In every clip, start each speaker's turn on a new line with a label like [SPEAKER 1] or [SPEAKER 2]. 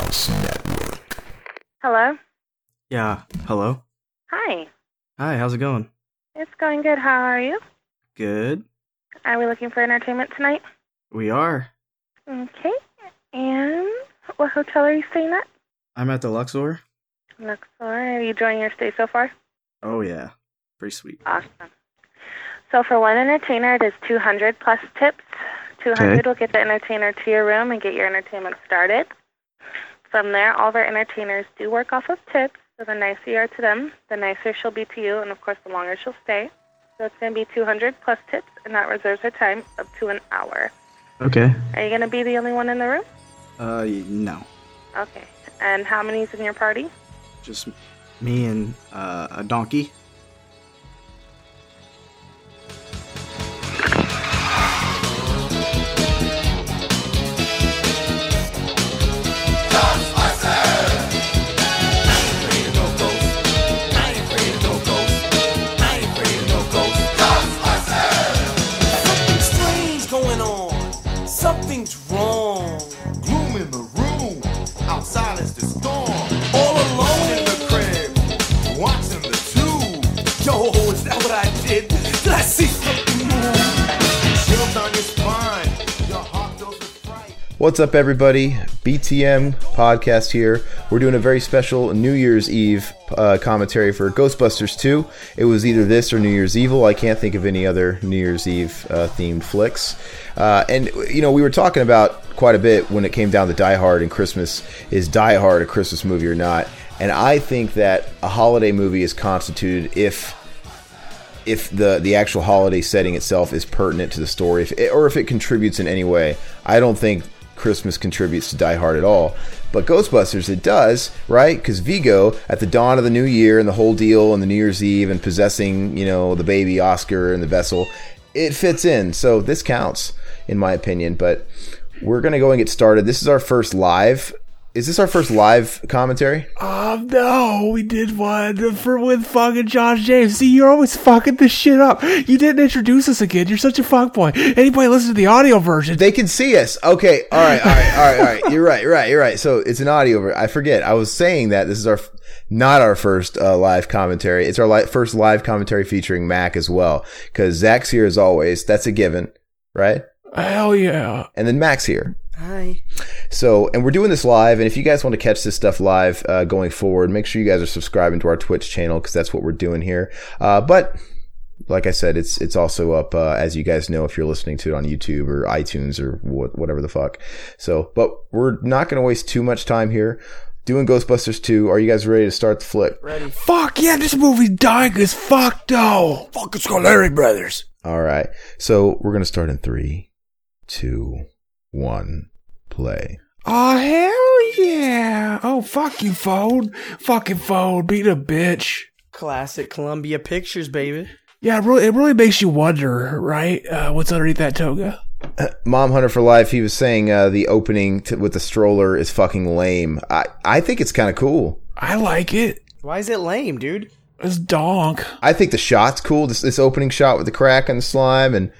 [SPEAKER 1] Network.
[SPEAKER 2] Hello.
[SPEAKER 3] Yeah. Hello.
[SPEAKER 2] Hi.
[SPEAKER 3] Hi. How's it going?
[SPEAKER 2] It's going good. How are you?
[SPEAKER 3] Good.
[SPEAKER 2] Are we looking for entertainment tonight?
[SPEAKER 3] We are.
[SPEAKER 2] Okay. And what hotel are you staying at?
[SPEAKER 3] I'm at the Luxor.
[SPEAKER 2] Luxor. Are you enjoying your stay so far?
[SPEAKER 3] Oh yeah. Pretty sweet.
[SPEAKER 2] Awesome. So for one entertainer, it is 200 plus tips. 200
[SPEAKER 3] Okay.
[SPEAKER 2] will get the entertainer to your room and get your entertainment started. From there, all of our entertainers do work off of tips. So the nicer you are to them, the nicer she'll be to you, and of course, the longer she'll stay. So it's going to be 200 plus tips, and that reserves her time up to an hour.
[SPEAKER 3] Okay.
[SPEAKER 2] Are you going to be the only one in the room?
[SPEAKER 3] Uh, y- no.
[SPEAKER 2] Okay. And how many's in your party?
[SPEAKER 3] Just me and uh, a donkey.
[SPEAKER 4] Something strange going on. Something's wrong. Gloom in the room. Outside is the storm. All alone in the crib. Watching the tube. Yo, is that what I did? Did I see something move? Chills down your spine. Your heart goes with fright.
[SPEAKER 5] What's up, everybody? BTM podcast here. We're doing a very special New Year's Eve uh, commentary for Ghostbusters 2. It was either this or New Year's Evil. I can't think of any other New Year's Eve uh, themed flicks. Uh, and, you know, we were talking about quite a bit when it came down to Die Hard and Christmas is Die Hard a Christmas movie or not? And I think that a holiday movie is constituted if if the the actual holiday setting itself is pertinent to the story, if it, or if it contributes in any way. I don't think Christmas contributes to Die Hard at all, but Ghostbusters it does, right? Because Vigo at the dawn of the new year and the whole deal and the New Year's Eve and possessing you know the baby Oscar and the vessel, it fits in. So this counts in my opinion. But we're gonna go and get started. This is our first live. Is this our first live commentary?
[SPEAKER 6] Um, no, we did one for with fucking Josh James. See, you're always fucking this shit up. You didn't introduce us again. You're such a fuckboy. Anybody listen to the audio version?
[SPEAKER 5] They can see us. Okay. All right. All right. All right. All right. You're right. You're right. You're right. So it's an audio. ver- I forget. I was saying that this is our f- not our first uh, live commentary. It's our li- first live commentary featuring Mac as well because Zach's here as always. That's a given, right?
[SPEAKER 6] Hell yeah.
[SPEAKER 5] And then Mac's here. Hi. So, and we're doing this live. And if you guys want to catch this stuff live uh, going forward, make sure you guys are subscribing to our Twitch channel because that's what we're doing here. Uh, but like I said, it's it's also up uh, as you guys know if you're listening to it on YouTube or iTunes or wha- whatever the fuck. So, but we're not going to waste too much time here. Doing Ghostbusters 2. Are you guys ready to start the flip?
[SPEAKER 6] Fuck yeah, this movie's dying as fuck no. Fuck, it's Larry Brothers.
[SPEAKER 5] All right. So we're going to start in three, two, one, play.
[SPEAKER 6] Oh, hell yeah. Oh, fuck you, phone. Fucking phone. Being a bitch.
[SPEAKER 7] Classic Columbia Pictures, baby.
[SPEAKER 6] Yeah, it really, it really makes you wonder, right? Uh, what's underneath that toga?
[SPEAKER 5] Mom Hunter for Life, he was saying uh, the opening to, with the stroller is fucking lame. I, I think it's kind of cool.
[SPEAKER 6] I like it.
[SPEAKER 7] Why is it lame, dude?
[SPEAKER 6] It's donk.
[SPEAKER 5] I think the shot's cool. This, this opening shot with the crack and the slime and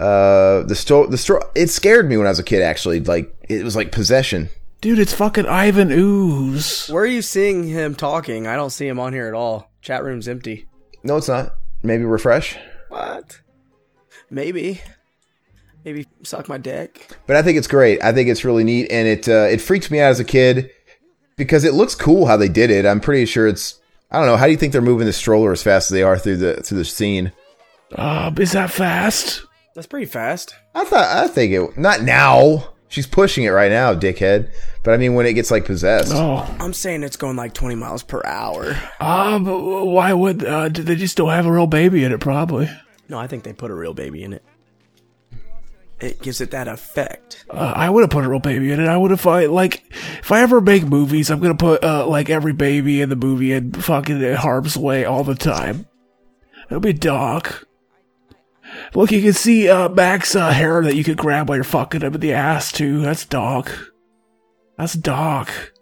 [SPEAKER 5] uh, the stro- the stro- it scared me when I was a kid. Actually, like it was like possession.
[SPEAKER 6] Dude, it's fucking Ivan Ooze.
[SPEAKER 7] Where are you seeing him talking? I don't see him on here at all. Chat room's empty.
[SPEAKER 5] No, it's not. Maybe refresh.
[SPEAKER 7] What? Maybe. Maybe suck my dick.
[SPEAKER 5] But I think it's great. I think it's really neat, and it uh, it freaked me out as a kid because it looks cool how they did it. I'm pretty sure it's. I don't know. How do you think they're moving the stroller as fast as they are through the through the scene?
[SPEAKER 6] Uh, is that fast?
[SPEAKER 7] That's pretty fast.
[SPEAKER 5] I thought I think it not now. She's pushing it right now, dickhead. But I mean, when it gets like possessed,
[SPEAKER 6] Oh,
[SPEAKER 7] I'm saying it's going like 20 miles per hour.
[SPEAKER 6] um, why would uh, did they just don't have a real baby in it? Probably.
[SPEAKER 7] No, I think they put a real baby in it. It gives it that effect.
[SPEAKER 6] Uh, I would have put a real baby in it. I would have like if I ever make movies, I'm gonna put uh, like every baby in the movie in fucking harm's way all the time. It'll be dark. Look, you can see uh, Mac's uh, hair that you can grab while you're fucking him in the ass too. That's dark. That's dark.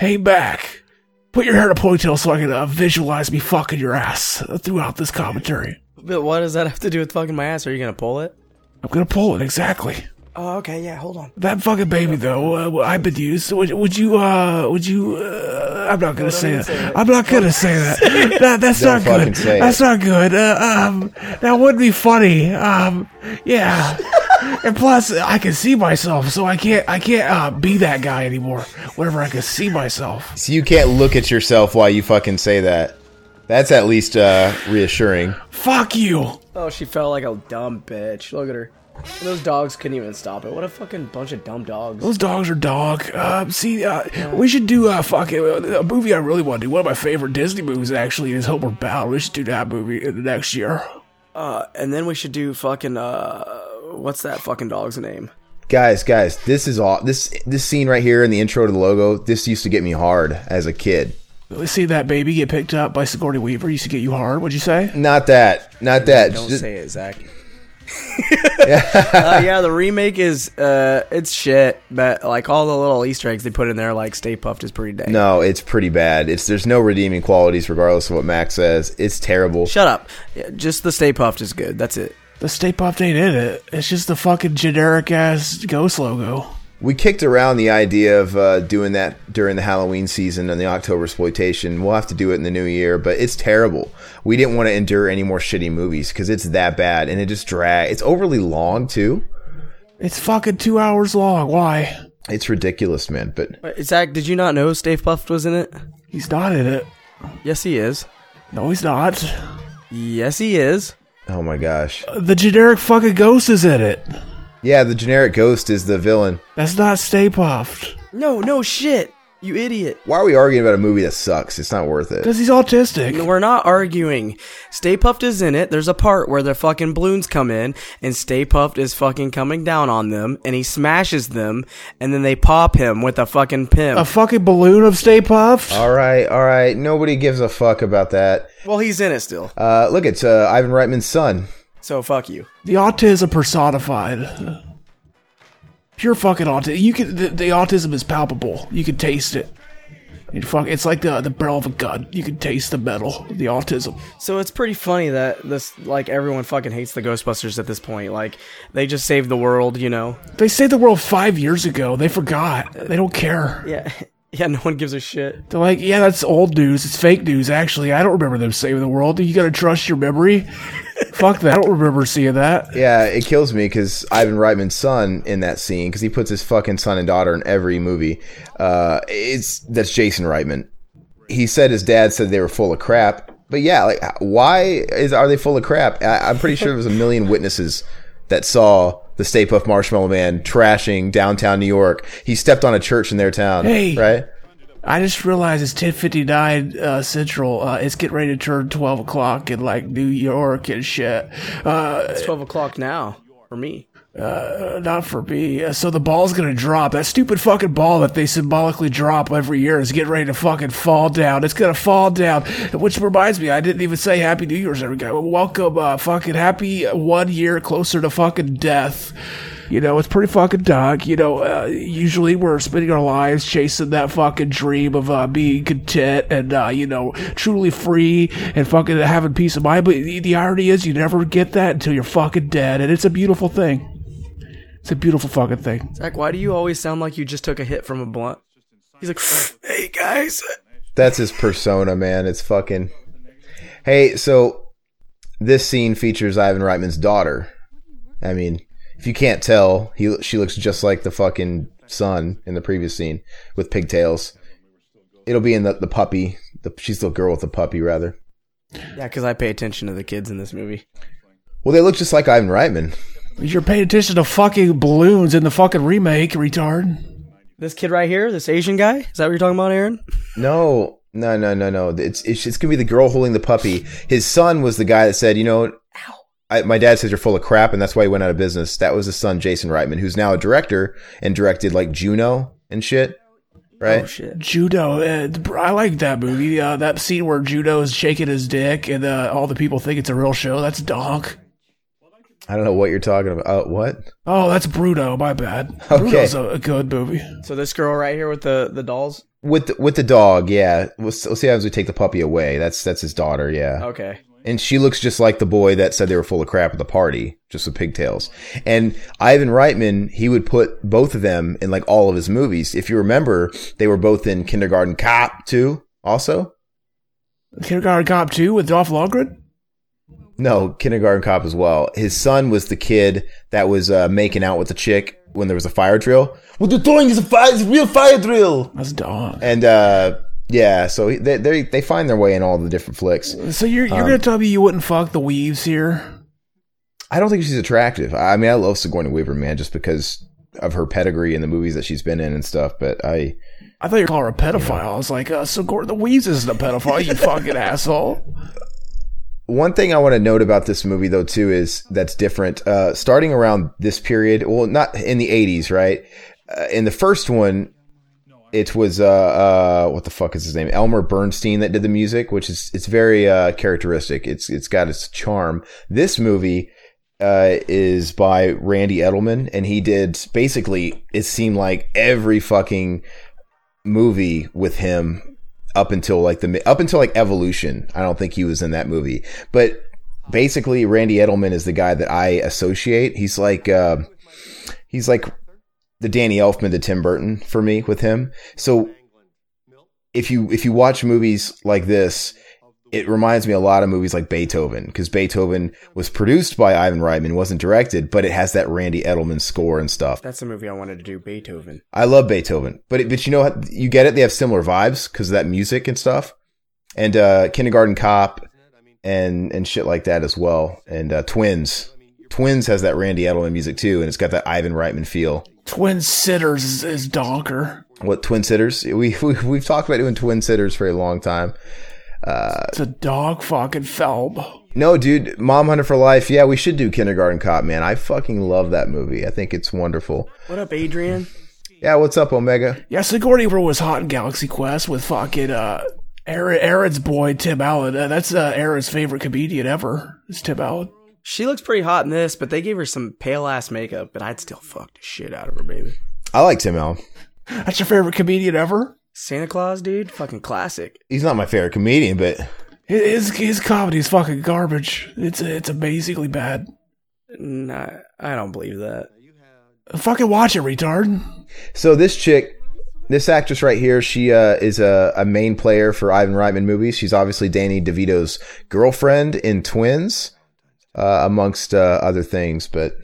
[SPEAKER 6] Hey, Mac, put your hair in a ponytail so I can uh, visualize me fucking your ass throughout this commentary.
[SPEAKER 7] But what does that have to do with fucking my ass? Are you going to pull it?
[SPEAKER 6] I'm gonna pull it exactly.
[SPEAKER 7] Oh, okay, yeah. Hold on.
[SPEAKER 6] That fucking baby, though, uh, I've been used. Would, would you? uh Would you? Uh, I'm not gonna say that. I'm not gonna say that. that that's
[SPEAKER 5] Don't
[SPEAKER 6] not good.
[SPEAKER 5] fucking say
[SPEAKER 6] That's
[SPEAKER 5] it.
[SPEAKER 6] not good. Uh, um, that would be funny. Um, yeah. and plus, I can see myself, so I can't. I can't uh, be that guy anymore. Whenever I can see myself.
[SPEAKER 5] So you can't look at yourself while you fucking say that. That's at least uh, reassuring.
[SPEAKER 6] Fuck you.
[SPEAKER 7] Oh, she felt like a dumb bitch. Look at her. And those dogs couldn't even stop it. What a fucking bunch of dumb dogs.
[SPEAKER 6] Those dogs are dog. Uh, see, uh, we should do uh, fucking a movie I really want to do. One of my favorite Disney movies actually is Homeward Bound. We should do that movie uh, next year.
[SPEAKER 7] Uh, and then we should do fucking uh, what's that fucking dog's name?
[SPEAKER 5] Guys, guys, this is all this this scene right here in the intro to the logo. This used to get me hard as a kid.
[SPEAKER 6] See that baby get picked up by Sigourney Weaver used to get you hard. What'd you say?
[SPEAKER 5] Not that, not that.
[SPEAKER 7] Don't
[SPEAKER 5] Just-
[SPEAKER 7] say it, Zach. uh, yeah, the remake is uh, it's shit, but like all the little Easter eggs they put in there, like Stay Puffed is pretty dang.
[SPEAKER 5] no, it's pretty bad. It's there's no redeeming qualities, regardless of what Max says. It's terrible.
[SPEAKER 7] Shut up. Yeah, just the Stay Puffed is good. That's it.
[SPEAKER 6] The Stay Puft ain't in it. It's just the fucking generic ass ghost logo.
[SPEAKER 5] We kicked around the idea of uh, doing that during the Halloween season and the October exploitation. We'll have to do it in the new year, but it's terrible. We didn't want to endure any more shitty movies because it's that bad and it just drag. It's overly long too.
[SPEAKER 6] It's fucking two hours long. Why?
[SPEAKER 5] It's ridiculous, man. But
[SPEAKER 7] Wait, Zach, did you not know Stay Puffed was in it?
[SPEAKER 6] He's not in it.
[SPEAKER 7] Yes, he is.
[SPEAKER 6] No, he's not.
[SPEAKER 7] Yes, he is.
[SPEAKER 5] oh my gosh,
[SPEAKER 6] The generic fucking ghost is in it.
[SPEAKER 5] yeah, the generic ghost is the villain.
[SPEAKER 6] That's not Stay Puft.
[SPEAKER 7] No, no shit. You idiot.
[SPEAKER 5] Why are we arguing about a movie that sucks? It's not worth it.
[SPEAKER 6] Because he's autistic.
[SPEAKER 7] We're not arguing. Stay Puffed is in it. There's a part where the fucking balloons come in, and Stay Puffed is fucking coming down on them, and he smashes them, and then they pop him with a fucking pimp.
[SPEAKER 6] A fucking balloon of Stay Puft?
[SPEAKER 5] All right, all right. Nobody gives a fuck about that.
[SPEAKER 7] well, he's in it still.
[SPEAKER 5] Uh, look, it's uh, Ivan Reitman's son.
[SPEAKER 7] So fuck you.
[SPEAKER 6] the autism personified. Pure fucking autism. You can the, the autism is palpable. You can taste it. It fuck, it's like the the barrel of a gun. You can taste the metal. The autism.
[SPEAKER 7] So it's pretty funny that this, like, everyone fucking hates the Ghostbusters at this point. Like, they just saved the world, you know?
[SPEAKER 6] They saved the world five years ago. They forgot. They don't care.
[SPEAKER 7] Yeah. Yeah, no one gives a shit.
[SPEAKER 6] They're like, yeah, that's old news. It's fake news. Actually, I don't remember them saving the world. You gotta trust your memory. fuck that. I don't remember seeing that.
[SPEAKER 5] Yeah, it kills me because Ivan Reitman's son in that scene because he puts his fucking son and daughter in every movie. Uh, it's that's Jason Reitman. He said his dad said they were full of crap, but yeah, like why is are they full of crap? I, I'm pretty sure there was a million witnesses that saw the Stay Puft Marshmallow Man trashing downtown New York. He stepped on a church in their town,
[SPEAKER 6] Hey.
[SPEAKER 5] right?
[SPEAKER 6] I just realized it's ten fifty nine uh, central. Uh, it's getting ready to turn twelve o'clock in like New York and shit. Uh,
[SPEAKER 7] It's 12 o'clock now for me.
[SPEAKER 6] not for me. Uh, so the ball's gonna drop. That stupid fucking ball that they symbolically drop every year is getting ready to fucking fall down. It's gonna fall down. Which reminds me, I didn't even say Happy New Year's, every guy. Welcome, uh, fucking happy one year closer to fucking death. You know, it's pretty fucking dark. You know, uh, usually we're spending our lives chasing that fucking dream of uh, being content and, uh, you know, truly free and fucking having peace of mind. But the the irony is, you never get that until you're fucking dead. And it's a beautiful thing. It's a beautiful fucking thing.
[SPEAKER 7] Zach, why do you always sound like you just took a hit from a blunt? He's like, hey guys.
[SPEAKER 5] That's his persona, man. It's fucking. Hey, so this scene features Ivan Reitman's daughter. I mean, if you can't tell, he she looks just like the fucking son in the previous scene with pigtails. It'll be in the the puppy. The, she's the girl with the puppy, rather.
[SPEAKER 7] Yeah, because I pay attention to the kids in this movie.
[SPEAKER 5] Well, they look just like Ivan Reitman.
[SPEAKER 6] You're paying attention to fucking balloons in the fucking remake, retard.
[SPEAKER 7] This kid right here, this Asian guy, is that what you're talking about, Aaron?
[SPEAKER 5] No, no, no, no, no. It's it's, it's gonna be the girl holding the puppy. His son was the guy that said, you know, I, my dad says you're full of crap, and that's why he went out of business. That was his son, Jason Reitman, who's now a director and directed like Juno and shit, right?
[SPEAKER 7] Oh shit.
[SPEAKER 6] Judo, uh, I like that movie. Uh, that scene where Judo is shaking his dick and uh, all the people think it's a real show. That's Donk.
[SPEAKER 5] I don't know what you're talking about. Uh, what?
[SPEAKER 6] Oh, that's Bruno. My bad.
[SPEAKER 5] Okay.
[SPEAKER 6] Bruno's a, a good movie.
[SPEAKER 7] So this girl right here with the the dolls.
[SPEAKER 5] With the, with the dog, yeah. We'll, s- we'll see how we take the puppy away. That's that's his daughter, yeah.
[SPEAKER 7] Okay.
[SPEAKER 5] and she looks just like the boy that said they were full of crap at the party, just with pigtails. And Ivan Reitman, he would put both of them in like all of his movies. If you remember, they were both in Kindergarten Cop too. Also,
[SPEAKER 6] Kindergarten Cop 2 with Dolph Lundgren?
[SPEAKER 5] no, Kindergarten Cop as well. His son was the kid that was uh, making out with the chick when there was a fire drill. What you're doing is a fire, is a real fire drill.
[SPEAKER 6] That's dog.
[SPEAKER 5] And uh, yeah, so he- they, they they find their way in all the different flicks.
[SPEAKER 6] So you're you're gonna tell me you wouldn't fuck the weaves here?
[SPEAKER 5] I don't think she's attractive. I mean, I love Sigourney Weaver, man, just because of her pedigree and the movies that she's been in and stuff. But I,
[SPEAKER 6] I thought you called her a pedophile. I was like, uh, so Gordon the Weaves isn't a pedophile, you fucking asshole.
[SPEAKER 5] one thing I want to note about this movie though too is that's different. Uh, starting around this period, well, not in the '80s, right? Uh, in the first one, it was uh, uh, what the fuck is his name? Elmer Bernstein that did the music, which is it's very uh, characteristic. It's it's got its charm. This movie uh, is by Randy Edelman, and he did basically it seemed like every fucking movie with him up until like the mi- up until like Evolution. I don't think he was in that movie, but basically Randy Edelman is the guy that I associate. He's like uh, he's like the Danny Elfman to Tim Burton for me with him. So if you if you watch movies like this, it reminds me a lot of movies like Beethoven because Beethoven was produced by Ivan Reitman, wasn't directed, but it has that Randy Edelman score and stuff.
[SPEAKER 7] That's the movie I wanted to do, Beethoven.
[SPEAKER 5] I love Beethoven, but it, but you know what? You get it. They have similar vibes because of that music and stuff, and uh, Kindergarten Cop, and and shit like that as well. And uh, Twins, Twins has that Randy Edelman music too, and it's got that Ivan Reitman feel.
[SPEAKER 6] Twin Sitters is, is donker.
[SPEAKER 5] What Twin Sitters? We, we we've talked about doing Twin Sitters for a long time.
[SPEAKER 6] It's a dog fucking film.
[SPEAKER 5] No, dude, Mom Hunter for Life. Yeah, we should do Kindergarten Cop, man. I fucking love that movie. I think it's wonderful.
[SPEAKER 7] What up, Adrian?
[SPEAKER 5] Yeah, what's up, Omega?
[SPEAKER 6] Yeah, Sigourney Weaver was hot in Galaxy Quest with fucking uh Aaron, Aaron's boy Tim Allen. Uh, that's uh, Aaron's favorite comedian ever. Is Tim Allen?
[SPEAKER 7] She looks pretty hot in this, but they gave her some pale ass makeup, but I'd still fuck the shit out of her, baby.
[SPEAKER 5] I like Tim Allen.
[SPEAKER 6] That's your favorite comedian ever.
[SPEAKER 7] Santa Claus, dude, fucking classic.
[SPEAKER 5] He's not my favorite comedian, but
[SPEAKER 6] His his comedy is fucking garbage. It's it's amazingly bad.
[SPEAKER 7] Nah, I don't believe that.
[SPEAKER 6] Fucking watch it, retard.
[SPEAKER 5] So this chick, this actress right here, she uh, is a, a main player for Ivan Reitman movies. She's obviously Danny DeVito's girlfriend in Twins, uh, amongst uh, other things. But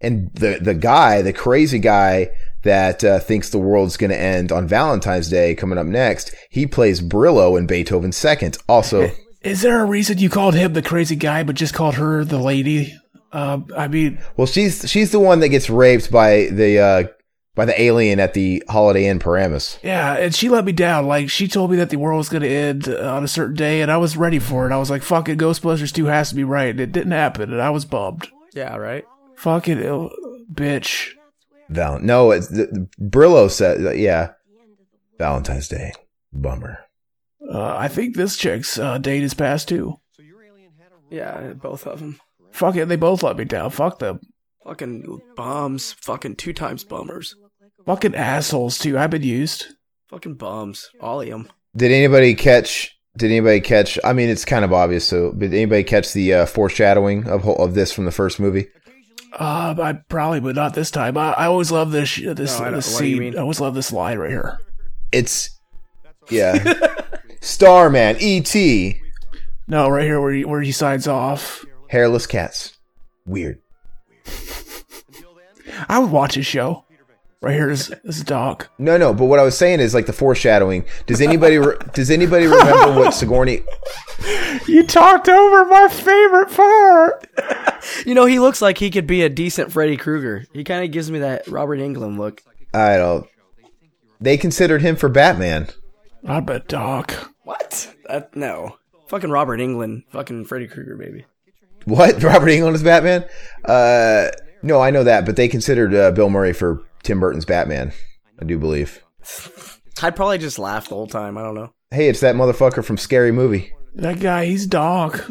[SPEAKER 5] and the the guy, the crazy guy that uh, thinks the world's going to end on Valentine's Day coming up next, he plays Brillo in Beethoven's Second. Also,
[SPEAKER 6] Is there a reason you called him the crazy guy, but just called her the lady? Uh, I mean,
[SPEAKER 5] well, she's she's the one that gets raped by the. Uh, by the alien at the Holiday Inn Paramus.
[SPEAKER 6] yeah, and she let me down. Like, she told me that the world was going to end uh, on a certain day, and I was ready for it. I was like, fucking Ghostbusters 2 has to be right, and it didn't happen, and I was bummed.
[SPEAKER 7] Yeah, right?
[SPEAKER 6] Fucking ill, bitch.
[SPEAKER 5] Val. No, it's the, the- Brillo said, uh, yeah. Valentine's Day. Bummer.
[SPEAKER 6] Uh, I think this chick's uh, date is past too.
[SPEAKER 7] Yeah, both of them.
[SPEAKER 6] Fuck it, they both let me down. Fuck them.
[SPEAKER 7] Fucking bums. Fucking two times bummers.
[SPEAKER 6] Fucking assholes too. I've been used.
[SPEAKER 7] Fucking bums. All of them.
[SPEAKER 5] Did anybody catch? Did anybody catch? I mean, it's kind of obvious. So, did anybody catch the uh, foreshadowing of whole- of this from the first movie?
[SPEAKER 6] Uh, I probably, but not this time. I, I always love this sh- this,
[SPEAKER 7] No, I know.
[SPEAKER 6] this
[SPEAKER 7] What do you
[SPEAKER 6] scene.
[SPEAKER 7] mean?
[SPEAKER 6] I always love this line right here.
[SPEAKER 5] It's yeah, Starman, E E.T.,
[SPEAKER 6] No, right here where he, where he signs off.
[SPEAKER 5] hairless cats, weird.
[SPEAKER 6] I would watch his show. Right here is is Doc.
[SPEAKER 5] No, no. But what I was saying is like the foreshadowing. Does anybody re- does anybody remember what Sigourney?
[SPEAKER 6] You talked over my favorite part.
[SPEAKER 7] You know, he looks like he could be a decent Freddy Krueger. He kind of gives me that Robert Englund look.
[SPEAKER 5] I don't. They considered him for Batman.
[SPEAKER 6] I bet Doc.
[SPEAKER 7] What? That, no. Fucking Robert Englund. Fucking Freddy Krueger, baby.
[SPEAKER 5] What? Robert Englund is Batman? Uh, no, I know that, but they considered uh, Bill Murray for Tim Burton's Batman. I do believe.
[SPEAKER 7] I'd probably just laugh the whole time. I don't know.
[SPEAKER 5] Hey, it's that motherfucker from Scary Movie.
[SPEAKER 6] That guy, he's Doc.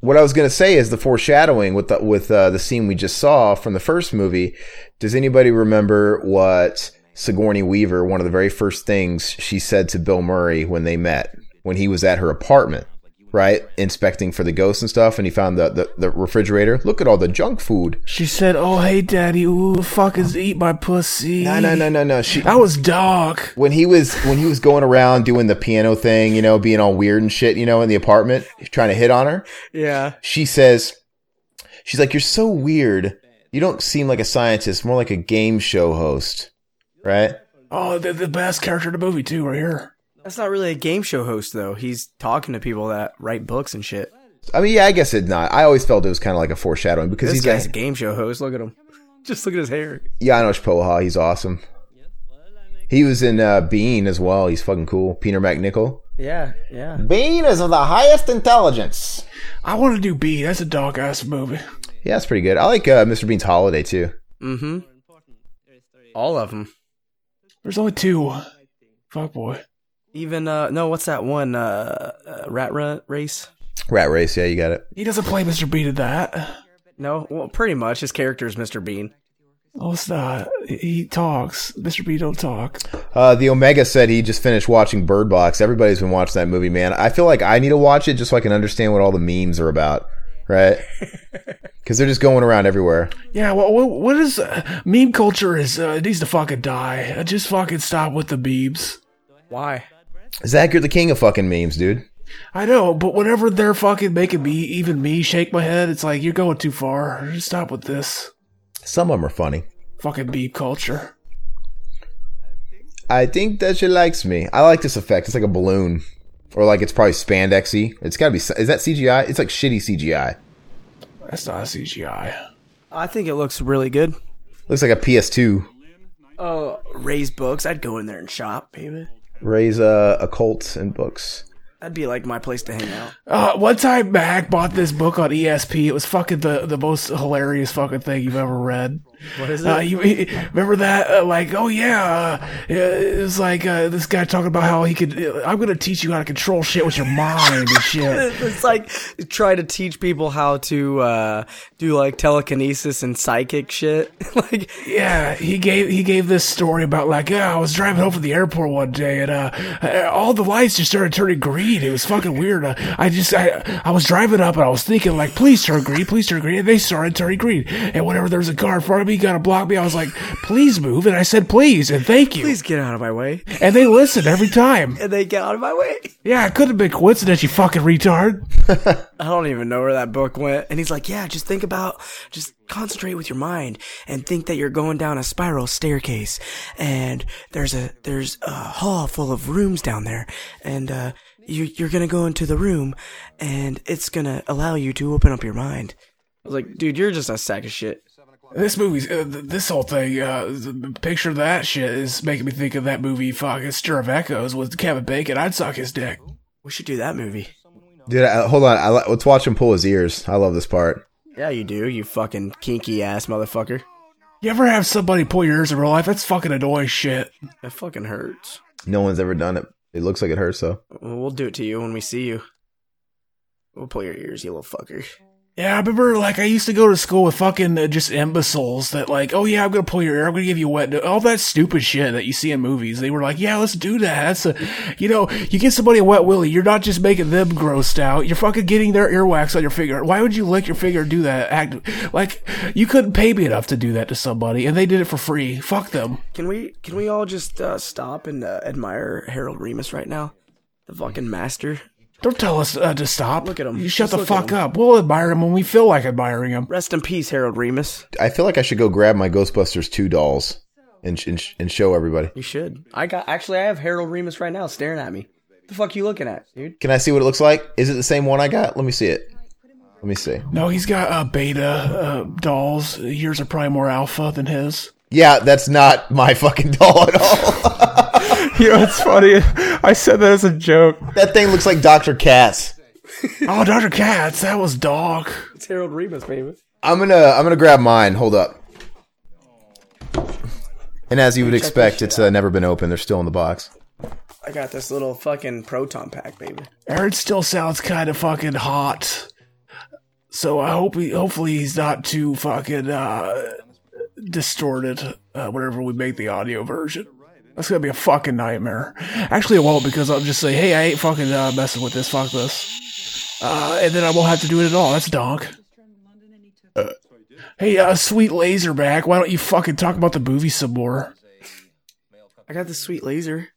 [SPEAKER 5] What I was gonna say is the foreshadowing with the with uh, the scene we just saw from the first movie. Does anybody remember what Sigourney Weaver? One of the very first things she said to Bill Murray when they met, when he was at her apartment. right? Inspecting for the ghosts and stuff, and he found the, the, the refrigerator. Look at all the junk food.
[SPEAKER 6] She said, "Oh hey, daddy, ooh, fuckers eat my pussy."
[SPEAKER 5] No, no, no, no, no. She
[SPEAKER 6] That was dark.
[SPEAKER 5] when he was when he was going around doing the piano thing, you know, being all weird and shit, you know, in the apartment, trying to hit on her.
[SPEAKER 7] Yeah.
[SPEAKER 5] She says, "She's like, you're so weird. You don't seem like a scientist, more like a game show host, right?"
[SPEAKER 6] Oh, the, the best character in the movie too, right here.
[SPEAKER 7] That's not really a game show host though. He's talking to people that write books and shit.
[SPEAKER 5] I mean, yeah, I guess it's not. I always felt it was kind of like a foreshadowing because
[SPEAKER 7] This
[SPEAKER 5] he's
[SPEAKER 7] guy's
[SPEAKER 5] got,
[SPEAKER 7] a game show host. Look at him. Just look at his hair.
[SPEAKER 5] Janos Poha. He's awesome. He was in uh, Bean as well. He's fucking cool. Peter McNichol.
[SPEAKER 7] Yeah, yeah.
[SPEAKER 5] Bean is of the highest intelligence.
[SPEAKER 6] I want to do B. That's a dog ass movie.
[SPEAKER 5] Yeah, that's pretty good. I like uh, Mr. Bean's Holiday too.
[SPEAKER 7] Mm-hmm. All of them.
[SPEAKER 6] There's only two. Fuck boy.
[SPEAKER 7] Even uh, no, what's that one? Uh, uh rat ra- race.
[SPEAKER 5] Rat Race. Yeah, you got it.
[SPEAKER 6] He doesn't play Mr. Bean in that.
[SPEAKER 7] No, well, pretty much his character is Mr. Bean.
[SPEAKER 6] Oh, it's not. He- He talks. Mr. Bean don't talk.
[SPEAKER 5] Uh, the Omega said he just finished watching Bird Box. Everybody's been watching that movie, man. I feel like I need to watch it just so I can understand what all the memes are about, right? Because they're just going around everywhere.
[SPEAKER 6] Yeah, what what, what is uh, meme culture? Is uh, it needs to fucking die. Uh, Just fucking stop with the memes.
[SPEAKER 7] Why?
[SPEAKER 5] Zach, you're the king of fucking memes, dude.
[SPEAKER 6] I know, but whenever they're fucking making me, even me, shake my head, it's like you're going too far. Just Stop with this
[SPEAKER 5] Some of them are funny.
[SPEAKER 6] fucking meme culture.
[SPEAKER 5] I think that she likes me. I like this effect. It's like a balloon, or like it's probably spandexy. It's gotta be. Is that CGI? It's like shitty CGI.
[SPEAKER 6] That's not CGI.
[SPEAKER 7] I think it looks really good.
[SPEAKER 5] Looks like a PS2.
[SPEAKER 7] Oh, raise books. I'd go in there and shop, baby.
[SPEAKER 5] Raise uh, a cult and books.
[SPEAKER 7] That'd be like my place to hang out.
[SPEAKER 6] Uh, one time, Mac bought this book on ESP. It was fucking the, the most hilarious fucking thing you've ever read.
[SPEAKER 7] What is
[SPEAKER 6] Uh, you you remember that? Uh, like, oh yeah, uh, yeah, it was like uh, this guy talking about how he could. uh, I'm gonna teach you how to control shit with your mind and shit.
[SPEAKER 7] it's like try to teach people how to uh, do like telekinesis and psychic shit. like,
[SPEAKER 6] Yeah, he gave he gave this story about like, yeah, I was driving home from the airport one day and uh, uh, all the lights just started turning green. It was fucking weird. Uh, I just I I was driving up and I was thinking like, please turn green, please turn green, and they started turning green. And whenever there was a car in front of me, gonna block me, I was like, please move, and I said please and thank you,
[SPEAKER 7] please get out of my way.
[SPEAKER 6] and they listened every time.
[SPEAKER 7] And they get out of my way.
[SPEAKER 6] Yeah, it could have been coincidence, you fucking retard.
[SPEAKER 7] I don't even know where that book went. And he's like, yeah, just think about, just concentrate with your mind and think that you're going down a spiral staircase. And there's a, there's a hall full of rooms down there. And, uh, you, you're going to go into the room and it's going to allow you to open up your mind. I was like, dude, you're just a sack of shit.
[SPEAKER 6] This movie's uh, th- this whole thing. Uh, the picture of that shit is making me think of that movie. Fucking Stir of Echoes with Kevin Bacon. I'd suck his dick.
[SPEAKER 7] We should do that movie.
[SPEAKER 5] Dude, I, hold on. I, li- let's watch him pull his ears. I love this part.
[SPEAKER 7] Yeah, you do, you fucking kinky ass motherfucker.
[SPEAKER 6] You ever have somebody pull your ears in real life? That's fucking annoying shit.
[SPEAKER 7] That fucking hurts.
[SPEAKER 5] No one's ever done it. It looks like it hurts though.
[SPEAKER 7] Well, We'll do it to you when we see you. We'll pull your ears, you little fucker.
[SPEAKER 6] Yeah, I remember like I used to go to school with fucking uh, just imbeciles that like, oh yeah, I'm gonna pull your ear, I'm gonna give you wet, all that stupid shit that you see in movies. They were like, yeah, let's do that. That's a, you know, you get somebody a wet willy, you're not just making them grossed out, you're fucking getting their earwax on your finger. Why would you lick your finger and do that? Act like you couldn't pay me enough to do that to somebody, and they did it for free. Fuck them.
[SPEAKER 7] Can we can we all just uh, stop and uh, admire Harold Remus right now? The fucking master.
[SPEAKER 6] Don't tell us uh, to stop.
[SPEAKER 7] Look at 'em.
[SPEAKER 6] You shut
[SPEAKER 7] Just
[SPEAKER 6] the
[SPEAKER 7] look at
[SPEAKER 6] fuck
[SPEAKER 7] 'em.
[SPEAKER 6] up. We'll admire him when we feel like admiring him.
[SPEAKER 7] Rest in peace, Harold Remus.
[SPEAKER 5] I feel like I should go grab my Ghostbusters two dolls and sh- and, sh- and show everybody.
[SPEAKER 7] You should. I got actually I have Harold Remus right now staring at me. The fuck you looking at, dude?
[SPEAKER 5] Can I see what it looks like? Is it the same one I got? Let me see it. Let me see.
[SPEAKER 6] No, he's got uh, beta uh, dolls. Yours are probably more alpha than his.
[SPEAKER 5] Yeah, that's not my fucking doll at all.
[SPEAKER 1] You know, it's funny. I said that as a joke.
[SPEAKER 5] that thing looks like Dr. Katz.
[SPEAKER 6] Oh, Dr. Katz, that was dog.
[SPEAKER 7] It's Harold Remus, baby.
[SPEAKER 5] I'm gonna I'm gonna grab mine. Hold up. And as you would expect, it's uh, never been opened. They're still in the box.
[SPEAKER 7] I got this little fucking proton pack, baby.
[SPEAKER 6] Aaron still sounds kind of fucking hot. So I hope he, hopefully he's not too fucking uh, distorted uh, whenever we make the audio version. That's gonna be a fucking nightmare. Actually, it won't because I'll just say, "Hey, I ain't fucking uh, messing with this. Fuck this." uh, and then I won't have to do it at all. That's donk. Uh, hey, uh, sweet Laserback, why don't you fucking talk about the movie some more?
[SPEAKER 7] I got the sweet laser.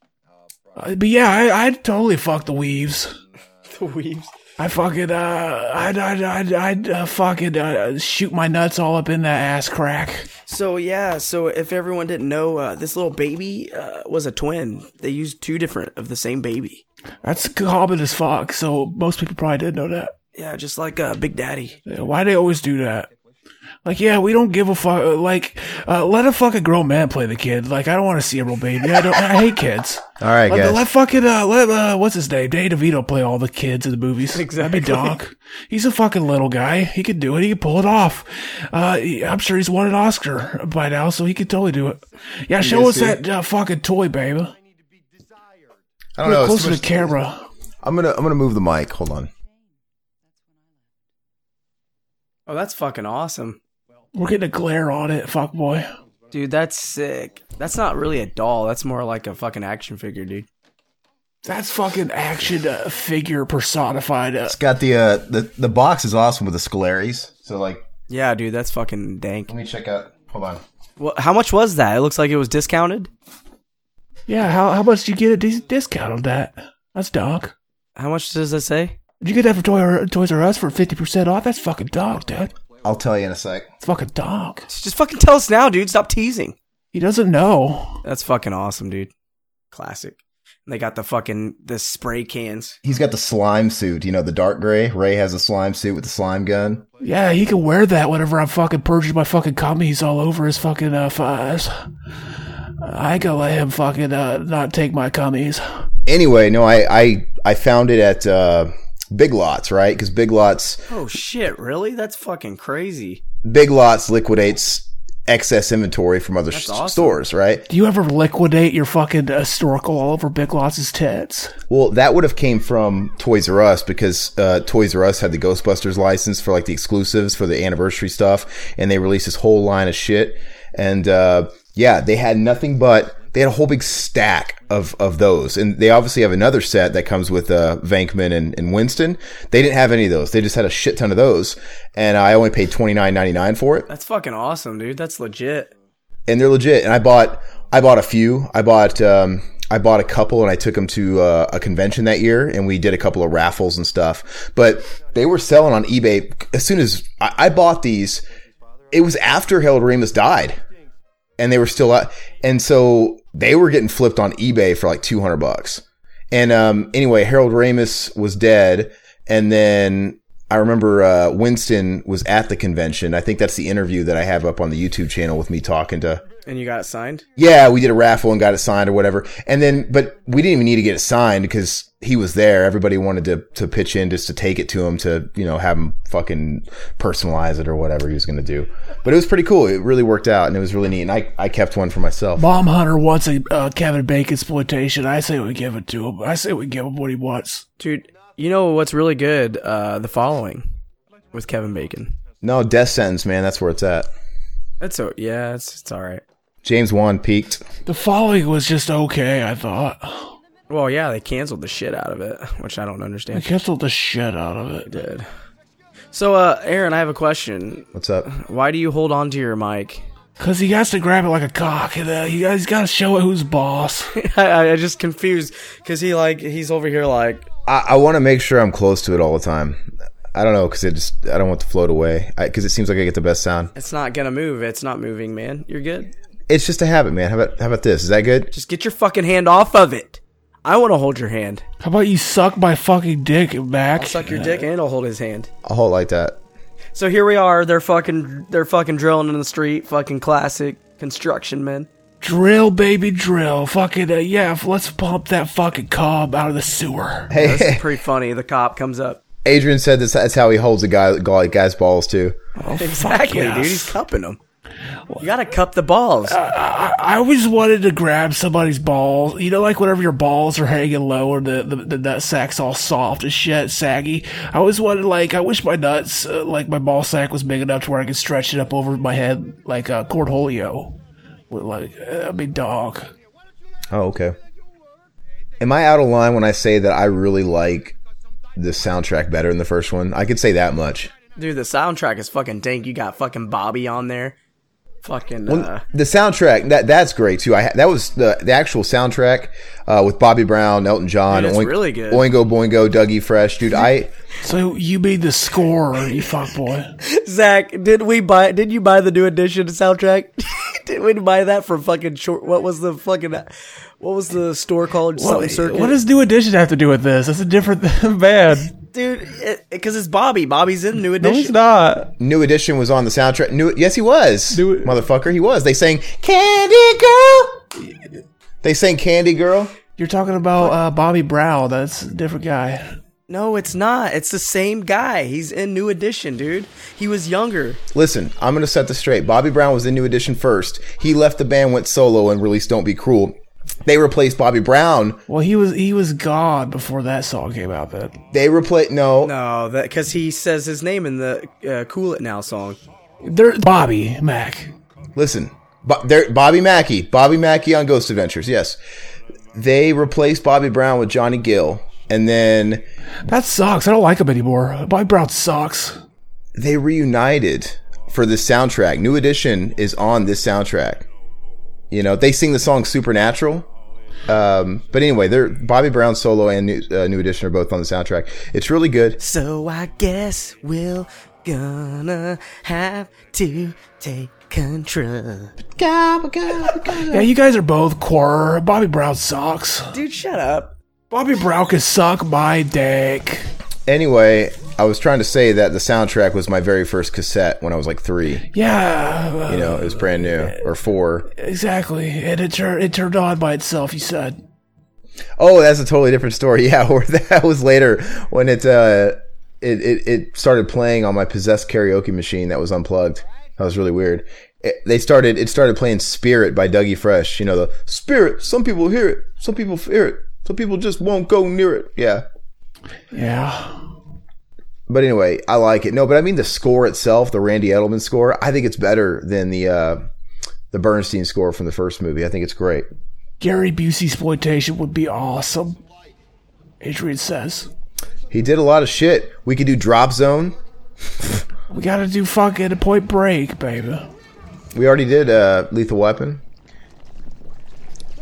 [SPEAKER 6] Uh, but yeah, I, I totally fucked the weaves.
[SPEAKER 7] The weaves.
[SPEAKER 6] I fucking uh, I'd I'd I'd, I'd uh, fucking uh, shoot my nuts all up in that ass crack.
[SPEAKER 7] So yeah, so if everyone didn't know, uh, this little baby uh, was a twin. They used two different of the same baby.
[SPEAKER 6] That's common as fuck. So most people probably did know that.
[SPEAKER 7] Yeah, just like uh, Big Daddy.
[SPEAKER 6] Yeah, Why they always do that? Like, yeah, we don't give a fuck. uh, Like, uh, let a fucking grown man play the kid. Like, I don't want to see a real baby. I don't. I hate kids.
[SPEAKER 5] All right,
[SPEAKER 6] Let,
[SPEAKER 5] guys.
[SPEAKER 6] let fucking uh, let uh, what's his name? Dave DeVito play all the kids in the movies.
[SPEAKER 7] Exactly.
[SPEAKER 6] That'd be Doc. He's a fucking little guy. He could do it. He could pull it off. Uh, he- I'm sure he's won an Oscar by now, so he could totally do it. Yeah, show us
[SPEAKER 5] is, yeah.
[SPEAKER 6] that uh, fucking toy, baby.
[SPEAKER 5] I don't know. it's
[SPEAKER 6] Closer
[SPEAKER 5] too much-
[SPEAKER 6] to camera.
[SPEAKER 5] I'm gonna I'm gonna move the mic. Hold on.
[SPEAKER 7] Oh, that's fucking awesome,
[SPEAKER 6] We're getting a glare on it, fuck boy.
[SPEAKER 7] dude. That's sick. That's not really a doll. That's more like a fucking action figure, dude.
[SPEAKER 6] That's fucking action uh, figure personified. Uh,
[SPEAKER 5] It's got the uh the, the box is awesome with the Scalaries. So like,
[SPEAKER 7] Yeah, dude. That's fucking dank.
[SPEAKER 5] let me check out. Hold on.
[SPEAKER 7] Well, how much was that? It looks like it was discounted.
[SPEAKER 6] yeah, how how much do you get a dis- discount on that? That's Doc.
[SPEAKER 7] How much does that say?
[SPEAKER 6] Did you get that for Toy R- Toys R Us for 50% off? That's fucking dog, dude.
[SPEAKER 5] I'll tell you in a sec.
[SPEAKER 6] It's fucking dog.
[SPEAKER 7] Just fucking tell us now, dude. Stop teasing.
[SPEAKER 6] He doesn't know.
[SPEAKER 7] That's fucking awesome, dude. Classic. And they got the fucking the spray cans.
[SPEAKER 5] He's got the slime suit. You know the dark gray. Ray has a slime suit with the slime gun.
[SPEAKER 6] Yeah, he can wear that whenever I'm fucking purging my fucking commies all over his fucking uh, thighs. I can let him fucking uh, not take my commies.
[SPEAKER 5] Anyway, no, I I I found it at uh, Big Lots, right? Because Big Lots
[SPEAKER 7] Oh shit! Really? That's fucking crazy.
[SPEAKER 5] Big Lots liquidates excess inventory from other s-
[SPEAKER 7] awesome.
[SPEAKER 5] stores, right?
[SPEAKER 6] Do you ever liquidate your fucking historical all over Big Lots' tits?
[SPEAKER 5] Well, that would have came from Toys R Us because uh, Toys R Us had the Ghostbusters license for like the exclusives for the anniversary stuff, and they released this whole line of shit. And uh, yeah, they had nothing but they had a whole big stack of of those, and they obviously have another set that comes with uh, Vankman and, and Winston. They didn't have any of those; they just had a shit ton of those, and I only paid twenty nine ninety nine for it.
[SPEAKER 7] That's fucking awesome, dude. That's legit.
[SPEAKER 5] and they're legit. And I bought I bought a few. I bought um, I bought a couple, and I took them to uh, a convention that year, and we did a couple of raffles and stuff. But they were selling on eBay as soon as I, I bought these. It was after Harold Ramis died, and they were still out. And so they were getting flipped on eBay for like two hundred bucks. And um, anyway, Harold Ramis was dead, and then I remember uh, Winston was at the convention. I think that's the interview that I have up on the YouTube channel with me talking to
[SPEAKER 7] And you got it signed.
[SPEAKER 5] yeah, we did a raffle and got it signed or whatever. And then, but we didn't even need to get it signed because he was there. Everybody wanted to, to pitch in just to take it to him to, you know, have him fucking personalize it or whatever he was going to do. But it was pretty cool. It really worked out and it was really neat. And I, I kept one for myself.
[SPEAKER 6] Bomb Hunter wants a uh, Kevin Bacon exploitation. I say we give it to him. I say we give him what he wants.
[SPEAKER 7] Dude, you know what's really good? Uh, the following with Kevin Bacon.
[SPEAKER 5] No, death sentence, man. That's where it's at.
[SPEAKER 7] That's so yeah, it's it's all right.
[SPEAKER 5] James Wan peaked.
[SPEAKER 6] The following was just okay, I thought.
[SPEAKER 7] Well, yeah, they canceled the shit out of it, which I don't
[SPEAKER 6] I
[SPEAKER 7] understand.
[SPEAKER 6] canceled the shit out of it.
[SPEAKER 7] Did. So, uh, Aaron, I have a question.
[SPEAKER 5] What's up?
[SPEAKER 7] Why do you hold on to your mic?
[SPEAKER 6] Cause he has to grab it like a cock, and uh, he has got to show it who's boss.
[SPEAKER 7] I, I just confused because he like he's over here like
[SPEAKER 5] I, I want to make sure I'm close to it all the time. I don't know because it just, I don't want to float away because it seems like I get the best sound.
[SPEAKER 7] it's not gonna move. It's not moving, man. You're good.
[SPEAKER 5] It's just a habit, man. How about, how about this? Is that good?
[SPEAKER 7] Just get your fucking hand off of it. I want to hold your hand.
[SPEAKER 6] How about you suck my fucking dick, Mac?
[SPEAKER 7] I'll suck your dick and I'll hold his hand.
[SPEAKER 5] I'll hold it like that.
[SPEAKER 7] So here we are. They're fucking they're fucking drilling in the street. Fucking classic construction men.
[SPEAKER 6] Drill, baby, drill. Fucking uh, yeah. f- Let's pump that fucking cob out of the sewer.
[SPEAKER 5] Hey,
[SPEAKER 7] That's pretty funny. The cop comes up.
[SPEAKER 5] Adrian said this, that's how he holds a guy guy- guy's balls too.
[SPEAKER 6] Oh, fuck
[SPEAKER 7] Exactly,
[SPEAKER 6] yes.
[SPEAKER 7] dude. He's cupping them. You gotta cup the balls.
[SPEAKER 6] I always wanted to grab somebody's balls. You know, like whenever your balls are hanging low or the, the, the nut sack's all soft and shit, saggy. I always wanted, like, I wish my nuts, uh, like my ball sack was big enough to where I could stretch it up over my head like a uh, cornholio. With, like, uh, I mean, dog.
[SPEAKER 5] Oh, okay. Am I out of line when I say that I really like the soundtrack better than the first one. I could say that much.
[SPEAKER 7] Dude, the soundtrack is fucking dank. You got fucking Bobby on there. Fucking
[SPEAKER 5] Well,
[SPEAKER 7] uh,
[SPEAKER 5] the soundtrack that that's great too. I ha- that was the the actual soundtrack uh, with Bobby Brown, Elton John,
[SPEAKER 7] Dude, it's really good.
[SPEAKER 5] Oingo Boingo, Dougie Fresh, dude. I
[SPEAKER 6] So you made the score, you fuckboy.
[SPEAKER 7] Zach, did we buy? Did you buy the new edition soundtrack? did we buy that for fucking short? What was the fucking? What was the store called? Something circuit.
[SPEAKER 6] what does New Edition have to do with this? That's a different band.
[SPEAKER 7] dude? Because it's Bobby. Bobby's in new
[SPEAKER 1] No,
[SPEAKER 7] edition.
[SPEAKER 1] he's not.
[SPEAKER 5] New Edition was on the soundtrack. New yes, he was.
[SPEAKER 7] E
[SPEAKER 1] New-
[SPEAKER 5] Motherfucker, he was. They sang Candy Girl. They sang Candy Girl.
[SPEAKER 6] You're talking about uh, Bobby Brow. That's a different guy.
[SPEAKER 7] No, it's not. It's the same guy. He's in new edition, dude. He was younger.
[SPEAKER 5] Listen, I'm gonna set this straight. Bobby Brown was in New Edition first. He left the band, went solo, and released Don't Be Cruel. They replaced Bobby Brown.
[SPEAKER 6] Well, he was he was God before that song came out. Then
[SPEAKER 5] They replaced no,
[SPEAKER 7] No, Oh, that because he says his name in the uh, "Cool It Now" song.
[SPEAKER 6] there, Bobby Mac.
[SPEAKER 5] Listen, Bo- there, Bobby Mackey, Bobby Mackey on Ghost Adventures. Yes, they replaced Bobby Brown with Johnny Gill, and then
[SPEAKER 6] That sucks. I don't like him anymore. Bobby Brown sucks.
[SPEAKER 5] they reunited for this soundtrack. New Edition is on this soundtrack. You know, they sing the song Supernatural. Um, but anyway, they're Bobby Brown solo and New, uh, New Edition are both on the soundtrack. It's really good.
[SPEAKER 7] So I guess we'll gonna have to take control.
[SPEAKER 6] Yeah, you guys are both core. Bobby Brown sucks.
[SPEAKER 7] Dude, shut up.
[SPEAKER 6] Bobby Brown can suck my dick.
[SPEAKER 5] Anyway, I was trying to say that the soundtrack was my very first cassette when I was like three.
[SPEAKER 6] Yeah, uh,
[SPEAKER 5] You know, it was brand new or four.
[SPEAKER 6] exactly. And it turned it turned on by itself. You said.
[SPEAKER 5] Oh, that's a totally different story. Yeah, or that was later when it uh it, it it started playing on my possessed karaoke machine that was unplugged. That was really weird. It, they started it started playing Spirit by Dougie Fresh. You know the Spirit. Some people hear it. Some people fear it. Some people just won't go near it. Yeah.
[SPEAKER 6] Yeah.
[SPEAKER 5] But anyway, I like it. No, but I mean the score itself, the Randy Edelman score. I think it's better than the uh the Bernstein score from the first movie. I think it's great.
[SPEAKER 6] Gary Busey exploitation would be awesome. Adrian says.
[SPEAKER 5] He did a lot of shit. We could do Drop Zone.
[SPEAKER 6] We gotta do fucking a point break, baby.
[SPEAKER 5] We already did uh, Lethal Weapon.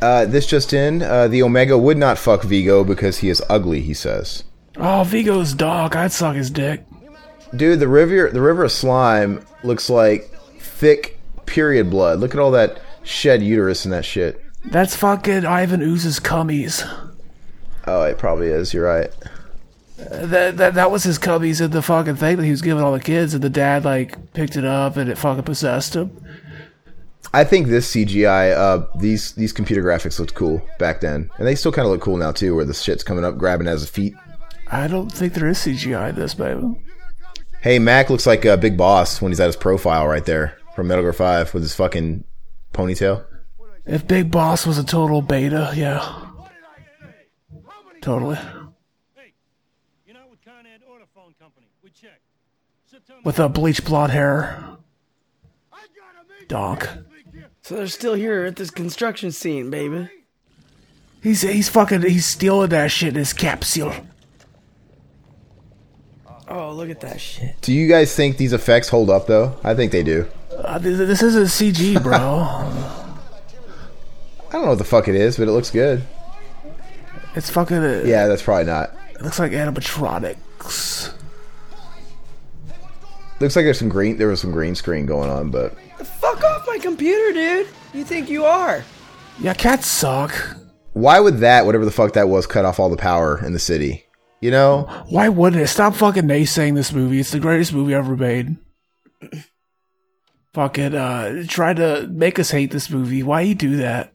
[SPEAKER 5] Uh, this just in: uh, the Omega would not fuck Vigo because he is ugly. He says,
[SPEAKER 6] Oh, Vigo's dog. I'd suck his dick.
[SPEAKER 5] "Dude, the river, the river of slime looks like thick period blood. Look at all that shed uterus and that shit.
[SPEAKER 6] That's fucking Ivan Ooze's cummies.
[SPEAKER 5] Oh, it probably is. You're right.
[SPEAKER 6] That, that that was his cummies in the fucking thing that he was giving all the kids, and the dad like picked it up and it fucking possessed him.
[SPEAKER 5] I think this CGI, uh, these these computer graphics looked cool back then, and they still kind of look cool now too, where the shit's coming up grabbing at his feet.
[SPEAKER 6] I don't think there is CGI in this, baby.
[SPEAKER 5] Hey, Mac looks like a big boss when he's at his profile right there from Metal Gear Five with his fucking ponytail."
[SPEAKER 6] If Big Boss was a total beta, yeah. Totally.
[SPEAKER 8] You're not with Con Ed or the phone company. We checked. September.
[SPEAKER 6] With a bleach blonde hair.
[SPEAKER 8] I got a meeting
[SPEAKER 6] Dog.
[SPEAKER 8] week here.
[SPEAKER 7] So they're still here at this construction scene, baby.
[SPEAKER 6] He's he's fucking he's stealing that shit in his capsule.
[SPEAKER 7] Oh, look at that shit.
[SPEAKER 5] Do you guys think these effects hold up though? I think they do.
[SPEAKER 6] Uh, th- th- this isn't CG, bro.
[SPEAKER 5] I don't know what the fuck it is, but it looks good.
[SPEAKER 6] it's fucking. uh,
[SPEAKER 5] Yeah, that's probably not.
[SPEAKER 6] It looks like animatronics.
[SPEAKER 5] Looks like there's some green. There was some green screen going on, but
[SPEAKER 7] Fuck off my computer, dude. You think you are?
[SPEAKER 6] Yeah, cats suck.
[SPEAKER 5] why would that, whatever the fuck that was, cut off all the power in the city? You know,
[SPEAKER 6] Why wouldn't it? Stop fucking naysaying this movie. It's the greatest movie ever made. fucking uh try to make us hate this movie. Why you do that?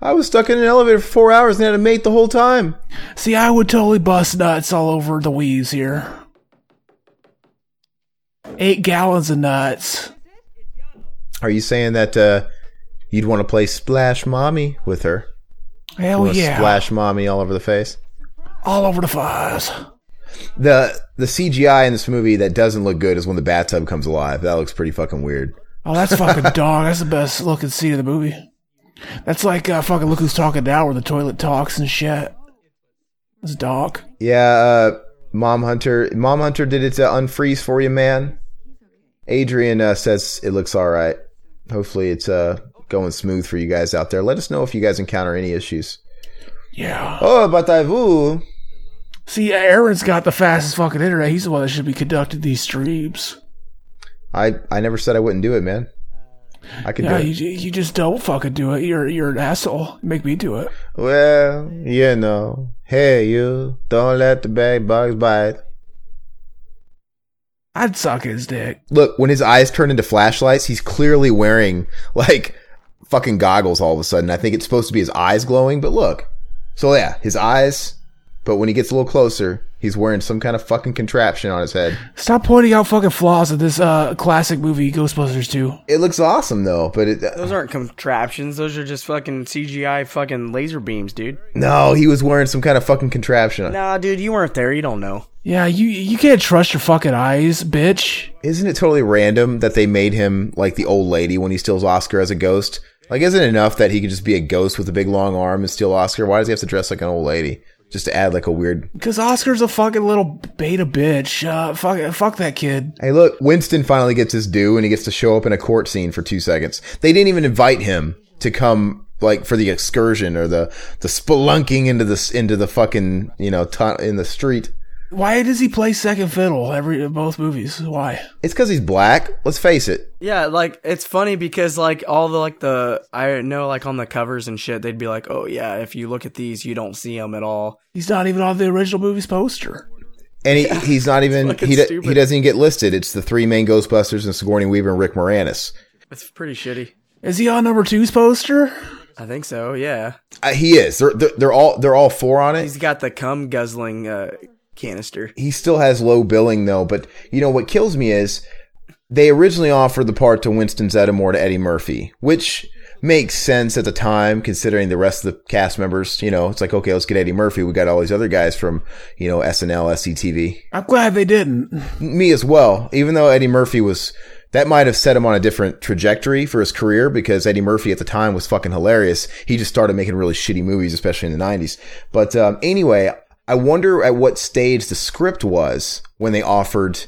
[SPEAKER 5] I was stuck in an elevator for four hours and had a mate the whole time.
[SPEAKER 6] See, I would totally bust nuts all over the weaves here. Eight gallons of nuts.
[SPEAKER 5] Are you saying that uh, you'd want to play Splash Mommy with her?
[SPEAKER 6] Hell
[SPEAKER 5] Wanna
[SPEAKER 6] Oh, yeah.
[SPEAKER 5] Splash Mommy all over the face.
[SPEAKER 6] All over the fives.
[SPEAKER 5] The the CGI in this movie that doesn't look good is when the bathtub comes alive. That looks pretty fucking weird.
[SPEAKER 6] Oh, that's fucking dog. That's the best looking scene of the movie. That's like uh, fucking look who's talking now where the toilet talks and shit. It's Doc.
[SPEAKER 5] Yeah, uh, Mom Hunter. Mom Hunter did it to unfreeze for you, man. Adrian uh, says it looks all right. Hopefully, it's uh, going smooth for you guys out there. Let us know if you guys encounter any issues.
[SPEAKER 6] Yeah.
[SPEAKER 5] Oh, but I will.
[SPEAKER 6] See, Aaron's got the fastest fucking internet. He's the one that should be conducting these streams.
[SPEAKER 5] I I never said I wouldn't do it, man. I could
[SPEAKER 6] Yeah,
[SPEAKER 5] do
[SPEAKER 6] you,
[SPEAKER 5] it.
[SPEAKER 6] you just don't fucking do it. You're you're an asshole. Make me do it.
[SPEAKER 5] Well, you know. Hey, you don't let the big bugs bite.
[SPEAKER 6] I'd suck his dick.
[SPEAKER 5] Look, when his eyes turn into flashlights, he's clearly wearing like fucking goggles all of a sudden. I think it's supposed to be his eyes glowing, but look. So yeah, his eyes, but when he gets a little closer, he's wearing some kind of fucking contraption on his head.
[SPEAKER 6] Stop pointing out fucking flaws in this uh, classic movie, Ghostbusters 2.
[SPEAKER 5] It looks awesome though, but it,
[SPEAKER 7] Those aren't contraptions. Those are just fucking CGI fucking laser beams, dude.
[SPEAKER 5] no, he was wearing some kind of fucking contraption.
[SPEAKER 7] Nah, dude, you weren't there. You don't know.
[SPEAKER 6] Yeah, you you can't trust your fucking eyes, bitch.
[SPEAKER 5] Isn't it totally random that they made him like the old lady when he steals Oscar as a ghost? Like, isn't it enough that he could just be a ghost with a big long arm and steal Oscar? Why does he have to dress like an old lady? Just to add like a weird
[SPEAKER 6] Because Oscar's a fucking little beta bitch. Uh, fuck, fuck that kid.
[SPEAKER 5] Hey, look, Winston finally gets his due and he gets to show up in a court scene for two seconds. They didn't even invite him to come, like, for the excursion or the, the spelunking into the, into the fucking, you know, tu- in the street.
[SPEAKER 6] Why does he play second fiddle every in both movies? Why?
[SPEAKER 5] It's because he's black. Let's face it.
[SPEAKER 7] Yeah, like it's funny because like all the like the I know like on the covers and shit they'd be like, "Oh yeah, if you look at these, you don't see them at all."
[SPEAKER 6] He's not even on the original movie's poster.
[SPEAKER 5] And he, he's not even,
[SPEAKER 7] fucking
[SPEAKER 5] he, do-
[SPEAKER 7] stupid.
[SPEAKER 5] he doesn't even get listed. It's the three main Ghostbusters and Sigourney Weaver and Rick Moranis.
[SPEAKER 7] It's pretty shitty.
[SPEAKER 6] Is he on number two's poster?
[SPEAKER 7] I think so. Yeah.
[SPEAKER 5] Uh, he is. They're, they're, they're all, they're all four on it.
[SPEAKER 7] He's got the cum guzzling uh, canister.
[SPEAKER 5] he still has low billing though. But you know what kills me is they originally offered the part to Winston Zeddemore to Eddie Murphy, which makes sense at the time considering the rest of the cast members. You know, it's like okay, let's get Eddie Murphy. We got all these other guys from you know SNL, SCTV,
[SPEAKER 6] I'm glad they didn't.
[SPEAKER 5] me as well. Even though Eddie Murphy was. That might have set him on a different trajectory for his career because Eddie Murphy at the time was fucking hilarious. He just started making really shitty movies, especially in the 90s. But um, anyway, I wonder at what stage the script was when they offered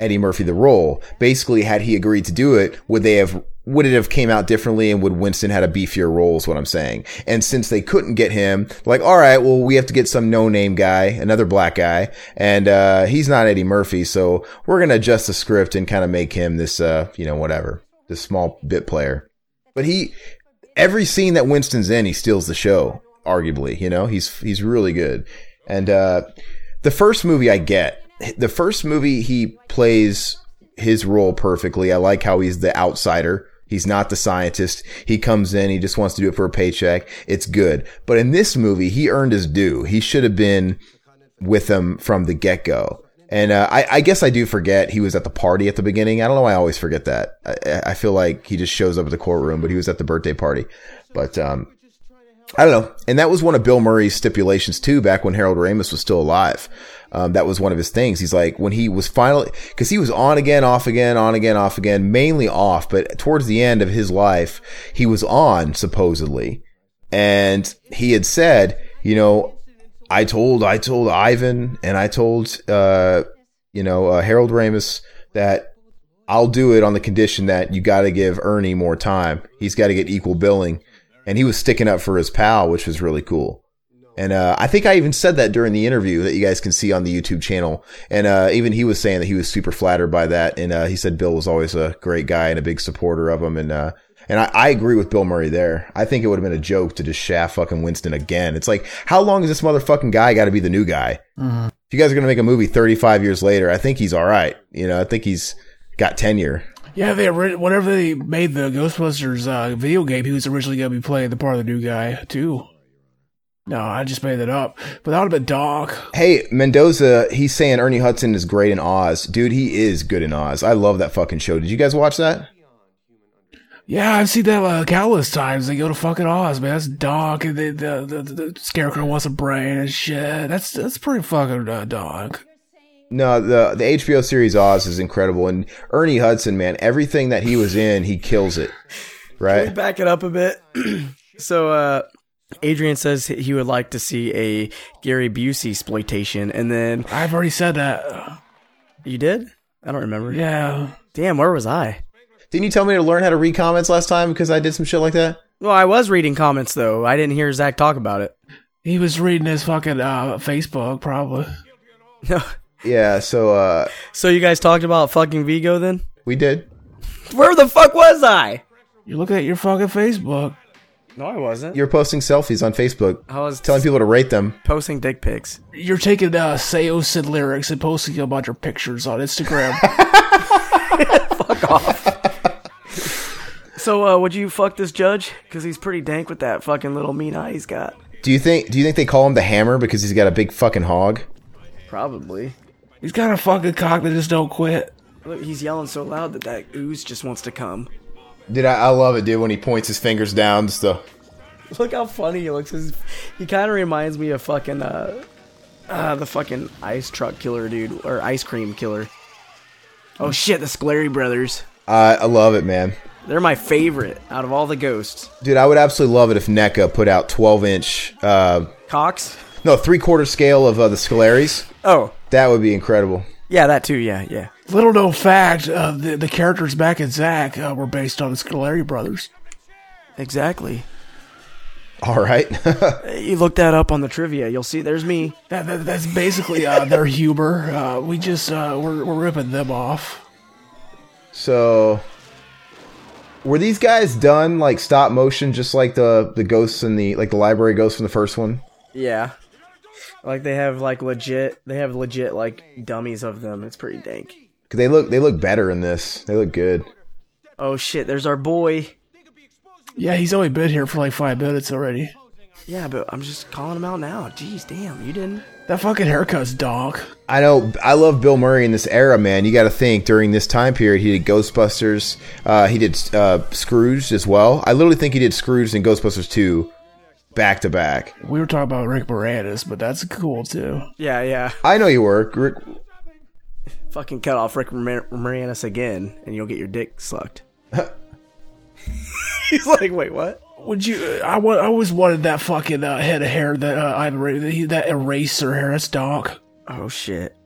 [SPEAKER 5] Eddie Murphy the role. Basically, had he agreed to do it, would they have would it have came out differently and would Winston had a beefier role is what I'm saying. And since they couldn't get him, like, all right, well, we have to get some no name guy, another black guy, and uh, he's not Eddie Murphy, so we're gonna adjust the script and kind of make him this uh, you know, whatever, this small bit player. But he every scene that Winston's in, he steals the show, arguably, you know? He's he's really good. And uh the first movie I get. The first movie he plays his role perfectly. I like how he's the outsider. He's not the scientist. He comes in, he just wants to do it for a paycheck. It's good. But in this movie, he earned his due. He should have been with them from the get go. And uh, I, I guess I do forget he was at the party at the beginning. I don't know why I always forget that. I, I feel like he just shows up at the courtroom, but he was at the birthday party. But um, I don't know. And that was one of Bill Murray's stipulations too, back when Harold Ramis was still alive. Um, that was one of his things. He's like, when he was finally, cause he was on again, off again, on again, off again, mainly off, but towards the end of his life, he was on supposedly. And he had said, you know, I told, I told Ivan and I told, uh, you know, uh, Harold Ramis that I'll do it on the condition that you got to give Ernie more time. He's got to get equal billing. And he was sticking up for his pal, which was really cool. And uh, I think I even said that during the interview that you guys can see on the YouTube channel. And uh, even he was saying that he was super flattered by that. And uh, he said Bill was always a great guy and a big supporter of him. And uh, and I, I agree with Bill Murray there. I think it would have been a joke to just shaft fucking Winston again. It's like, how long is this motherfucking guy got to be the new guy? If you guys are gonna make a movie 35 years later, I think he's all right. You know, I think he's got tenure.
[SPEAKER 6] Yeah, they ori- whenever they made the Ghostbusters uh, video game, he was originally going to be playing the part of the new guy too. No, I just made that up. But that would have been Doc.
[SPEAKER 5] Hey, Mendoza, he's saying Ernie Hudson is great in Oz. Dude, he is good in Oz. I love that fucking show. Did you guys watch that?
[SPEAKER 6] Yeah, I've seen that uh, countless times. They go to fucking Oz, man. That's Doc, and the the, the, the scarecrow wants a brain and shit. That's that's pretty fucking uh, Doc.
[SPEAKER 5] No, the the HBO series Oz is incredible, and Ernie Hudson, man, everything that he was in, he kills it.
[SPEAKER 7] Can we
[SPEAKER 5] Right?
[SPEAKER 7] back it up a bit? so, uh, Adrian says he would like to see a Gary Busey exploitation, and then
[SPEAKER 6] I've already said that.
[SPEAKER 7] you did. I don't remember.
[SPEAKER 6] Yeah.
[SPEAKER 7] Damn, where was I?
[SPEAKER 5] Didn't you tell me to learn how to read comments last time because I did some shit like that?
[SPEAKER 7] Well, I was reading comments though. I didn't hear Zach talk about it.
[SPEAKER 6] He was reading his fucking uh, Facebook, probably.
[SPEAKER 7] No.
[SPEAKER 5] Yeah, so uh,
[SPEAKER 7] so you guys talked about fucking Vigo then?
[SPEAKER 5] we did.
[SPEAKER 7] Where the fuck was I?
[SPEAKER 6] You're looking at your fucking Facebook.
[SPEAKER 7] No, I wasn't.
[SPEAKER 5] You're posting selfies on Facebook,
[SPEAKER 7] I was
[SPEAKER 5] telling people to rate them.
[SPEAKER 7] posting dick pics.
[SPEAKER 6] You're taking uh, Seosin lyrics and posting them on your pictures on Instagram.
[SPEAKER 7] So, uh, would you fuck this judge? Because he's pretty dank with that fucking little mean eye he's got.
[SPEAKER 5] Do you think? Do you think they call him the Hammer because he's got a big fucking hog?
[SPEAKER 7] Probably.
[SPEAKER 6] He's got a fucking cock that just don't quit.
[SPEAKER 7] Look, he's yelling so loud that that ooze just wants to come.
[SPEAKER 5] Dude, I, I love it, dude. When he points his fingers down, just the
[SPEAKER 7] Look how funny he looks. His- He kind of reminds me of fucking uh, uh, the fucking ice truck killer dude or ice cream killer. Oh shit, the Sclary brothers.
[SPEAKER 5] I, I love it, man.
[SPEAKER 7] They're my favorite out of all the ghosts.
[SPEAKER 5] Dude, I would absolutely love it if NECA put out 12 inch, uh,
[SPEAKER 7] Cox.
[SPEAKER 5] no, three quarter scale of uh, the Scalaris.
[SPEAKER 7] Oh
[SPEAKER 5] That would be incredible.
[SPEAKER 7] yeah, that too. Yeah, yeah.
[SPEAKER 6] Little known fact, uh, the, the characters back in Zack uh, were based on the Scolari brothers.
[SPEAKER 7] Exactly.
[SPEAKER 5] All right.
[SPEAKER 7] You look that up on the trivia. You'll see. There's me.
[SPEAKER 6] That, that, that's basically uh, their humor. Uh, we just, uh, we're, we're ripping them off.
[SPEAKER 5] so, were these guys done like stop motion, just like the the ghosts in the like the library ghosts from the first one?
[SPEAKER 7] Yeah. Like they have like legit. They have legit like dummies of them. It's pretty dank.
[SPEAKER 5] Cause they look they look better in this. They look good.
[SPEAKER 7] Oh shit. There's our boy.
[SPEAKER 6] Yeah, he's only been here for like five minutes already.
[SPEAKER 7] Yeah, but I'm just calling him out now. Jeez, damn, you didn't.
[SPEAKER 6] That fucking haircut's dog.
[SPEAKER 5] I know. I love Bill Murray in this era, man. You got to think during this time period, he did Ghostbusters. Uh, he did uh, Scrooge as well. I literally think he did Scrooge and Ghostbusters two back to back.
[SPEAKER 6] We were talking about Rick Moranis, but that's cool too.
[SPEAKER 7] Yeah, yeah.
[SPEAKER 5] I know you were. Rick-
[SPEAKER 7] Fucking cut off Rick Mar- Moranis again, and you'll get your dick sucked. He's like, wait, what?
[SPEAKER 6] Would you? uh, I, wa- I always wanted that fucking uh, head of hair that uh, I that eraser hair. That's dark.
[SPEAKER 7] Oh shit.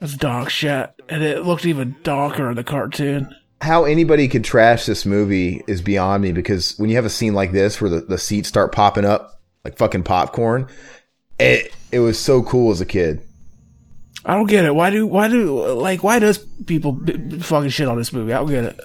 [SPEAKER 6] That's dark shit, and it looked even darker in the cartoon.
[SPEAKER 5] How anybody could trash this movie is beyond me because when you have a scene like this where the, the seats start popping up like fucking popcorn, it it was so cool as a kid.
[SPEAKER 6] I don't get it. Why do? Why do? Like, why does people b- b- fucking shit on this movie? I don't get it.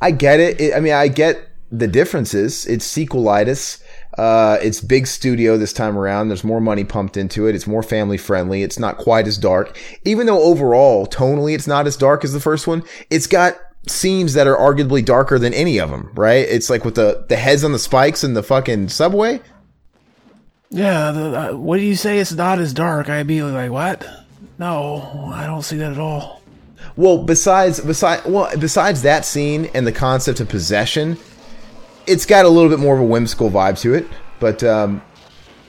[SPEAKER 5] I get it. it. I mean, I get the differences. It's sequelitis. Uh, it's big studio this time around. There's more money pumped into it. It's more family friendly. It's not quite as dark. Even though overall, tonally, it's not as dark as the first one. It's got scenes that are arguably darker than any of them, right? It's like with the, the heads on the spikes and the fucking subway.
[SPEAKER 6] Yeah. The, uh, what do you say? It's not as dark. I immediately like what? No, I don't see that at all.
[SPEAKER 5] Well, besides, besides, well, besides that scene and the concept of possession, it's got a little bit more of a whimsical vibe to it. But, um,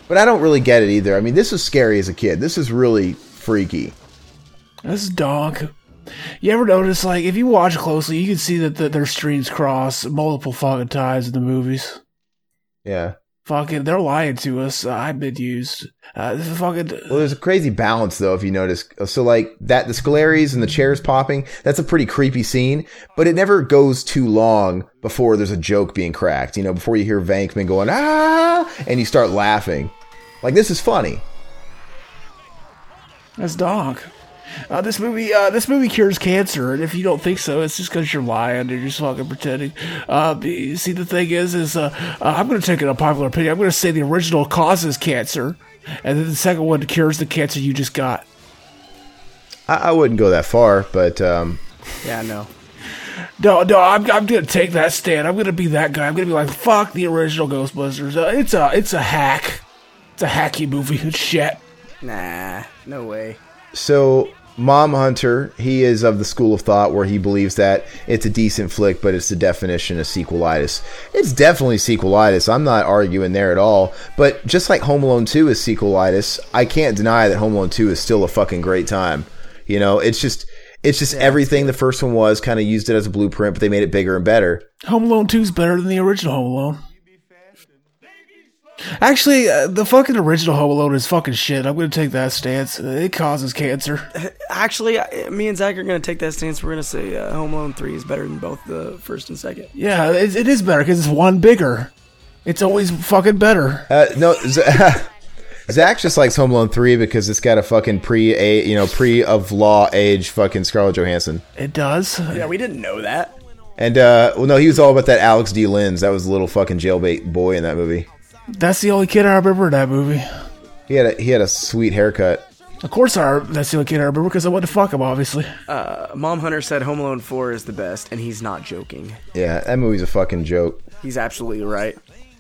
[SPEAKER 5] but I don't really get it either. I mean, this was scary as a kid. This is really freaky.
[SPEAKER 6] This is dark. You ever notice, like, if you watch closely, you can see that the, their streams cross multiple fucking times in the movies.
[SPEAKER 5] Yeah.
[SPEAKER 6] Fucking, they're lying to us. Uh, I've been used. Uh, this is fucking.
[SPEAKER 5] Well, there's a crazy balance though, if you notice. Uh, So, like that, the scalaries and the chairs popping. That's a pretty creepy scene, but it never goes too long before there's a joke being cracked. You know, before you hear Vankman going ah, and you start laughing. Like this is funny.
[SPEAKER 6] That's Doc. Uh, this movie, uh, this movie cures cancer, and if you don't think so, it's just because you're lying and you're just fucking pretending. Uh, you see, the thing is, is uh, uh, I'm going to take an unpopular opinion. I'm going to say the original causes cancer, and then the second one cures the cancer you just got.
[SPEAKER 5] I, I wouldn't go that far, but um,
[SPEAKER 7] Yeah, no.
[SPEAKER 6] No, no, I'm, I'm going to take that stand. I'm going to be that guy. I'm going to be like, fuck the original Ghostbusters. Uh, it's a, it's a hack. It's a hacky movie. It's shit.
[SPEAKER 7] Nah, no way.
[SPEAKER 5] So, Mom Hunter, he is of the school of thought where he believes that it's a decent flick, but it's the definition of sequelitis. It's definitely sequelitis. I'm not arguing there at all. But just like Home Alone 2 is sequelitis, I can't deny that Home Alone 2 is still a fucking great time. You know, it's just. It's just everything the first one was, kind of used it as a blueprint, but they made it bigger and better.
[SPEAKER 6] Home Alone 2 is better than the original Home Alone. Actually, uh, the fucking original Home Alone is fucking shit. I'm gonna take that stance. Uh, It causes cancer.
[SPEAKER 7] Actually, I, me and Zach are gonna take that stance. We're gonna say uh, Home Alone Three is better than both the first and second.
[SPEAKER 6] Yeah, it, it is better because it's one bigger. It's always fucking better.
[SPEAKER 5] Uh, no, Z- Zach just likes Home Alone three because it's got a fucking pre a you know pre of law age fucking Scarlett Johansson.
[SPEAKER 6] It does.
[SPEAKER 7] Yeah, we didn't know that.
[SPEAKER 5] And uh, well, no, he was all about that Alex D. Linz. That was the little fucking jailbait boy in that movie.
[SPEAKER 6] That's the only kid I remember in that movie.
[SPEAKER 5] He had a, he had a sweet haircut.
[SPEAKER 6] Of course, I, that's the only kid I remember because I went to fuck him, obviously.
[SPEAKER 7] Mom Hunter said Home Alone Four is the best, and he's not joking.
[SPEAKER 5] Yeah, that movie's a fucking joke,
[SPEAKER 7] He's absolutely right.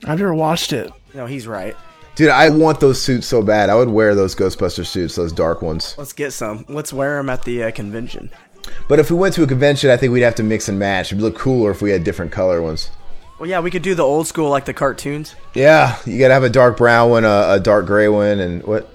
[SPEAKER 6] I've never watched it.
[SPEAKER 7] No, he's right.
[SPEAKER 5] dude. I want those suits so bad. I would wear those Ghostbuster suits, those dark ones.
[SPEAKER 7] Let's get some. Let's wear them at the uh, convention.
[SPEAKER 5] But if we went to a convention, I think we'd have to mix and match. It'd look cooler if we had different color ones.
[SPEAKER 7] Well, yeah, we could do the old school like the cartoons.
[SPEAKER 5] Yeah, you gotta have a dark brown one, a, a dark gray one, and what?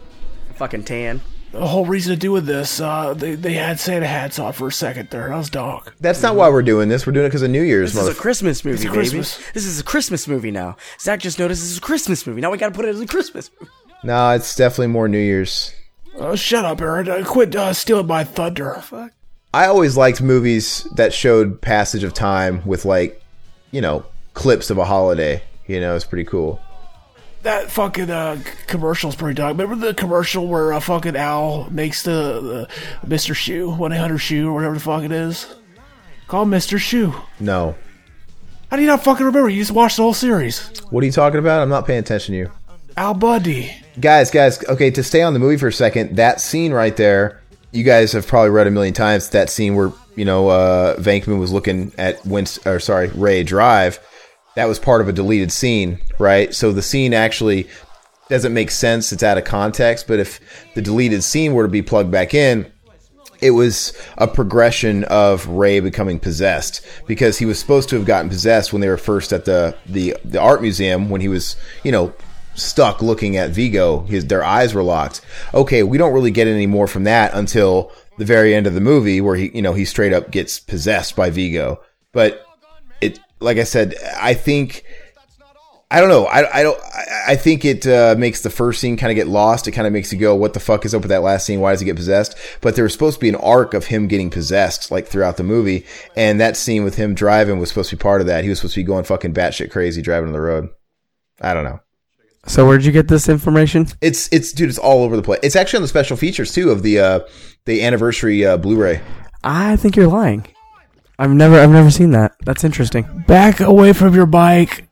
[SPEAKER 7] Fucking tan.
[SPEAKER 6] The whole reason to do with this, uh, they, they had Santa hats on for a second there. That was dog.
[SPEAKER 5] That's not why we're doing this. We're doing it because of New Year's.
[SPEAKER 7] This is a
[SPEAKER 5] motherf-
[SPEAKER 7] Christmas movie, baby.
[SPEAKER 6] Christmas.
[SPEAKER 7] This is a Christmas movie now. Zach just noticed this is a Christmas movie. Now we gotta put it as a Christmas movie.
[SPEAKER 5] nah, it's definitely more New Year's.
[SPEAKER 6] Oh, shut up, Aaron. Uh, quit uh, stealing my thunder.
[SPEAKER 5] I always liked movies that showed passage of time with like, you know, clips of a holiday. You know, it's pretty cool.
[SPEAKER 6] That fucking uh, c- commercial's pretty dog. Remember the commercial where uh, fucking Al makes the, the Mr. Shoe, 1 800 Shoe, or whatever the fuck it is? Call Mr. Shoe.
[SPEAKER 5] No,
[SPEAKER 6] How do you not fucking remember? You just watched the whole series.
[SPEAKER 5] what are you talking about? I'm not paying attention to you,
[SPEAKER 6] Al Bundy.
[SPEAKER 5] guys. Guys, okay. To stay on the movie for a second, that scene right there. You guys have probably read a million times that scene where you know uh, Venkman was looking at Winst- or sorry Ray Drive. That was part of a deleted scene, right? So the scene actually doesn't make sense. It's out of context. But if the deleted scene were to be plugged back in, it was a progression of Ray becoming possessed because he was supposed to have gotten possessed when they were first at the the, the art museum when he was you know stuck looking at Vigo. His their eyes were locked. Okay, we don't really get any more from that until the very end of the movie where he you know he straight up gets possessed by Vigo. But it like I said, I think. I don't know. I, I don't. I, I think it uh, makes the first scene kind of get lost. It kind of makes you go, "What the fuck is up with that last scene? Why does he get possessed?" But there was supposed to be an arc of him getting possessed, like throughout the movie, and that scene with him driving was supposed to be part of that. He was supposed to be going fucking batshit crazy driving on the road. I don't know.
[SPEAKER 7] So where'd you get this information?
[SPEAKER 5] It's it's dude. It's all over the place. It's actually on the special features too of the uh, the anniversary uh, Blu-ray.
[SPEAKER 7] I think you're lying. I've never, I've never seen that. That's interesting.
[SPEAKER 6] Back away from your bike,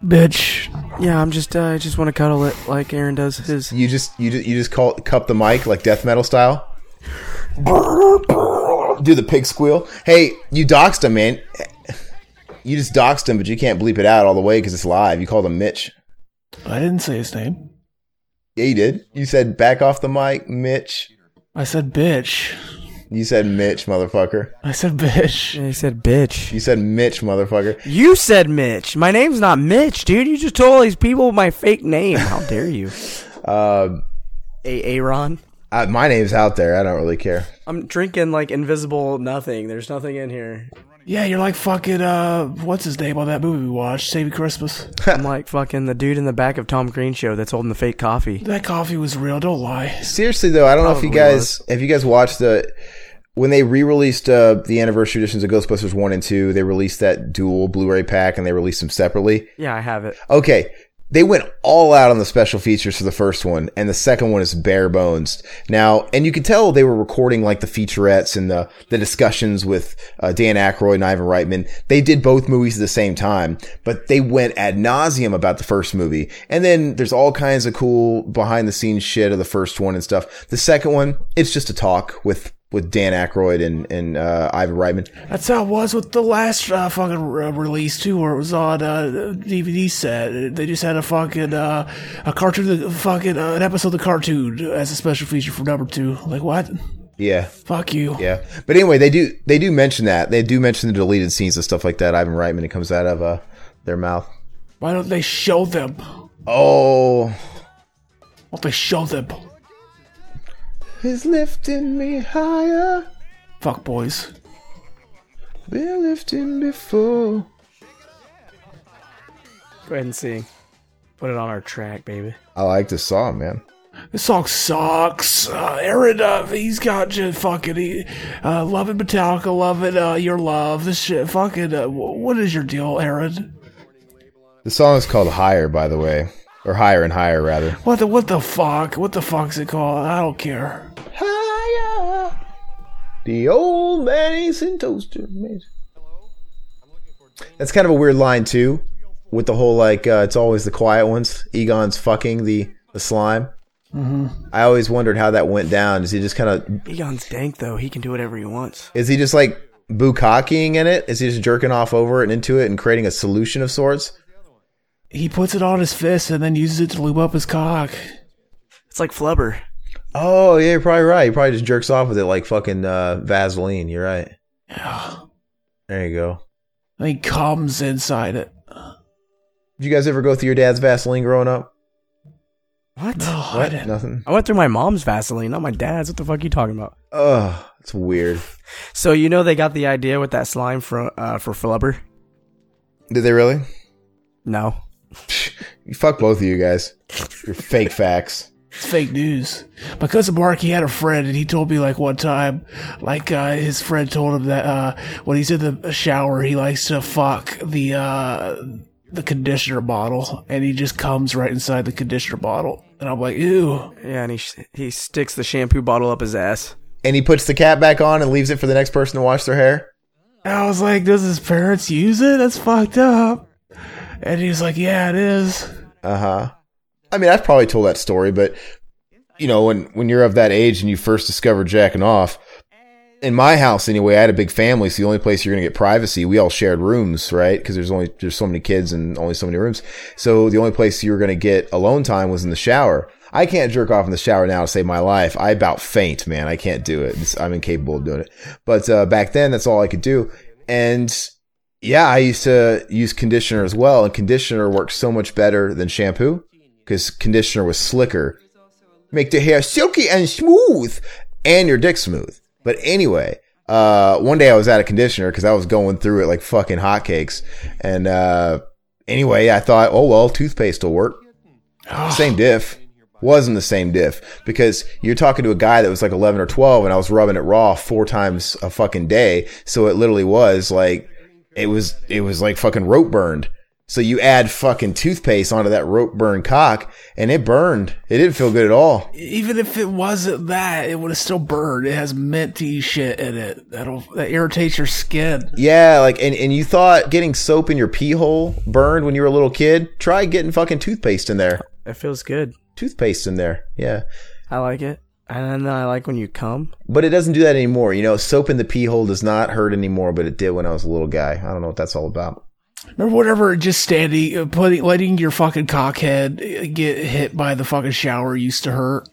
[SPEAKER 6] bitch.
[SPEAKER 7] Yeah, I'm just, uh, I just want to cuddle it like Aaron does his.
[SPEAKER 5] You just you just you just call cup the mic like death metal style. Do the pig squeal. Hey, you doxed him, man. You just doxed him, but you can't bleep it out all the way because it's live. You called him Mitch.
[SPEAKER 6] I didn't say his name.
[SPEAKER 5] Yeah, you did. You said back off the mic, Mitch.
[SPEAKER 6] I said bitch.
[SPEAKER 5] You said Mitch, motherfucker.
[SPEAKER 6] I said bitch.
[SPEAKER 7] And he said, "Bitch."
[SPEAKER 5] You said Mitch, motherfucker.
[SPEAKER 7] You said Mitch. My name's not Mitch, dude. You just told all these people my fake name. How dare you?
[SPEAKER 5] Uh,
[SPEAKER 7] A Aaron.
[SPEAKER 5] I, my name's out there. I don't really care.
[SPEAKER 7] I'm drinking like invisible nothing. There's nothing in here.
[SPEAKER 6] Yeah, you're like fucking uh, what's his name on that movie we watched, Saving Christmas.
[SPEAKER 7] I'm like fucking the dude in the back of Tom Green show that's holding the fake coffee.
[SPEAKER 6] That coffee was real. Don't lie.
[SPEAKER 5] Seriously though, I don't know if you
[SPEAKER 7] Probably
[SPEAKER 5] guys if you guys watched the when they re-released uh, the anniversary editions of Ghostbusters one and two. They released that dual Blu-ray pack and they released them separately.
[SPEAKER 7] Yeah, I have it.
[SPEAKER 5] Okay, they went all out on the special features for the first one, and the second one is bare bones. Now, and you could tell they were recording like the featurettes and the the discussions with uh, Dan Aykroyd and Ivan Reitman. They did both movies at the same time, but they went ad nauseum about the first movie. And then there's all kinds of cool behind the scenes shit of the first one and stuff. The second one, it's just a talk with. With Dan Aykroyd and and uh, Ivan Reitman,
[SPEAKER 6] That's how it was with the last uh, fucking uh, release too, where it was on uh, DVD set. They just had a fucking uh, a cartoon, fucking uh, an episode of the cartoon as a special feature for number two. Like what?
[SPEAKER 5] yeah,
[SPEAKER 6] Fuck you.
[SPEAKER 5] Yeah, but anyway, they do they do mention that they do mention the deleted scenes and stuff like that. Ivan Reitman, it comes out of uh, their mouth.
[SPEAKER 6] Why don't they show them?
[SPEAKER 5] Oh,
[SPEAKER 6] Why don't they show them?
[SPEAKER 5] he's lifting me higher,
[SPEAKER 6] Fuck boys.
[SPEAKER 5] been lifting before.
[SPEAKER 7] Go ahead and sing.
[SPEAKER 9] Put it on our track, baby.
[SPEAKER 5] I like the song, man.
[SPEAKER 6] This song sucks. Uh, Aaron, uh, he's got just fucking he, uh, loving Metallica, loving uh, your love. This shit, fucking. Uh, wh- what is your deal, Aaron?
[SPEAKER 5] The song is called Higher, by the way, or Higher and Higher, rather.
[SPEAKER 6] What the what the fuck? What the fuck's it called? I don't care.
[SPEAKER 5] Higher. The old man is in toaster. That's kind of a weird line too, with the whole like uh, it's always the quiet ones. Egon's fucking the the slime. I always wondered how that went down. Is he just kind of
[SPEAKER 7] Egon's dank though. He can do whatever he wants.
[SPEAKER 5] is he just like bukakiing in it? Is he just jerking off over it and into it and creating a solution of sorts?
[SPEAKER 6] He puts it on his fist and then uses it to lube up his cock.
[SPEAKER 7] It's like flubber.
[SPEAKER 5] Oh yeah, you're probably right. He probably just jerks off with it like fucking uh, Vaseline. You're right. There you go.
[SPEAKER 6] And he comes inside it.
[SPEAKER 5] Did you guys ever go through your dad's Vaseline growing up?
[SPEAKER 7] What?
[SPEAKER 6] Oh, I didn't-
[SPEAKER 5] Nothing.
[SPEAKER 7] I went through my mom's Vaseline, not my dad's. What the fuck are you talking about?
[SPEAKER 5] Ugh, it's weird.
[SPEAKER 7] So you know they got the idea with that slime for uh, for flubber?
[SPEAKER 5] Did they really?
[SPEAKER 7] No.
[SPEAKER 5] You fuck both of you guys. Your fake facts.
[SPEAKER 6] It's fake news. My cousin Mark, he had a friend, and he told me like one time, like uh, his friend told him that uh, when he's in the shower, he likes to fuck the uh, the conditioner bottle, and he just comes right inside the conditioner bottle. And I'm like, ew.
[SPEAKER 7] Yeah, and he sh- he sticks the shampoo bottle up his ass.
[SPEAKER 5] And he puts the cap back on and leaves it for the next person to wash their hair.
[SPEAKER 6] And I was like, does his parents use it? That's fucked up. And he's like, yeah, it is.
[SPEAKER 5] Uh huh. I mean, I've probably told that story, but you know, when when you're of that age and you first discover jacking off, in my house anyway, I had a big family, so the only place you're gonna get privacy, we all shared rooms, right? Because there's only there's so many kids and only so many rooms, so the only place you were gonna get alone time was in the shower. I can't jerk off in the shower now to save my life. I about faint, man. I can't do it. It's- I'm incapable of doing it. But uh, back then, that's all I could do, and yeah, I used to use conditioner as well, and conditioner worked so much better than shampoo because conditioner was slicker. Make the hair silky and smooth, and your dick smooth. But anyway, uh, one day I was out of conditioner because I was going through it like fucking hotcakes. And uh, anyway, I thought, oh well, toothpaste will work. same diff. Wasn't the same diff because you're talking to a guy that was like 11 or 12, and I was rubbing it raw four times a fucking day. So it literally was like it was it was like fucking rope burned. So you add fucking toothpaste onto that rope burned cock, and it burned. It didn't feel good at all.
[SPEAKER 6] Even if it wasn't that, it would have still burned. It has minty shit in it that'll that irritates your skin.
[SPEAKER 5] Yeah, like and, and you thought getting soap in your pee hole burned when you were a little kid? Try getting fucking toothpaste in there.
[SPEAKER 7] It feels good.
[SPEAKER 5] Toothpaste in there. Yeah.
[SPEAKER 7] I like it. And then I like when you come.
[SPEAKER 5] But it doesn't do that anymore. You know, soap in the pee hole does not hurt anymore, but it did when I was a little guy. I don't know what that's all about.
[SPEAKER 6] Remember, whatever, just standing, uh, putting, letting your fucking cockhead uh, get hit by the fucking shower used to hurt.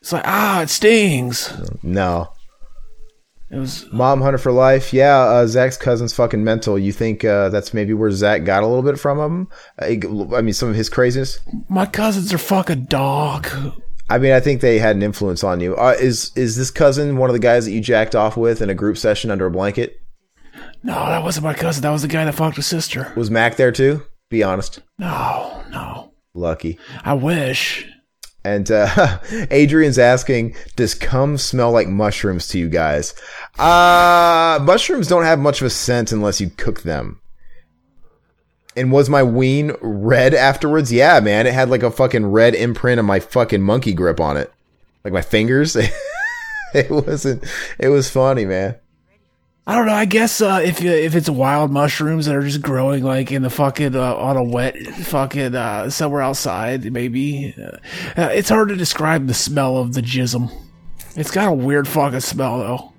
[SPEAKER 6] It's like ah, it stings.
[SPEAKER 5] No.
[SPEAKER 6] It was
[SPEAKER 5] Mom Hunter for Life. Yeah, uh, Zach's cousin's fucking mental. You think uh, that's maybe where Zach got a little bit from him? Uh, I, I mean, some of his craziness.
[SPEAKER 6] my cousins are fucking dog.
[SPEAKER 5] I mean, I think they had an influence on you. Uh, is is this cousin one of the guys that you jacked off with in a group session under a blanket?
[SPEAKER 6] No, that wasn't my cousin. That was the guy that fucked his sister.
[SPEAKER 5] Was Mac there too? Be honest.
[SPEAKER 6] No, no.
[SPEAKER 5] Lucky.
[SPEAKER 6] I wish.
[SPEAKER 5] And uh, Adrian's asking, does cum smell like mushrooms to you guys? Uh, mushrooms don't have much of a scent unless you cook them. And was my ween red afterwards? Yeah, man. It had like a fucking red imprint of my fucking monkey grip on it. Like my fingers. it wasn't, it was funny, man.
[SPEAKER 6] I don't know. I guess uh, if you, if it's wild mushrooms that are just growing like in the fucking uh, on a wet fucking uh, somewhere outside, maybe uh, uh, it's hard to describe the smell of the jism. It's got a weird fucking smell though.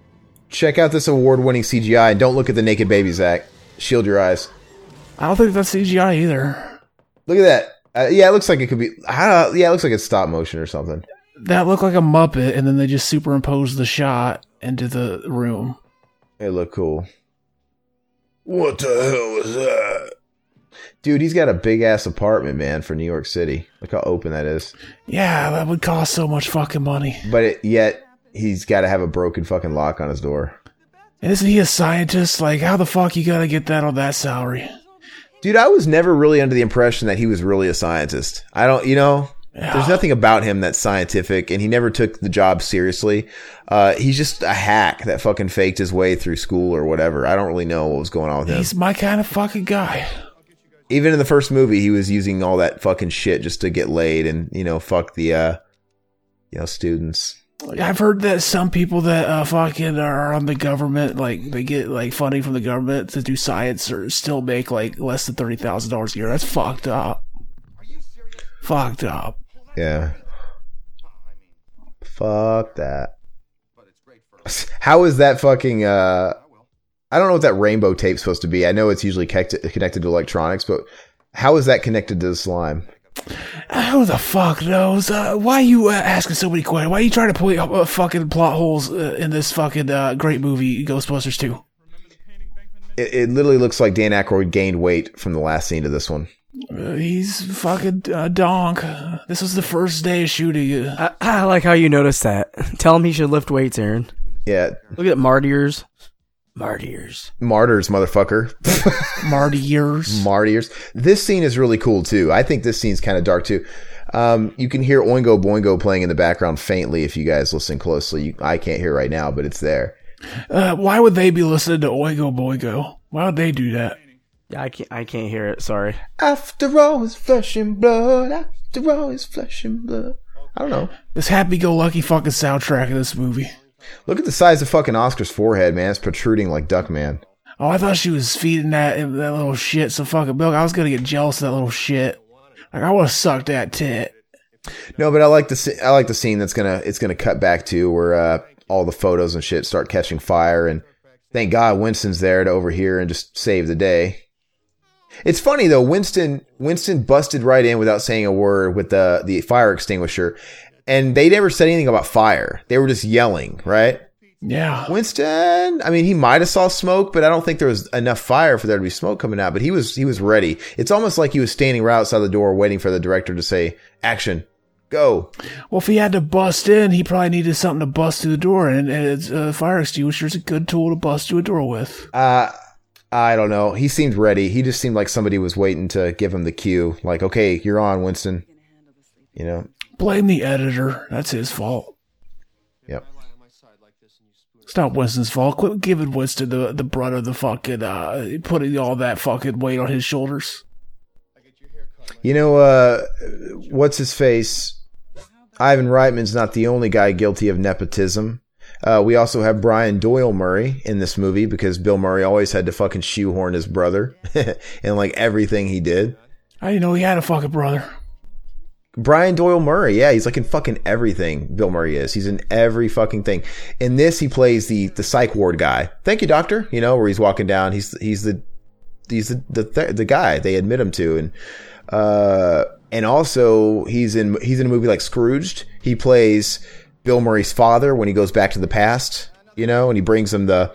[SPEAKER 5] Check out this award winning CGI and don't look at the naked baby, Zach. Shield your eyes.
[SPEAKER 6] I don't think that's CGI either.
[SPEAKER 5] Look at that. Uh, yeah, it looks like it could be. I don't know. yeah, it looks like it's stop motion or something.
[SPEAKER 6] That looked like a Muppet, and then they just superimposed the shot into the room.
[SPEAKER 5] It looked cool. What the hell was that? Dude, he's got a big ass apartment, man, for New York City. Look how open that is.
[SPEAKER 6] Yeah, that would cost so much fucking money.
[SPEAKER 5] But it, yet, he's got to have a broken fucking lock on his door.
[SPEAKER 6] And isn't he a scientist? Like, how the fuck you gotta get that on that salary?
[SPEAKER 5] Dude, I was never really under the impression that he was really a scientist. I don't, you know, there's nothing about him that's scientific, and he never took the job seriously. Uh, he's just a hack that fucking faked his way through school or whatever. I don't really know what was going on with him.
[SPEAKER 6] He's my kind of fucking guy.
[SPEAKER 5] Even in the first movie, he was using all that fucking shit just to get laid and, you know, fuck the, uh, you know, students.
[SPEAKER 6] I've heard that some people that uh, fucking are on the government, like they get like funding from the government to do science, or still make like less than thirty thousand dollars a year. That's fucked up. Fucked up.
[SPEAKER 5] Yeah. Fuck that. How is that fucking? uh I don't know what that rainbow tape's supposed to be. I know it's usually connected, connected to electronics, but how is that connected to the slime?
[SPEAKER 6] Uh, Who the fuck knows? Uh, why you uh, asking so many questions? Why you trying to point uh, fucking plot holes uh, in this fucking uh, great movie, Ghostbusters Two?
[SPEAKER 5] It, it literally looks like Dan Aykroyd gained weight from the last scene to this one.
[SPEAKER 6] Uh, he's fucking uh, donk. This was the first day of shooting. Uh,
[SPEAKER 7] I, I like how you noticed that. Tell him he should lift weights, Aaron.
[SPEAKER 5] Yeah,
[SPEAKER 7] Look at martyrs. Martyrs.
[SPEAKER 5] martyrs, motherfucker,
[SPEAKER 6] Marty years.
[SPEAKER 5] martyrs. This scene is really cool too. I think this scene's kind of dark too. Um, you can hear Oingo Boingo playing in the background faintly if you guys listen closely. You, I can't hear right now, but it's there.
[SPEAKER 6] Uh, why would they be listening to Oingo Boingo? Why would they do that?
[SPEAKER 7] Yeah, I can't. I can't hear it. Sorry.
[SPEAKER 5] After all is flesh and blood. After all is flesh and blood. I don't know.
[SPEAKER 6] This happy-go-lucky fucking soundtrack of this movie.
[SPEAKER 5] Look at the size of fucking Oscar's forehead, man. It's protruding like Duckman.
[SPEAKER 6] Oh, I thought she was feeding that that little shit some fucking milk. I was gonna get jealous of that little shit. Like I want to suck that tit.
[SPEAKER 5] No, but I like the sce- I like the scene that's gonna it's gonna cut back to where uh, all the photos and shit start catching fire, and thank God Winston's there to overhear and just save the day. It's funny though, Winston Winston busted right in without saying a word with the the fire extinguisher, and they never said anything about fire. They were just yelling, right?
[SPEAKER 6] Yeah.
[SPEAKER 5] Winston. I mean, he might have saw smoke, but I don't think there was enough fire for there to be smoke coming out. But he was he was ready. It's almost like he was standing right outside the door, waiting for the director to say, "Action, go."
[SPEAKER 6] Well, if he had to bust in, he probably needed something to bust through the door, and, and it's, uh, fire extinguisher is a good tool to bust through a door with.
[SPEAKER 5] Uh, I don't know. He seemed ready. He just seemed like somebody was waiting to give him the cue. Like, okay, you're on, Winston. You know.
[SPEAKER 6] Blame the editor. That's his fault.
[SPEAKER 5] Yep.
[SPEAKER 6] It's not Winston's fault. Quit giving Winston the, the brunt of the fucking, uh, putting all that fucking weight on his shoulders.
[SPEAKER 5] You know, uh, what's his face? Ivan Reitman's not the only guy guilty of nepotism. Uh, we also have Brian Doyle Murray in this movie because Bill Murray always had to fucking shoehorn his brother in like everything he did.
[SPEAKER 6] I didn't know he had a fucking brother.
[SPEAKER 5] Brian Doyle Murray, yeah, he's like in fucking everything. Bill Murray is. He's in every fucking thing. In this, he plays the the psych ward guy. Thank you, doctor. You know where he's walking down. He's he's the he's the the, th- the guy they admit him to, and uh, and also he's in he's in a movie like Scrooged. He plays Bill Murray's father when he goes back to the past. You know, and he brings him the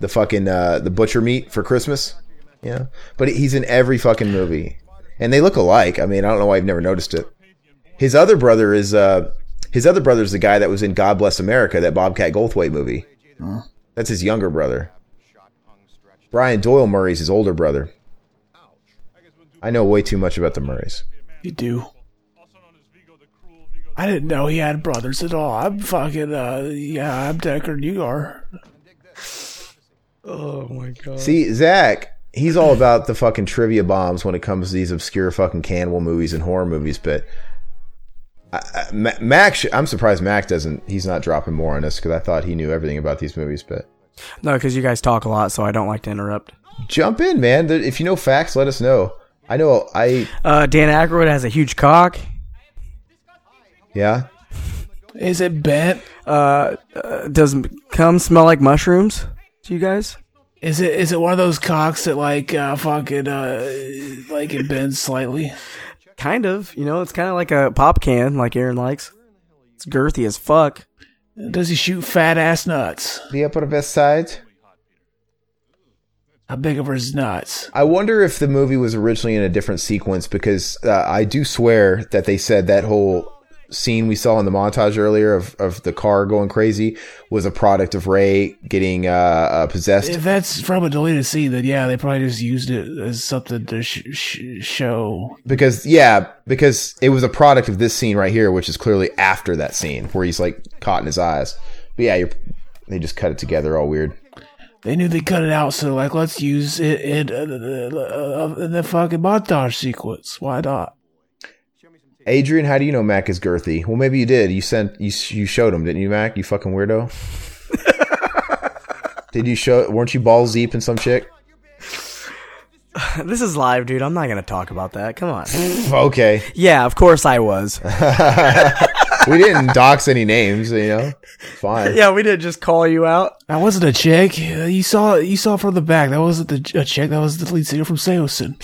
[SPEAKER 5] the fucking uh, the butcher meat for Christmas. You know, but he's in every fucking movie, and they look alike. I mean, I don't know why I've never noticed it. His other brother is uh his other brother is the guy that was in God Bless America, that Bobcat Goldthwait movie. That's his younger brother. Brian Doyle Murray's his older brother. I know way too much about the Murrays.
[SPEAKER 6] You do. I didn't know he had brothers at all. I'm fucking, uh, yeah, I'm Decker and you are.
[SPEAKER 5] See, Zach, he's all about the fucking trivia bombs when it comes to these obscure fucking cannibal movies and horror movies, but I, I, Ma- Mac, sh- I'm surprised Mac doesn't. He's not dropping more on us because I thought he knew everything about these movies, but.
[SPEAKER 7] No, because you guys talk a lot, so I don't like to interrupt.
[SPEAKER 5] jump in, man. There- If you know facts, let us know. I know. I
[SPEAKER 7] Uh, Dan Aykroyd has a huge cock.
[SPEAKER 5] yeah.
[SPEAKER 6] Is it bent?
[SPEAKER 7] Uh, uh, does cum smell like mushrooms to you guys?
[SPEAKER 6] Is it is it one of those cocks that like uh fucking uh like it bends slightly?
[SPEAKER 7] Kind of. You know, it's kind of like a pop can, like Aaron likes. It's girthy as fuck.
[SPEAKER 6] Does he shoot fat ass nuts?
[SPEAKER 5] The Upper West Side.
[SPEAKER 6] How big of are his nuts?
[SPEAKER 5] I wonder if the movie was originally in a different sequence because uh, I do swear that they said that whole scene we saw in the montage earlier of, of the car going crazy was a product of Ray getting uh, uh, possessed.
[SPEAKER 6] If that's from a deleted scene, then yeah, they probably just used it as something to sh- sh- show.
[SPEAKER 5] because yeah, because it was a product of this scene right here, which is clearly after that scene where he's like caught in his eyes. But yeah, you're, they just cut it together, all weird.
[SPEAKER 6] They knew they cut it out, so like, let's use it in, uh, uh, uh, in the fucking montage sequence. Why not?
[SPEAKER 5] Adrian, how do you know Mac is girthy? Well, maybe you did. You sent you you showed him, didn't you, Mac? You fucking weirdo. did you show? Weren't you balls deep in some chick?
[SPEAKER 7] This is live, dude. I'm not gonna talk about that. Come on.
[SPEAKER 5] Okay,
[SPEAKER 7] yeah, of course I was.
[SPEAKER 5] we didn't dox any names. You know, fine.
[SPEAKER 7] yeah, we didn't just call you out.
[SPEAKER 6] That wasn't a chick. Uh, You saw you saw from the back. That wasn't the, a chick. That was the lead singer from Seosin.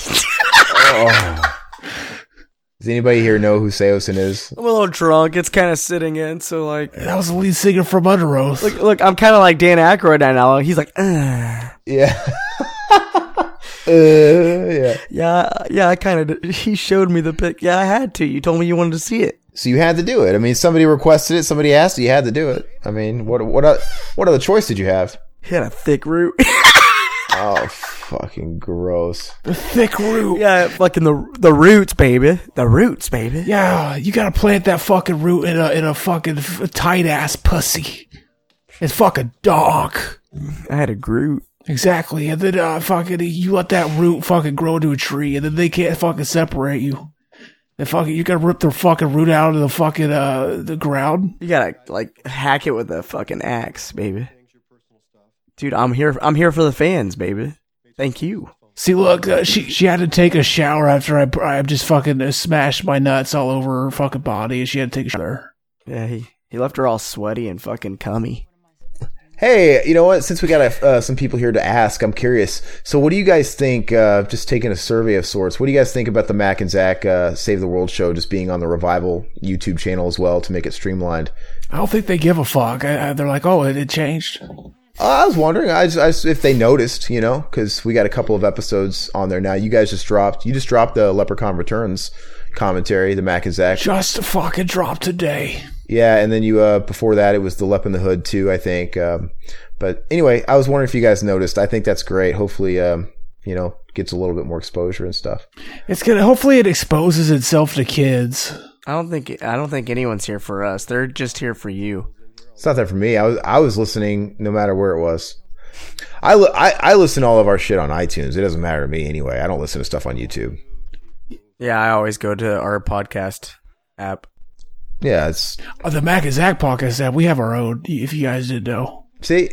[SPEAKER 5] Does anybody here know who Seosin is?
[SPEAKER 7] I'm a little drunk. It's kind of sitting in. So like,
[SPEAKER 6] That was the lead singer from Under Oath.
[SPEAKER 7] look, look. I'm kind of like Dan Aykroyd right now. He's like, uh,
[SPEAKER 5] Yeah. uh, yeah.
[SPEAKER 7] yeah, yeah. I kind of. He showed me the pic. Yeah, I had to. You told me you wanted to see it.
[SPEAKER 5] So you had to do it. I mean, somebody requested it. Somebody asked. You had to do it. I mean, what what o- what other choice did you have?
[SPEAKER 7] He had a thick root.
[SPEAKER 5] Oh, fucking gross.
[SPEAKER 6] the thick root. Yeah.
[SPEAKER 7] yeah, fucking the the roots, baby. The roots, baby.
[SPEAKER 6] you gotta plant that fucking root in a in a fucking f- tight ass pussy. It's fucking dog.
[SPEAKER 7] I had a Groot.
[SPEAKER 6] Exactly, and then uh, fucking you let that root fucking grow into a tree, and then they can't fucking separate you. They fucking you gotta rip their fucking root out of the fucking uh the ground.
[SPEAKER 7] You gotta like hack it with a fucking axe, baby. Dude, I'm here. I'm here for the fans, baby. Thank you.
[SPEAKER 6] See, look, uh, she she had to take a shower after I I just fucking uh, smashed my nuts all over her fucking body, and she had to take a shower.
[SPEAKER 7] Yeah, he he left her all sweaty and fucking cummy.
[SPEAKER 5] Hey, you know what? Since we got uh, some people here to ask, I'm curious. So, what do you guys think? Uh, just taking a survey of sorts. What do you guys think about the Mac and Zach uh, Save the World show just being on the Revival YouTube channel as well to make it streamlined?
[SPEAKER 6] I don't think they give a fuck. I, I, they're like, oh, it, it changed.
[SPEAKER 5] Uh, I was wondering I just, I just- if they noticed, you know, because we got a couple of episodes on there now. You guys just dropped. You just dropped the Leprechaun Returns commentary, the Mac and Zach.
[SPEAKER 6] Just fucking dropped today.
[SPEAKER 5] Yeah, and then you uh before that it was the Lep in the Hood too, I think. Um, but anyway, I was wondering if you guys noticed. I think that's great. Hopefully, um, you know, gets a little bit more exposure and stuff.
[SPEAKER 6] It's gonna hopefully it exposes itself to kids.
[SPEAKER 7] I don't think I don't think anyone's here for us. They're just here for you.
[SPEAKER 5] It's not that for me. I was I was listening no matter where it was. I li- I, I listen to all of our shit on iTunes. It doesn't matter to me anyway. I don't listen to stuff on YouTube.
[SPEAKER 7] Yeah, I always go to our podcast app.
[SPEAKER 5] Yeah, it's
[SPEAKER 6] Uh, the Mac and Zach podcast app, we have our own. If you guys didn't know.
[SPEAKER 5] See,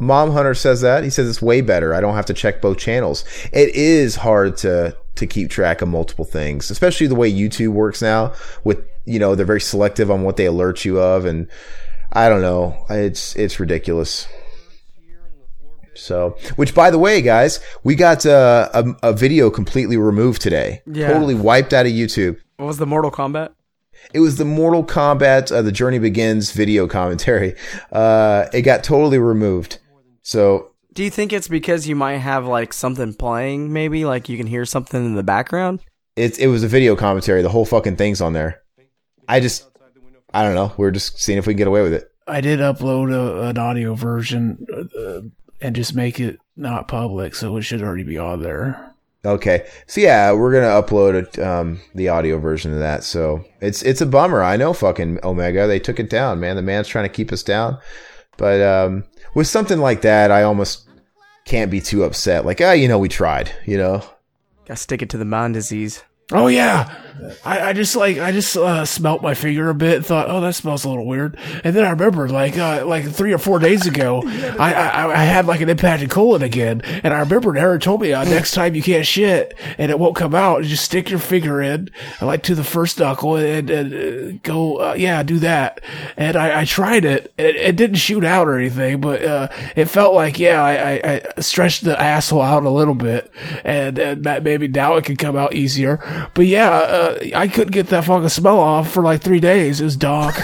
[SPEAKER 5] Mom Hunter says that. He says it's way better. I don't have to check both channels. It is hard to to keep track of multiple things, especially the way YouTube works now with, you know, they're very selective on what they alert you of and I don't know. It's it's ridiculous. So, which by the way, guys, we got uh, a, a video completely removed today.
[SPEAKER 7] Yeah.
[SPEAKER 5] Totally wiped out of YouTube.
[SPEAKER 7] What was the Mortal Kombat?
[SPEAKER 5] It was the Mortal Kombat uh, The Journey Begins video commentary. Uh, it got totally removed. So,
[SPEAKER 7] Do you think it's because you might have like something playing? Maybe like you can hear something in the background.
[SPEAKER 5] it it was a video commentary. The whole fucking thing's on there. I just, I don't know. We are just seeing if we can get away with it.
[SPEAKER 6] I did upload a, an audio version uh, and just make it not public, so it should already be on there.
[SPEAKER 5] Okay, so yeah, we're gonna upload a, um, the audio version of that. So it's it's a bummer. I know, fucking Omega, they took it down, man. The man's trying to keep us down, but um, with something like that, I almost can't be too upset. Like, ah, you know, we tried. You know,
[SPEAKER 7] Gotta stick it to the man disease.
[SPEAKER 6] Oh yeah, I, I just like I just uh, smelt my finger a bit and thought, oh, that smells a little weird. And then I remembered like uh, like three or four days ago, I, I I had like an impacted colon again, and I remembered Aaron told me uh, next time you can't shit and it won't come out, just stick your finger in like to the first knuckle and, and uh, go uh, yeah do that. And I, I tried it, and it, it didn't shoot out or anything, but uh, it felt like yeah I, I, I stretched the asshole out a little bit, and, and that maybe now it can come out easier. But yeah, uh, I couldn't get that fucking smell off for like three days. It was dark.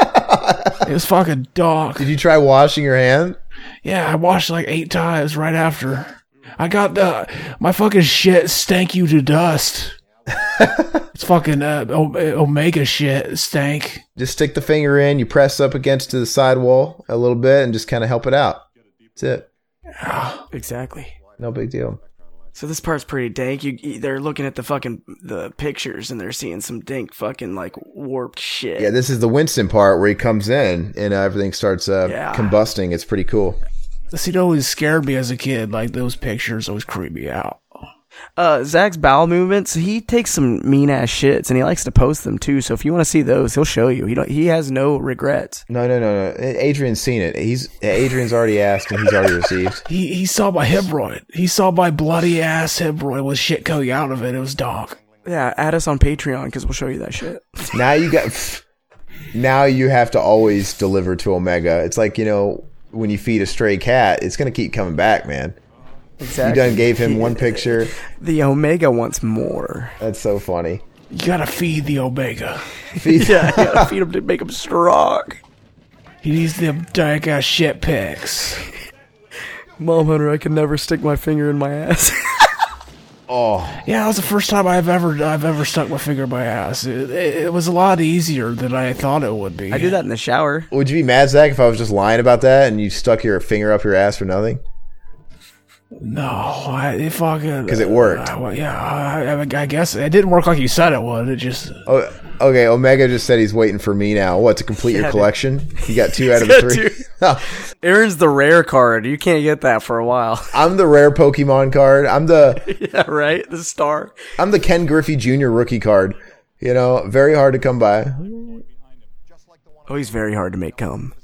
[SPEAKER 6] it was fucking dark.
[SPEAKER 5] did you try washing your hand?
[SPEAKER 6] Yeah, I washed like eight times right after. I got uh, my fucking shit stank you to dust. It's fucking uh, o- Omega shit stank.
[SPEAKER 5] Just stick the finger in, you press up against the sidewall a little bit, and just kind of help it out. That's it.
[SPEAKER 7] Exactly.
[SPEAKER 5] No big deal.
[SPEAKER 7] So this part's pretty dank. You, you- they're looking at the fucking the pictures and they're seeing some dank fucking like warped shit.
[SPEAKER 5] Yeah, this is the Winston part where he comes in and uh, everything starts uh,
[SPEAKER 7] Yeah.
[SPEAKER 5] combusting. It's pretty cool.
[SPEAKER 6] The scene always scared me as a kid. Like those pictures always creep me out.
[SPEAKER 7] Uh, Zach's bowel movements. He takes some mean ass shits and he likes to post them too. So if you want to see those, he'll show you. He don't, he has no regrets.
[SPEAKER 5] No, no, no, no. Adrian's seen it. He's Adrian's already asked and he's already received.
[SPEAKER 6] He he saw my hemorrhoid. He saw my bloody ass hemorrhoid with shit coming out of it. It was dog.
[SPEAKER 7] Yeah, add us on Patreon because we'll show you that shit.
[SPEAKER 5] Now you got. Now you have to always deliver to Omega. It's like you know when you feed a stray cat, it's gonna keep coming back, man. You
[SPEAKER 7] Exactly.
[SPEAKER 5] done gave him one picture.
[SPEAKER 7] The Omega wants more.
[SPEAKER 5] That's so funny.
[SPEAKER 6] You gotta feed the Omega.
[SPEAKER 5] Feed-
[SPEAKER 7] Yeah, I gotta feed him to make him strong.
[SPEAKER 6] He needs them dank ass shit pics.
[SPEAKER 7] Mom Hunter, I can never stick my finger in my ass.
[SPEAKER 5] Oh,
[SPEAKER 6] Yeah, that was the first time I've ever I've ever stuck my finger in my ass. It, it, it was a lot easier than I thought it would be.
[SPEAKER 7] I do that in the shower.
[SPEAKER 5] would you be mad, Zach, if I was just lying about that and you stuck your finger up your ass for nothing?
[SPEAKER 6] No, I, it fucking
[SPEAKER 5] 'Cause it worked.
[SPEAKER 6] I- well, yeah, I, I, I guess it didn't work like you said it would. It just
[SPEAKER 5] Oh, okay. Omega just said he's waiting for me now. What to complete your
[SPEAKER 7] dude.
[SPEAKER 5] collection? You got two out of
[SPEAKER 7] He's got
[SPEAKER 5] the three.
[SPEAKER 7] Aaron's the rare card. You can't get that for a while.
[SPEAKER 5] I'm the rare Pokemon card. I'm the
[SPEAKER 7] yeah, right? The star.
[SPEAKER 5] I'm the Ken Griffey Jr. rookie card. You know, very hard to come by.
[SPEAKER 7] Oh, he's very hard to make come.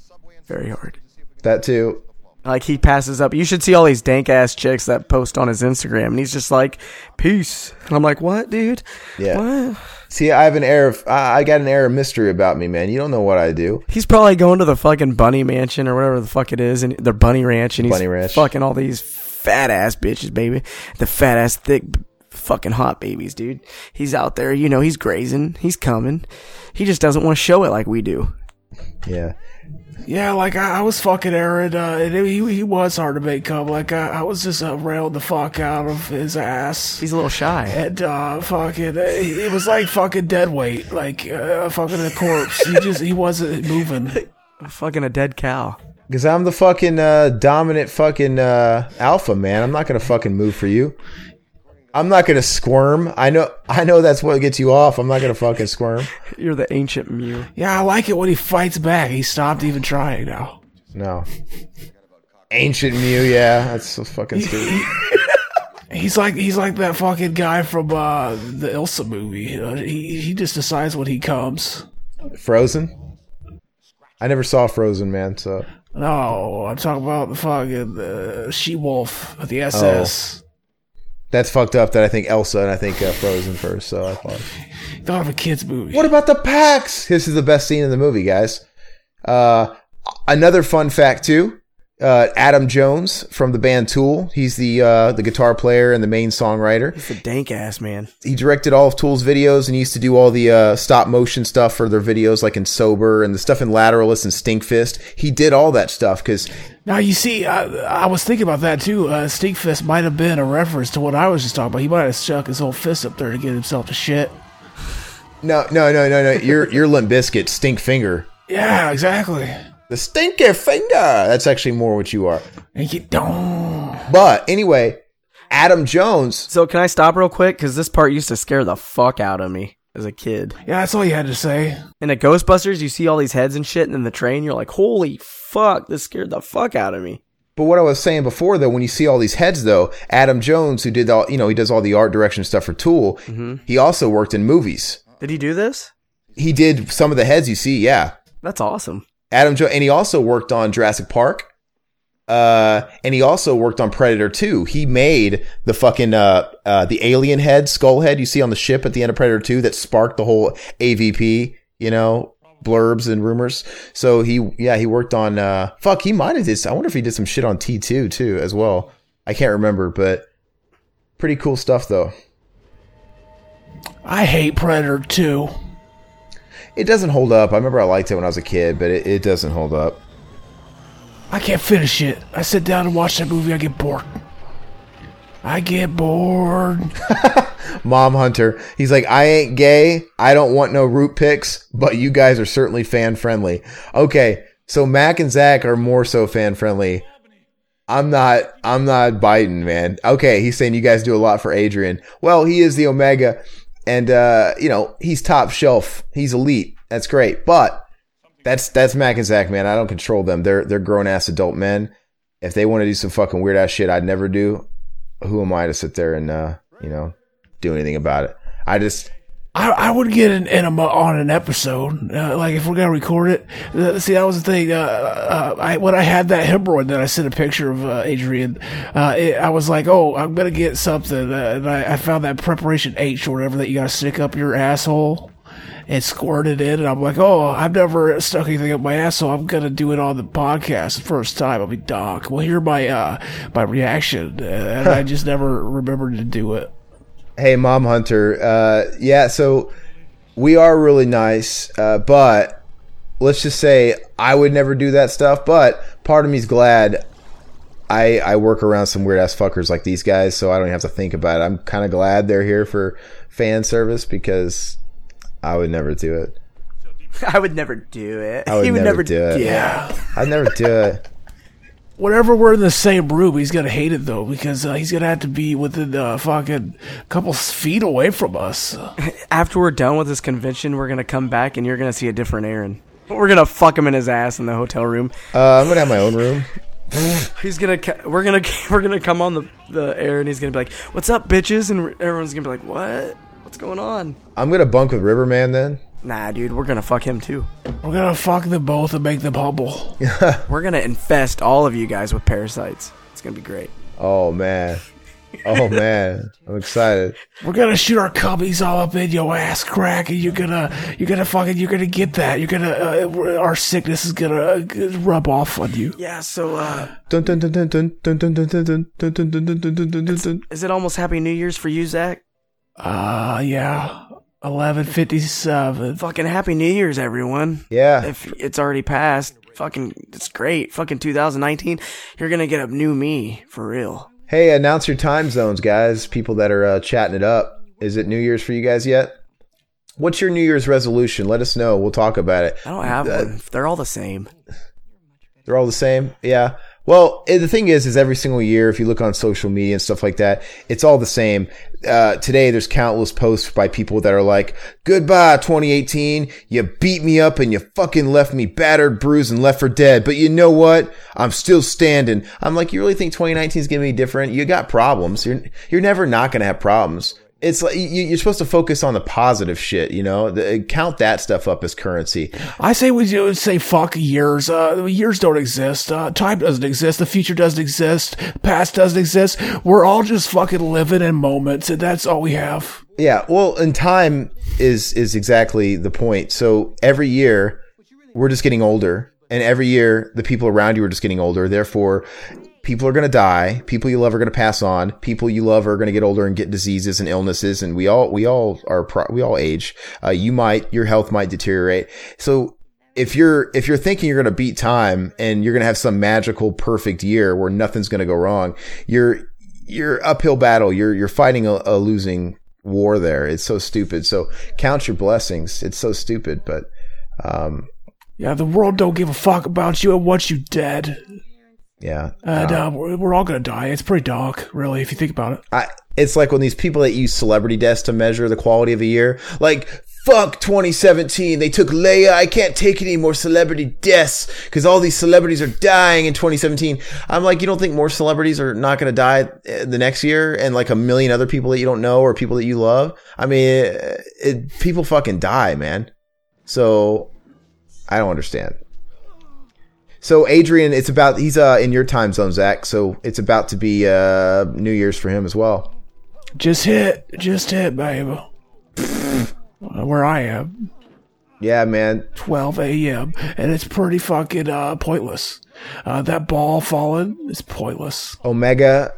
[SPEAKER 7] Very hard.
[SPEAKER 5] That too.
[SPEAKER 7] Like he passes up. You should see all these dank ass chicks that post on his Instagram, and he's just like, "Peace." And I'm like, "What, dude?
[SPEAKER 5] Yeah.
[SPEAKER 7] What?"
[SPEAKER 5] See, I have an air of I I got an air of mystery about me, man. You don't know what I do.
[SPEAKER 7] He's probably going to the fucking bunny mansion or whatever the fuck it is, and the bunny ranch, and he's
[SPEAKER 5] Bunny ranch.
[SPEAKER 7] fucking all these fat ass bitches, baby. The fat ass thick. b- Fucking hot babies, dude. He's out there, you know, he's grazing, he's coming. He just doesn't want to show it like we do.
[SPEAKER 5] Yeah.
[SPEAKER 6] yeah, like I, I was fucking Aaron. Uh, and he he was hard to make come. Like I, I was just uh, railed the fuck out of his ass.
[SPEAKER 7] He's a little shy.
[SPEAKER 6] And uh, fucking, uh, it was like fucking dead weight, like uh, fucking a corpse. He just he wasn't moving.
[SPEAKER 7] Fucking a dead cow.
[SPEAKER 5] Cause I'm the fucking uh, dominant fucking uh, alpha man. I'm not gonna fucking move for you. I'm not gonna squirm. I know. I know that's what gets you off. I'm not gonna fucking squirm.
[SPEAKER 7] You're the ancient mew.
[SPEAKER 6] Yeah, I like it when he fights back. He stopped even trying now.
[SPEAKER 5] No. Ancient Mew. Yeah, that's so fucking stupid.
[SPEAKER 6] He's like he's like that fucking guy from uh, the Elsa movie. Uh, he he just decides when he comes.
[SPEAKER 5] Frozen. I never saw Frozen, man. So
[SPEAKER 6] No, I'm talking about the fucking uh, she wolf at the SS.
[SPEAKER 5] that's fucked up. That I think Elsa and I think uh, Frozen first. So I thought.
[SPEAKER 6] Thought of a kids movie.
[SPEAKER 5] What about the packs? This is the best scene in the movie, guys. Uh, another fun fact too. Uh, Adam Jones from the band Tool. He's the uh, the guitar player and the main songwriter.
[SPEAKER 7] He's a dank ass man.
[SPEAKER 5] He directed all of Tool's videos and he used to do all the uh, stop motion stuff for their videos, like in Sober and the stuff in Lateralis and Stinkfist. He did all that stuff because
[SPEAKER 6] Now you see, I, I was thinking about that too. Uh, Stinkfist might have been a reference to what I was just talking about. He might have stuck his whole fist up there to get himself to shit.
[SPEAKER 5] no, no, no, no, no. You're you're Limp Biscuit, Stink Finger,
[SPEAKER 6] Yeah, exactly.
[SPEAKER 5] the Stinky Finger. That's actually more what you are.
[SPEAKER 6] And you don't.
[SPEAKER 5] But anyway, Adam Jones
[SPEAKER 7] So can I stop real quick? Because this part used to scare the fuck out of me as a kid.
[SPEAKER 6] Yeah, that's all you had to say.
[SPEAKER 7] And at Ghostbusters, you see all these heads and shit, and in the train, you're like, "Holy fuck!" This scared the fuck out of me.
[SPEAKER 5] But what I was saying before, though, when you see all these heads, though, Adam Jones, who did all, you know, he does all the art direction stuff for Tool, he also worked in movies.
[SPEAKER 7] Did he do this?
[SPEAKER 5] He did some of the heads you see, yeah.
[SPEAKER 7] That's awesome.
[SPEAKER 5] Adam Jones, and he also worked on Jurassic Park, uh, and he also worked on Predator 2. He made the fucking, uh, uh, the alien head, skull head you see on the ship at the end of Predator 2 that sparked the whole AVP, you know, blurbs and rumors. So he, yeah, he worked on, uh, fuck, he might have did, I wonder if he did some shit on T2 too, as well. I can't remember, but pretty cool stuff though.
[SPEAKER 6] I hate Predator too.
[SPEAKER 5] It doesn't hold up. I remember I liked it when I was a kid, but it, it doesn't hold up.
[SPEAKER 6] I can't finish it. I sit down and watch that movie, I get bored. I get bored.
[SPEAKER 5] Mom Hunter. He's like, I ain't gay. I don't want no root pics, but you guys are certainly fan friendly. Okay, so Mac and Zach are more so fan friendly. I'm not. I'm not Biden, man. Okay, he's saying you guys do a lot for Adrian. Well, he is the Omega, and uh, you know he's top shelf. He's elite. That's great, but that's that's Mac and Zach, man. I don't control them. They're they're grown ass adult men. If they want to do some fucking weird ass shit, I'd never do. Who am I to sit there and uh, you know do anything about it. I just
[SPEAKER 6] I, I would get an enema on an episode. Uh, like if we're gonna record it, uh, see that was the thing. Uh, uh, I when I had that hemorrhoid that I sent a picture of uh, Adrian, uh, it, I was like, oh, I'm gonna get something, uh, and I, I found that preparation H or whatever that you gotta stick up your asshole. And squirt it in, and I'm like, oh, I've never stuck anything up my ass, so I'm gonna do it on the podcast the first time. I'll be doc. Well, hear my uh, my reaction, uh, and I just never remembered to do it.
[SPEAKER 5] hey, Mom Hunter. Uh, yeah, so we are really nice, uh, but let's just say I would never do that stuff. But part of me's glad I I work around some weird ass fuckers like these guys, so I don't have to think about it. I'm kind of glad they're here for fan service because I would never do it.
[SPEAKER 7] I would never do it.
[SPEAKER 5] would
[SPEAKER 7] he would
[SPEAKER 5] never
[SPEAKER 7] never,
[SPEAKER 5] do it.
[SPEAKER 7] Yeah.
[SPEAKER 5] I'd never do it.
[SPEAKER 6] whenever we're in the same room, he's gonna hate it though because uh, he's gonna have to be within uh, fucking couple feet away from us.
[SPEAKER 7] After we're done with this convention, we're gonna come back and you're gonna see a different Aaron. We're gonna fuck him in his ass in the hotel room.
[SPEAKER 5] Uh, I'm gonna have my own room.
[SPEAKER 7] He's gonna. co- We're gonna. We're gonna come on the the air, and he's gonna be like, "What's up, bitches?" And everyone's gonna be like, "What? What's going on?"
[SPEAKER 5] I'm gonna bunk with Riverman then.
[SPEAKER 7] Nah, dude, we're gonna fuck him too.
[SPEAKER 6] We're gonna fuck them both and make them humble.
[SPEAKER 7] We're gonna infest all of you guys with parasites. It's gonna be great.
[SPEAKER 5] Oh man. Oh man. I'm excited.
[SPEAKER 6] We're gonna shoot our cubbies all up in your ass crack, and you're gonna you're gonna fucking you're gonna get that. You're gonna uh, our sickness is gonna uh, rub off on you.
[SPEAKER 7] Yeah. So, uh,
[SPEAKER 5] Dun, dun, dun, dun, dun, dun, dun, dun, dun, dun, dun, dun, dun, dun, dun, dun, dun, dun, dun.
[SPEAKER 7] is it almost Happy New Year's for you, Zach?
[SPEAKER 6] Uh yeah. Eleven fifty seven.
[SPEAKER 7] Fucking Happy New Year's, everyone.
[SPEAKER 5] Yeah.
[SPEAKER 7] If it's already passed, fucking, it's great. Fucking 2019, you're gonna get a new me for real.
[SPEAKER 5] Hey, announce your time zones, guys. People that are uh, chatting it up. Is it New Year's for you guys yet? What's your New Year's resolution? Let us know. We'll talk about it.
[SPEAKER 7] I don't have one. They're all the same.
[SPEAKER 5] They're all the same. Yeah. Well, eh, the thing is, is every single year, if you look on social media and stuff like that, it's all the same. Uh, today, there's countless posts by people that are like, goodbye, 2018. You beat me up and you fucking left me battered, bruised, and left for dead. But you know what? I'm still standing. I'm like, you really think 2019 is going to be different? You got problems. You're, you're never not going to have problems. It's like you, you're supposed to focus on the positive shit, you know, the, eh, count that stuff up as currency.
[SPEAKER 6] I say we do say fuck years. Uh, years don't exist. Uh, time doesn't exist. The future doesn't exist. Past doesn't exist. We're all just fucking living in moments, and that's all we have.
[SPEAKER 5] Yeah, well, and time is is exactly the point. So every year we're just getting older, and every year the people around you are just getting older. Therefore, people are going to die. People you love are going to pass on. People you love are going to get older and get diseases and illnesses. And we all we all are pro- we all age. Uh, you might your health might deteriorate. So if you're if you're thinking you're going to beat time and you're going to have some magical perfect year where nothing's going to go wrong, you're you're uphill battle. You're you're fighting a, a losing war there. It's so stupid. So count your blessings. It's so stupid, but um
[SPEAKER 6] Yeah, the world don't give a fuck about you and wants you dead.
[SPEAKER 5] yeah.
[SPEAKER 6] And uh, we're, we're all gonna die. It's pretty dark, really, if you think about it.
[SPEAKER 5] I, it's like when these people that use celebrity deaths to measure the quality of a year, like fuck 2017, they took Leia. I can't take any more celebrity deaths because all these celebrities are dying in 2017. I'm like, you don't think more celebrities are not going to die eh, the next year, and like a million other people that you don't know or people that you love. I mean, it, it, people fucking die, man. So I don't understand. So Adrian, it's about he's uh in your time zone, Zach. So it's about to be uh New Year's for him as well.
[SPEAKER 6] Just hit, just hit, babe. Uh, Where I am,
[SPEAKER 5] Yeah, man.
[SPEAKER 6] 12 a.m., and it's pretty fucking uh, pointless. Uh, that ball falling is pointless.
[SPEAKER 5] Omega,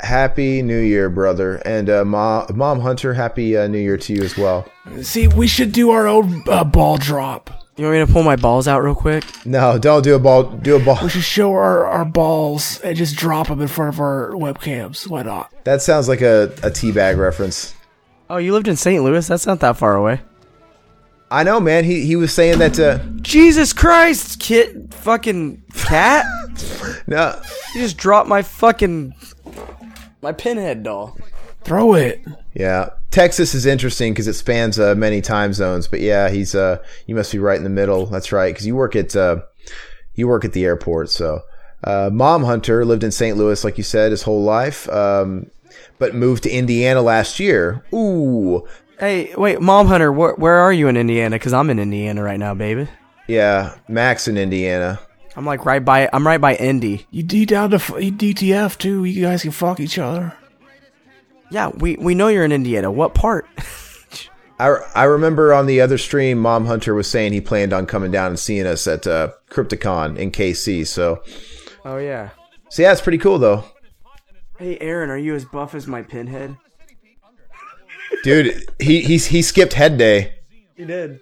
[SPEAKER 5] happy New Year, brother, and uh, Ma- mom Hunter, happy uh, New Year to you as well.
[SPEAKER 6] See, we should do our own uh, ball drop.
[SPEAKER 7] You want me to pull my balls out real quick?
[SPEAKER 5] No, don't do a ball. Do a ball.
[SPEAKER 6] We should show our, our balls and just drop them in front of our webcams. Why not?
[SPEAKER 5] That sounds like a, a teabag reference.
[SPEAKER 7] Oh, you lived in St. Louis? That's not that far away.
[SPEAKER 5] I know, man. He he was saying that uh
[SPEAKER 7] Jesus Christ, kid, fucking cat!
[SPEAKER 5] no.
[SPEAKER 7] you just dropped my fucking my pinhead doll.
[SPEAKER 6] Throw it.
[SPEAKER 5] Yeah, Texas is interesting because it spans uh, many time zones. But yeah, he's uh you must be right in the middle. That's right because you work at uh you work at the airport. So uh, Mom Hunter lived in St. Louis, like you said, his whole life. Um, but moved to Indiana last year. Ooh,
[SPEAKER 7] Hey, wait, Mom Hunter, where where are you in Indiana? Because I'm in Indiana right now, baby.
[SPEAKER 5] yeah, Max in Indiana.
[SPEAKER 7] I'm like right by I'm right by Indy.
[SPEAKER 6] You D down to f- you DTF too. You guys can fuck each other.
[SPEAKER 7] Yeah, we we know you're in Indiana. What part?
[SPEAKER 5] I, I remember on the other stream, Mom Hunter was saying he planned on coming down and seeing us at uh, Crypticon in KC. So,
[SPEAKER 7] oh yeah.
[SPEAKER 5] so yeah, it's pretty cool though,
[SPEAKER 7] Hey, Aaron, are you as buff as my pinhead?
[SPEAKER 5] dude. He he he skipped head day.
[SPEAKER 7] You did.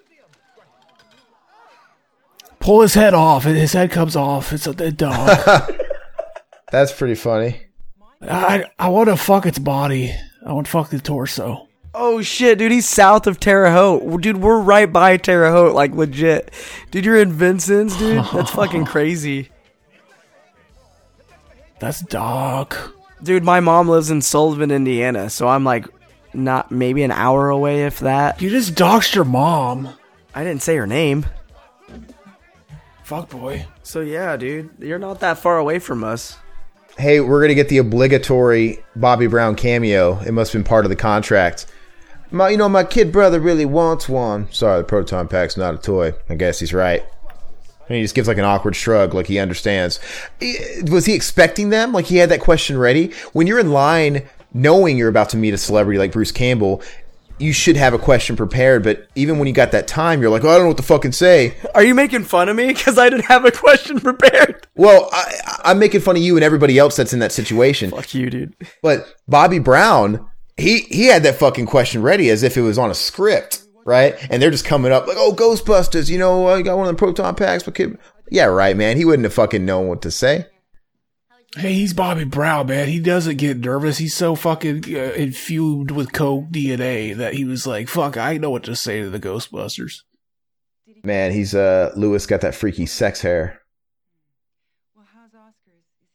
[SPEAKER 6] Pull his head off. and His head comes off. It's a, a dog.
[SPEAKER 5] That's pretty funny.
[SPEAKER 6] I I want to fuck its body. I want to fuck the torso.
[SPEAKER 7] Oh shit, dude, he's south of Terre Haute. Dude, we're right by Terre Haute, like legit. Dude, you're in Vincent's, dude. That's fucking crazy.
[SPEAKER 6] That's dog.
[SPEAKER 7] Dude, my mom lives in Sullivan, Indiana, so I'm like not maybe an hour away if that.
[SPEAKER 6] You just doxed your mom.
[SPEAKER 7] I didn't say her name.
[SPEAKER 6] Fuck boy.
[SPEAKER 7] So yeah, dude, you're not that far away from us.
[SPEAKER 5] Hey, we're gonna get the obligatory Bobby Brown cameo. It must have been part of the contract. My, you know, my kid brother really wants one. Sorry, the proton pack's not a toy. I guess he's right. And he just gives like an awkward shrug, like he understands. Eh, Was he expecting them? Like he had that question ready. When you're in line, knowing you're about to meet a celebrity like Bruce Campbell, you should have a question prepared. But even when you got that time, you're like, oh, I don't know what to fucking say.
[SPEAKER 7] Are you making fun of me cuz I didn't have a question prepared?
[SPEAKER 5] Well, I, I- I'm making fun of you and everybody else that's in that situation.
[SPEAKER 7] Fuck you, dude.
[SPEAKER 5] But Bobby Brown, he he had that fucking question ready as if it was on a script, right? And they're just coming up like, "Oh, Ghostbusters, you know, I got one of the proton packs." But kid, yeah, right, man. He wouldn't have fucking known what to say.
[SPEAKER 6] Hey, he's Bobby Brown, man. He doesn't get nervous. He's so fucking uh, infused with coke DNA that he was like, "Fuck, I know what to say to the Ghostbusters."
[SPEAKER 5] Man, he's uh Lewis got that freaky sex hair.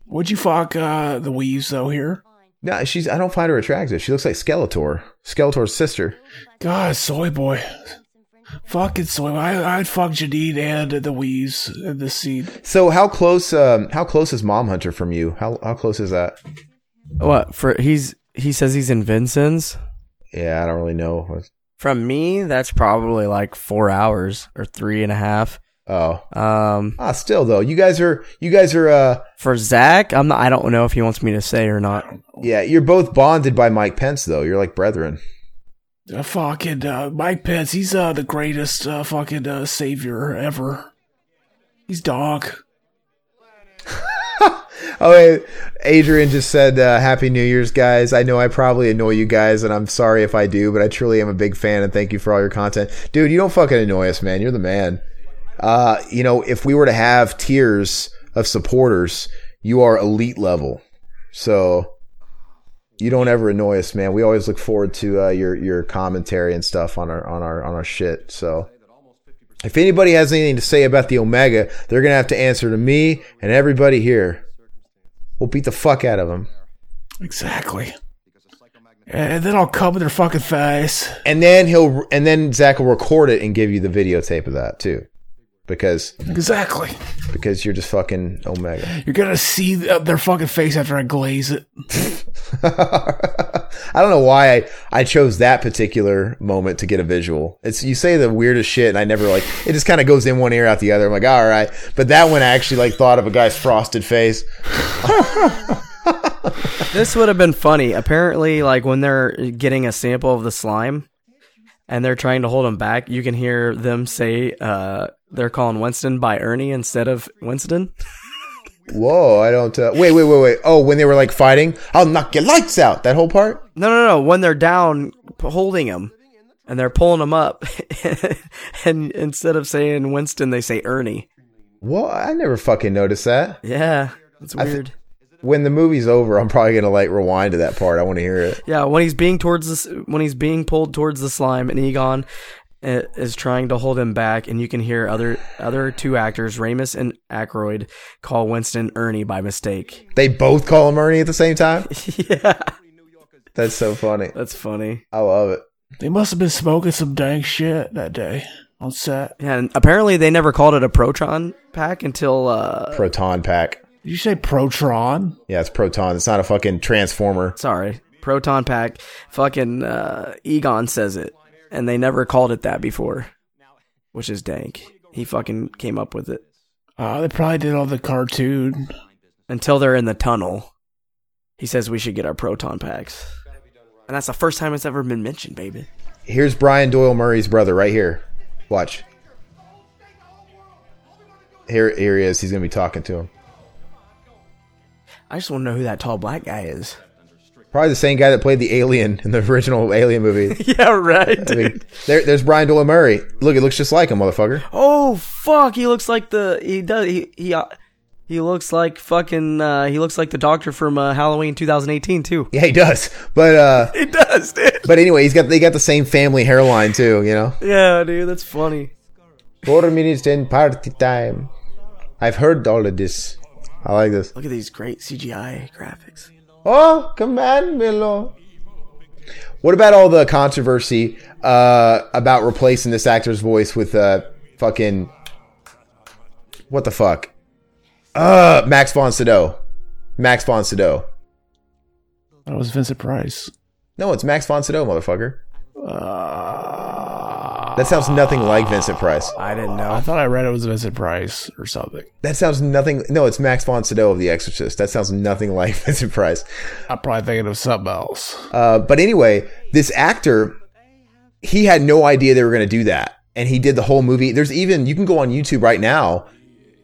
[SPEAKER 6] Would you fuck uh, the Weaves though here?
[SPEAKER 5] No, she's I don't find her attractive. She looks like Skeletor, Skeletor's sister.
[SPEAKER 6] God, soy boy. Fucking soy. boy. I, I'd fuck Janine and the Weaves in this scene.
[SPEAKER 5] So how close um how close is Mom Hunter from you? How how close is that?
[SPEAKER 7] What? For he's he says he's in Vincent's?
[SPEAKER 5] Yeah, I don't really know.
[SPEAKER 7] From me, that's probably like four hours or three and a half.
[SPEAKER 5] Oh.
[SPEAKER 7] Um,
[SPEAKER 5] Ah, still though. You guys are you guys are uh
[SPEAKER 7] for Zach, I'm not, I don't know if he wants me to say or not.
[SPEAKER 5] Yeah, you're both bonded by Mike Pence, though. You're like brethren.
[SPEAKER 6] Uh, fucking uh, Mike Pence. He's uh, the greatest uh, fucking uh, savior ever. He's dog.
[SPEAKER 5] Oh, wait. Adrian just said, uh, Happy New Year's, guys. I know I probably annoy you guys, and I'm sorry if I do, but I truly am a big fan, and thank you for all your content. Dude, you don't fucking annoy us, man. You're the man. Uh, you know, if we were to have tiers of supporters, you are elite level. So you don't ever annoy us, man. We always look forward to uh, your your commentary and stuff on our on our on our shit. So if anybody has anything to say about the Omega, they're gonna have to answer to me and everybody here. We'll beat the fuck out of them.
[SPEAKER 6] Exactly. And then I'll come in their fucking face.
[SPEAKER 5] And then he'll and then Zach will record it and give you the videotape of that too. Because
[SPEAKER 6] Exactly.
[SPEAKER 5] because you're just fucking Omega.
[SPEAKER 6] You're gonna see th- their fucking face after I glaze it.
[SPEAKER 5] I don't know why I, I chose that particular moment to get a visual. It's you say the weirdest shit and I never like it just kinda goes in one ear out the other. I'm like, all right. But that one I actually like thought of a guy's frosted face.
[SPEAKER 7] This would have been funny. Apparently, like when they're getting a sample of the slime and they're trying to hold him back, you can hear them say uh, they're calling Winston by Ernie instead of Winston.
[SPEAKER 5] Whoa, I don't uh, wait, wait, wait, wait. Oh, when they were like fighting, I'll knock your lights out. That whole part?
[SPEAKER 7] No, no, no. When they're down p- holding him. and they're pulling him up. and instead of saying Winston, they say Ernie.
[SPEAKER 5] Well, I never fucking noticed that.
[SPEAKER 7] Yeah, it's
[SPEAKER 5] I thi-
[SPEAKER 7] weird.
[SPEAKER 5] When the movie's over, I'm probably gonna like rewind to that part. I want to hear it.
[SPEAKER 7] yeah, when he's being towards this, when he's being pulled towards the slime, and Egon uh, is trying to hold him back, and you can hear other other two actors, Ramus and Aykroyd, call Winston Ernie by mistake.
[SPEAKER 5] They both call him Ernie at the same time.
[SPEAKER 7] yeah,
[SPEAKER 5] That's so funny.
[SPEAKER 7] that's funny.
[SPEAKER 5] I love it.
[SPEAKER 6] They must have been smoking some dang shit that day on set.
[SPEAKER 7] Yeah, and apparently they never called it a proton pack until uh,
[SPEAKER 5] Proton pack.
[SPEAKER 6] Did you say Protron?
[SPEAKER 5] Yeah, it's proton. It's not a fucking transformer.
[SPEAKER 7] sorry, proton pack. Fucking uh, Egon says it, and they never called it that before, which is dank. He fucking came up with it.
[SPEAKER 6] Uh, they probably did all the cartoon.
[SPEAKER 7] until they're in the tunnel. He says we should get our proton packs. And that's the first time it's ever been mentioned, baby.
[SPEAKER 5] Here's Brian Doyle Murray's brother right here. Watch. Here, here he is. He's gonna be talking to him.
[SPEAKER 7] I just want to know who that tall black guy is.
[SPEAKER 5] Probably the same guy that played the alien in the original Alien movie.
[SPEAKER 7] yeah, right.
[SPEAKER 5] I mean, there, there's Brian Doyle Murray. Look, it looks just like him, motherfucker.
[SPEAKER 7] Oh fuck, he looks like the he does he he uh, he looks like fucking uh, he looks like the doctor from uh, Halloween 2018 too.
[SPEAKER 5] Yeah, he does. But uh,
[SPEAKER 7] He does, dude.
[SPEAKER 5] but anyway, he's got they got the same family hairline too. You know.
[SPEAKER 7] Yeah, dude, that's funny.
[SPEAKER 5] Four minutes in party time. I've heard all of this. I like this.
[SPEAKER 7] Look at these great CGI graphics.
[SPEAKER 5] Oh, command below. What about all the controversy uh, about replacing this actor's voice with uh, fucking what the fuck? Uh, Max von Sydow. Max von Sydow.
[SPEAKER 6] That was Vincent Price.
[SPEAKER 5] No, it's Max von Sydow, motherfucker. That sounds nothing like Vincent Price.
[SPEAKER 7] I didn't
[SPEAKER 6] Uh, I
[SPEAKER 7] know.
[SPEAKER 6] thought I read it was Vincent Price or something.
[SPEAKER 5] That sounds nothing. No, it's Max von Sydow of The Exorcist. That sounds nothing like Vincent Price.
[SPEAKER 6] I'm probably thinking of something else.
[SPEAKER 5] Uh, but anyway, this actor, he had no idea they were going to do that, and he did the whole movie. There's even you can go on YouTube right now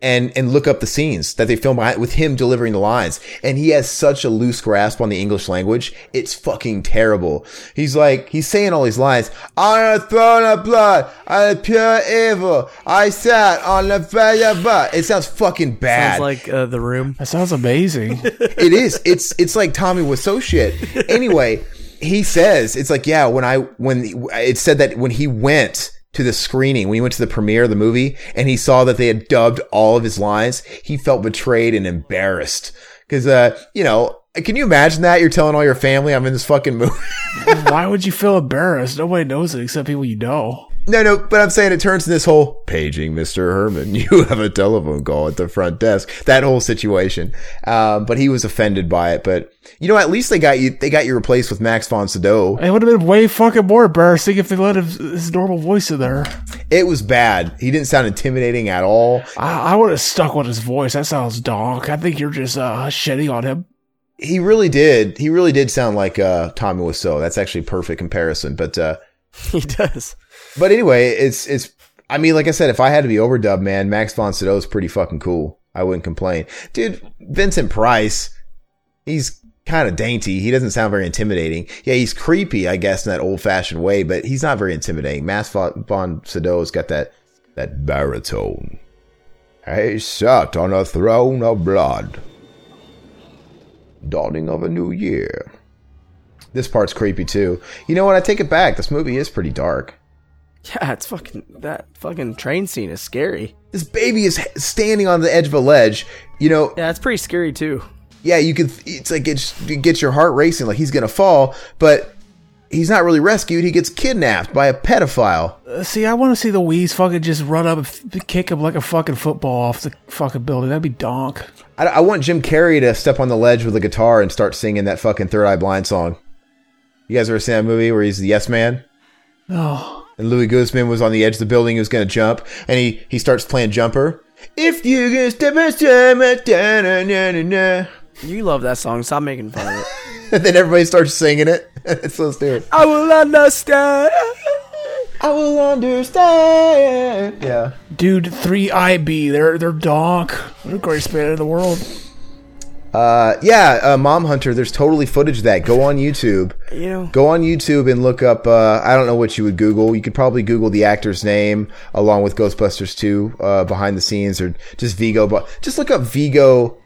[SPEAKER 5] and and look up the scenes that they filmed behind- with him delivering the lines, and he has such a loose grasp on the English language. It's fucking terrible. He's like he's saying all these lines. On a throne of blood, on a pure evil, I sat on the fire. But it sounds fucking bad
[SPEAKER 7] Sounds like uh, the room.
[SPEAKER 6] That sounds amazing.
[SPEAKER 5] it is. It's it's like Tommy Wiseau shit. Anyway, he says it's like yeah. When I when it said that when he went to the screening, when he went to the premiere of the movie, and he saw that they had dubbed all of his lines, he felt betrayed and embarrassed because uh you know can you imagine that you're telling all your family I'm in this fucking movie.
[SPEAKER 6] Why would you feel embarrassed? Nobody knows it except people you know.
[SPEAKER 5] No, no, but I'm saying it turns to this whole paging Mr. Herman. You have a telephone call at the front desk. That whole situation. Um, but he was offended by it. But you know, at least they got you. They got you replaced with Max von Sydow.
[SPEAKER 6] It would have been way fucking more embarrassing if they let his, his normal voice in there.
[SPEAKER 5] It was bad. He didn't sound intimidating at all.
[SPEAKER 6] I, I would have stuck with his voice. That sounds donk. I think you're just uh, shitting on him.
[SPEAKER 5] He really did. He really did sound like uh, Tommy Wiseau. That's actually a perfect comparison. But uh,
[SPEAKER 7] He does.
[SPEAKER 5] but anyway, it's it's. I mean, like I said, if I had to be overdubbed, man, Max von Sydow is pretty fucking cool. I wouldn't complain, dude. Vincent Price, he's kind of dainty. He doesn't sound very intimidating. Yeah, he's creepy, I guess, in that old fashioned way, but he's not very intimidating. Max von, von Sydow's got that that baritone. He sat on a throne of blood, dawning of a new year. This part's creepy too. You know what? I take it back. This movie is pretty dark.
[SPEAKER 7] Yeah, it's fucking that fucking train scene is scary.
[SPEAKER 5] this baby is h- standing on the edge of a ledge. You know,
[SPEAKER 7] Yeah, it's pretty scary too.
[SPEAKER 5] yeah, you could. It's like it, sh- it gets your heart racing, like he's gonna fall, but he's not really rescued. He gets kidnapped by a pedophile.
[SPEAKER 6] Uh, See, I want to see the Wheeze fucking just run up and f- kick him like a fucking football off the fucking building. That'd be donk.
[SPEAKER 5] I, I want Jim Carrey to step on the ledge with a guitar and start singing that fucking Third Eye Blind song. You guys ever seen that movie where he's the Yes Man?
[SPEAKER 6] No.
[SPEAKER 5] And Louis Guzman was on the edge of the building. He was gonna jump, and he he starts playing Jumper. If you can step inside, da na na na na.
[SPEAKER 7] You love that song. Stop making fun of it.
[SPEAKER 5] And then everybody starts singing it. it's so stupid.
[SPEAKER 7] I will understand.
[SPEAKER 5] I will understand. Yeah.
[SPEAKER 6] Dude, 3IB, they're they're donk. They're the greatest band in the world.
[SPEAKER 5] Uh, yeah, uh, Mom Hunter. There's totally footage of that. Go on YouTube.
[SPEAKER 7] You know,
[SPEAKER 5] Go on YouTube and look up. Uh, I don't know what you would Google. You could probably Google the actor's name along with Ghostbusters 2 uh, behind the scenes, or just Vigo. But just look up Vigo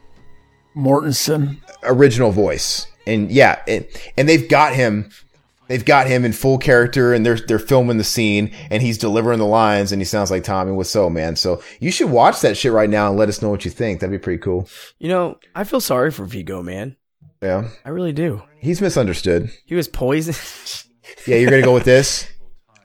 [SPEAKER 6] Mortensen.
[SPEAKER 5] original voice. And yeah, and, and they've got him. They've got him in full character, and they're they're filming the scene, and he's delivering the lines, and he sounds like Tommy Wiseau, man. So you should watch that shit right now and let us know what you think. That'd be pretty cool.
[SPEAKER 7] you know, I feel sorry for Vigo, man.
[SPEAKER 5] Yeah,
[SPEAKER 7] I really do.
[SPEAKER 5] he's misunderstood.
[SPEAKER 7] He was poisoned.
[SPEAKER 5] Yeah, you're gonna go with this.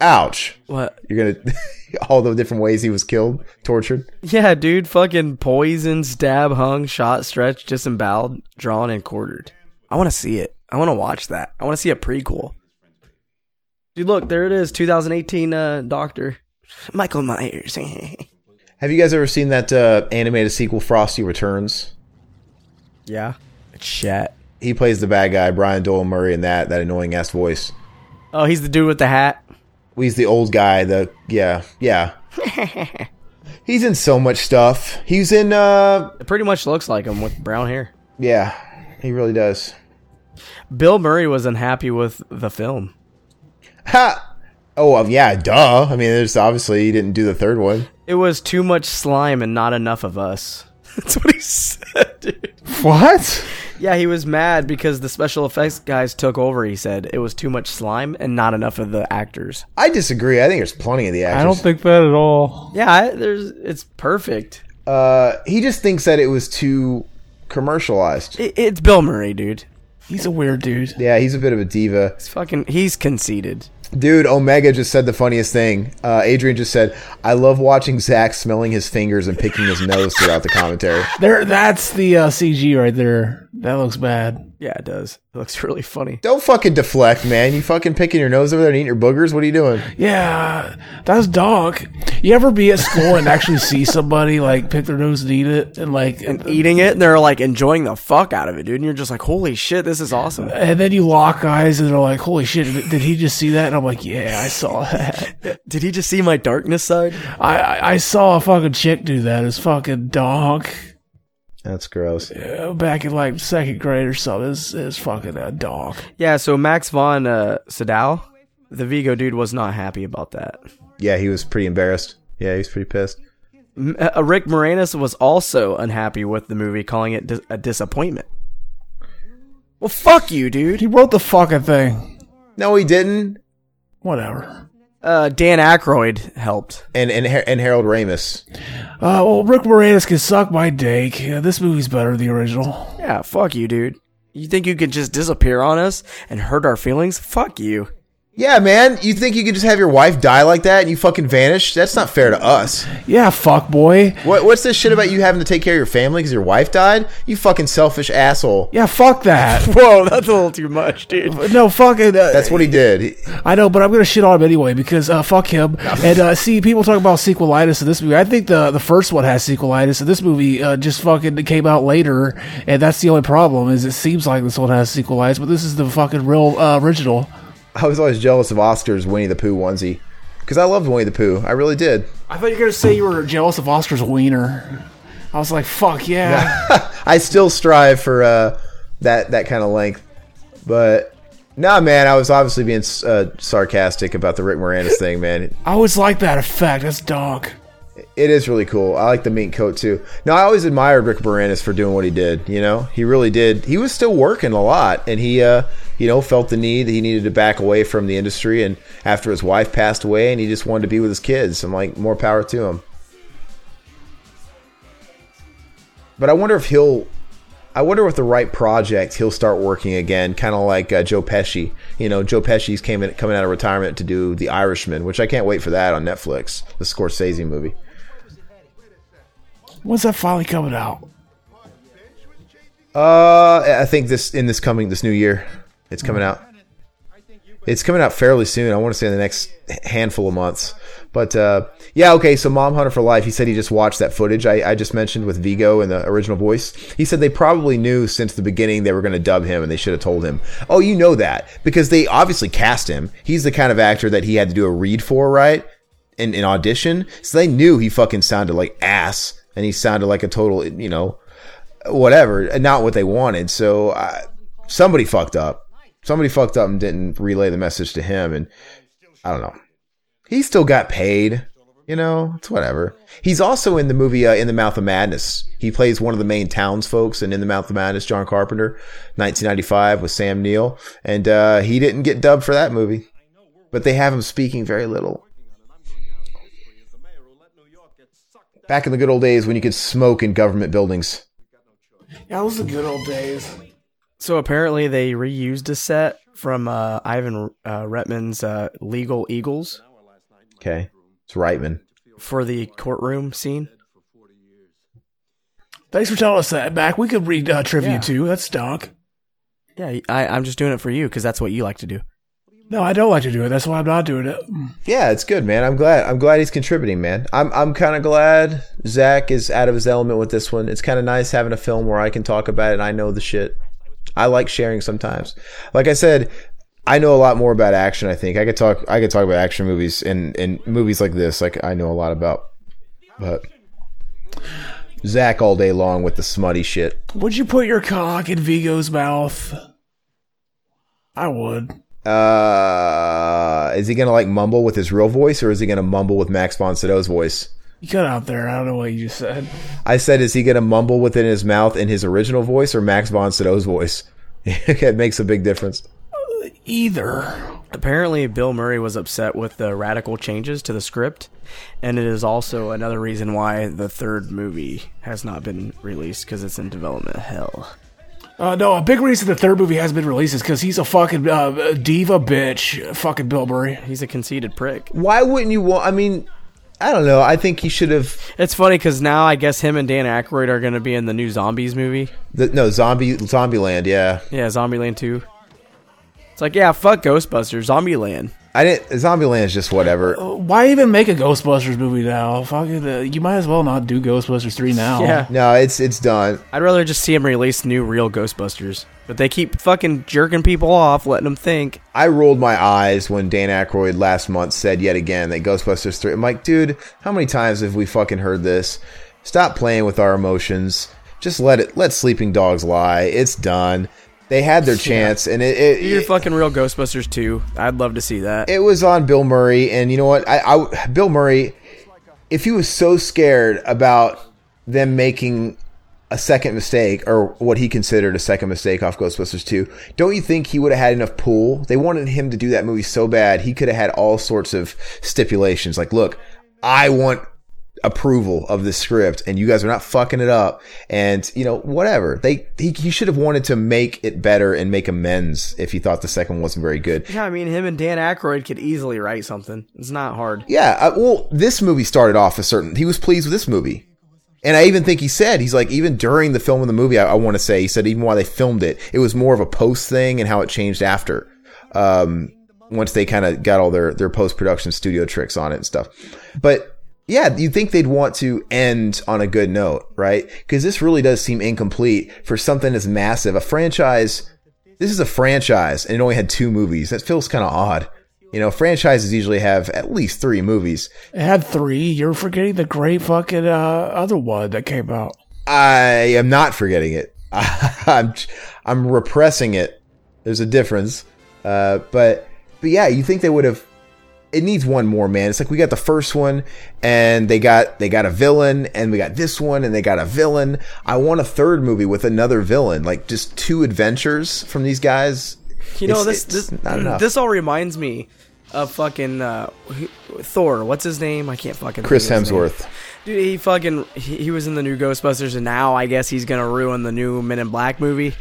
[SPEAKER 5] Ouch.
[SPEAKER 7] what?
[SPEAKER 5] You're gonna all the different ways he was killed, tortured.
[SPEAKER 7] Yeah, dude, fucking poisoned, stab, hung, shot, stretched, disemboweled, drawn, and quartered. I want to see it. I want to watch that. I want to see a prequel. Dude, look, there it is, 2018 uh, Doctor Michael Myers.
[SPEAKER 5] Have you guys ever seen that uh, animated sequel, Frosty Returns?
[SPEAKER 7] yeah, it's shit.
[SPEAKER 5] He plays the bad guy, Brian Doyle Murray, in that that annoying ass voice.
[SPEAKER 7] Oh, he's the dude with the hat.
[SPEAKER 5] Well, He's the old guy. The yeah, yeah. he's in so much stuff. He's in uh,
[SPEAKER 7] It pretty much looks like him with brown hair.
[SPEAKER 5] yeah. He really does.
[SPEAKER 7] Bill Murray was unhappy with the film.
[SPEAKER 5] Ha. Oh well, yeah, duh. I mean, there's obviously he didn't do the third one.
[SPEAKER 7] It was too much slime and not enough of us. That's what he said, dude.
[SPEAKER 1] What?
[SPEAKER 7] Yeah, he was mad because the special effects guys took over. He said it was too much slime and not enough of the actors.
[SPEAKER 5] I disagree. I think there's plenty of the actors.
[SPEAKER 1] I don't think that at all.
[SPEAKER 7] Yeah, I, there's it's perfect.
[SPEAKER 5] Uh, he just thinks that it was too commercialized.
[SPEAKER 7] It, it's Bill Murray, dude.
[SPEAKER 6] He's a weird dude.
[SPEAKER 5] Yeah, he's a bit of a diva.
[SPEAKER 7] It's fucking he's conceited.
[SPEAKER 5] Dude, Omega just said the funniest thing. Uh, Adrian just said, I love watching Zach smelling his fingers and picking his nose throughout the commentary.
[SPEAKER 6] There, that's the uh, CG right there. That looks bad.
[SPEAKER 7] Yeah, it does. It looks really funny.
[SPEAKER 5] Don't fucking deflect, man. You fucking picking your nose over there and eating your boogers? What are you doing?
[SPEAKER 6] Yeah, that's dog. You ever be at school and actually see somebody like pick their nose and eat it, and like, and,
[SPEAKER 7] And eating it, and they're like enjoying the fuck out of it, dude. And you're just like, holy shit, this is awesome.
[SPEAKER 6] then you lock eyes and they're like, "Holy shit, did did he just see that?" And I'm like, "Yeah, I saw that.
[SPEAKER 7] Did he just see my darkness side?
[SPEAKER 6] I I, I saw a fucking chick do that. It's fucking dog."
[SPEAKER 5] That's gross.
[SPEAKER 6] Uh, Back in like second grade or something, it's, it's fucking a dog.
[SPEAKER 7] Yeah, so Max von uh, Sydow, the Vigo dude, was not happy about that.
[SPEAKER 5] Yeah, he was pretty embarrassed. Yeah, he was pretty pissed.
[SPEAKER 7] M- uh, Rick Moranis was also unhappy with the movie, calling it dis- a disappointment. Well, fuck you, dude.
[SPEAKER 6] He wrote the fucking thing.
[SPEAKER 5] No, he didn't.
[SPEAKER 6] Whatever.
[SPEAKER 7] Uh, Dan Aykroyd helped.
[SPEAKER 5] And and Har- and Harold Ramis.
[SPEAKER 6] Uh, well, Rick Moranis can suck my dick. Yeah, this movie's better than the original.
[SPEAKER 7] Yeah, fuck you, dude. You think you could just disappear on us and hurt our feelings? Fuck you.
[SPEAKER 5] Yeah, man. You think you could just have your wife die like that and you fucking vanish? That's not fair to us.
[SPEAKER 6] Yeah, fuck boy.
[SPEAKER 5] What, what's this shit about you having to take care of your family because your wife died? You fucking selfish asshole.
[SPEAKER 6] Yeah, fuck that.
[SPEAKER 7] Whoa, that's a little too much, dude.
[SPEAKER 6] No, fucking. Uh,
[SPEAKER 5] That's what he did. He-
[SPEAKER 6] I know, but I'm gonna shit on him anyway because uh, fuck him. And uh, see, people talk about sequelitis in this movie. I think the the first one has sequelitis, and this movie uh, just fucking came out later, and that's the only problem. Is it seems like this one has sequelitis, but this is the fucking real uh, original.
[SPEAKER 5] I was always jealous of Oscar's Winnie the Pooh onesie because I loved Winnie the Pooh. I really did.
[SPEAKER 6] I thought you were gonna say you were jealous of Oscar's wiener. I was like, fuck yeah.
[SPEAKER 5] I still strive for uh, that that kind of length, but nah, man. I was obviously being uh, sarcastic about the Rick Moranis thing, man.
[SPEAKER 6] I always like that effect. That's dog.
[SPEAKER 5] It is really cool. I like the mink coat too. No, I always admired Rick Moranis for doing what he did. You know, he really did. He was still working a lot, and he, uh, you know, felt the need that he needed to back away from the industry. And after his wife passed away, and he just wanted to be with his kids. I'm like, more power to him. But I wonder if he'll. I wonder with the right project he'll start working again, kind of like uh, Joe Pesci. You know, Joe Pesci's came in, coming out of retirement to do The Irishman, which I can't wait for that on Netflix, the Scorsese movie.
[SPEAKER 6] When's that finally coming out?
[SPEAKER 5] Uh, I think this in this coming this new year, it's coming out. It's coming out fairly soon. I want to say in the next handful of months. But uh, yeah, okay. So Mom Hunter for Life. He said he just watched that footage I, I just mentioned with Vigo and the original voice. He said they probably knew since the beginning they were going to dub him, and they should have told him. Oh, you know that because they obviously cast him. He's the kind of actor that he had to do a read for, right? in an audition. So they knew he fucking sounded like ass and he sounded like a total, you know, whatever, not what they wanted. So I, somebody fucked up. Somebody fucked up and didn't relay the message to him. And I don't know. He still got paid. You know, it's whatever. He's also in the movie uh, In the Mouth of Madness. He plays one of the main townsfolks in In the Mouth of Madness, John Carpenter, 1995 with Sam Neill. And uh, he didn't get dubbed for that movie. But they have him speaking very little. Back in the good old days when you could smoke in government buildings.
[SPEAKER 6] Yeah, those are the good old days.
[SPEAKER 7] So apparently they reused a set from uh, Ivan uh, Reitman's uh, Legal Eagles
[SPEAKER 5] Okay. It's Reitman.
[SPEAKER 7] for the courtroom scene.
[SPEAKER 6] Thanks for telling us that, Mac. We could read uh, trivia
[SPEAKER 7] Yeah.
[SPEAKER 6] too. That's Doc.
[SPEAKER 7] Yeah, I, I'm just doing it for you because that's what you like to do.
[SPEAKER 6] No, I don't like to do it. That's why I'm not doing it.
[SPEAKER 5] Yeah, it's good, man. I'm glad. I'm glad he's contributing, man. I'm I'm kind of glad Zach is out of his element with this one. It's kind of nice having a film where I can talk about it. and I know the shit. I like sharing sometimes. Like I said, I know a lot more about action. I think I could talk. I could talk about action movies and and movies like this. Like I know a lot about, but Zach all day long with the smutty shit.
[SPEAKER 6] Would you put your cock in Vigo's mouth? I would.
[SPEAKER 5] Uh, is he gonna like mumble with his real voice, or is he gonna mumble with Max von Sydow's voice?
[SPEAKER 6] You cut out there. I don't know what you just said.
[SPEAKER 5] I said, is he going to mumble within his mouth in his original voice or Max von Sydow's voice? it makes a big difference.
[SPEAKER 6] Either.
[SPEAKER 7] Apparently, Bill Murray was upset with the radical changes to the script, and it is also another reason why the third movie has not been released because it's in development hell.
[SPEAKER 6] Uh, no, a big reason the third movie hasn't been released is because he's a fucking uh, diva bitch. Fucking Bill Murray.
[SPEAKER 7] He's a conceited prick.
[SPEAKER 5] Why wouldn't you want? I mean, I don't know. I think he should have.
[SPEAKER 7] It's funny because now I guess him and Dan Aykroyd are going to be in the new Zombies movie.
[SPEAKER 5] The, no, zombie, Zombieland. Yeah,
[SPEAKER 7] Yeah, Zombieland 2. It's like, yeah, fuck Ghostbusters, Zombieland.
[SPEAKER 5] I didn't. Zombieland is just whatever.
[SPEAKER 6] Why even make a Ghostbusters movie now? Fucking, uh, you might as well not do Ghostbusters three now.
[SPEAKER 7] Yeah.
[SPEAKER 5] No, it's it's done.
[SPEAKER 7] I'd rather just see him release new real Ghostbusters. But they keep fucking jerking people off, letting them think.
[SPEAKER 5] I rolled my eyes when Dan Aykroyd last month said yet again that Ghostbusters three. I'm like, dude, how many times have we fucking heard this? Stop playing with our emotions. Just let it. Let sleeping dogs lie. It's done. They had their chance, and it. it
[SPEAKER 7] Do your
[SPEAKER 5] it-
[SPEAKER 7] fucking real Ghostbusters too. I'd love to see that.
[SPEAKER 5] it was on Bill Murray, and you know what? I, I Bill Murray, if he was so scared about them making a second mistake or what he considered a second mistake off Ghostbusters 2, don't you think he would have had enough pull? They wanted him to do that movie so bad, he could have had all sorts of stipulations like, look, I want approval of the script and you guys are not fucking it up and you know whatever they he, he should have wanted to make it better and make amends if he thought the second wasn't very good
[SPEAKER 7] yeah, I mean, him and Dan Aykroyd could easily write something. It's not hard.
[SPEAKER 5] Yeah, I, well, this movie started off a certain. He was pleased with this movie, and I even think he said he's like even during the film of the movie. I, I want to say he said even while they filmed it, it was more of a post thing and how it changed after. Um, once they kind of got all their their post production studio tricks on it and stuff, but yeah, you'd think they'd want to end on a good note, right? Because this really does seem incomplete for something as massive a franchise. This is a franchise, and it only had two movies. That feels kind of odd. You know, franchises usually have at least three movies.
[SPEAKER 6] It had three. You're forgetting the great fucking uh, other one that came out.
[SPEAKER 5] I am not forgetting it. I'm I'm repressing it. There's a difference. Uh, but but yeah, you think they would have? It needs one more, man. It's like we got the first one, and they got they got a villain, and we got this one, and they got a villain. I want a third movie with another villain, like just two adventures from these guys.
[SPEAKER 7] You know,
[SPEAKER 5] It's-
[SPEAKER 7] this
[SPEAKER 5] it's not enough.
[SPEAKER 7] this this all reminds me of fucking uh, who- Thor. What's his name? I can't fucking. think
[SPEAKER 5] Chris
[SPEAKER 7] of his name.
[SPEAKER 5] Hemsworth.
[SPEAKER 7] Dude, he fucking he, he was in the new Ghostbusters, and now I guess he's gonna ruin the new Men in Black movie.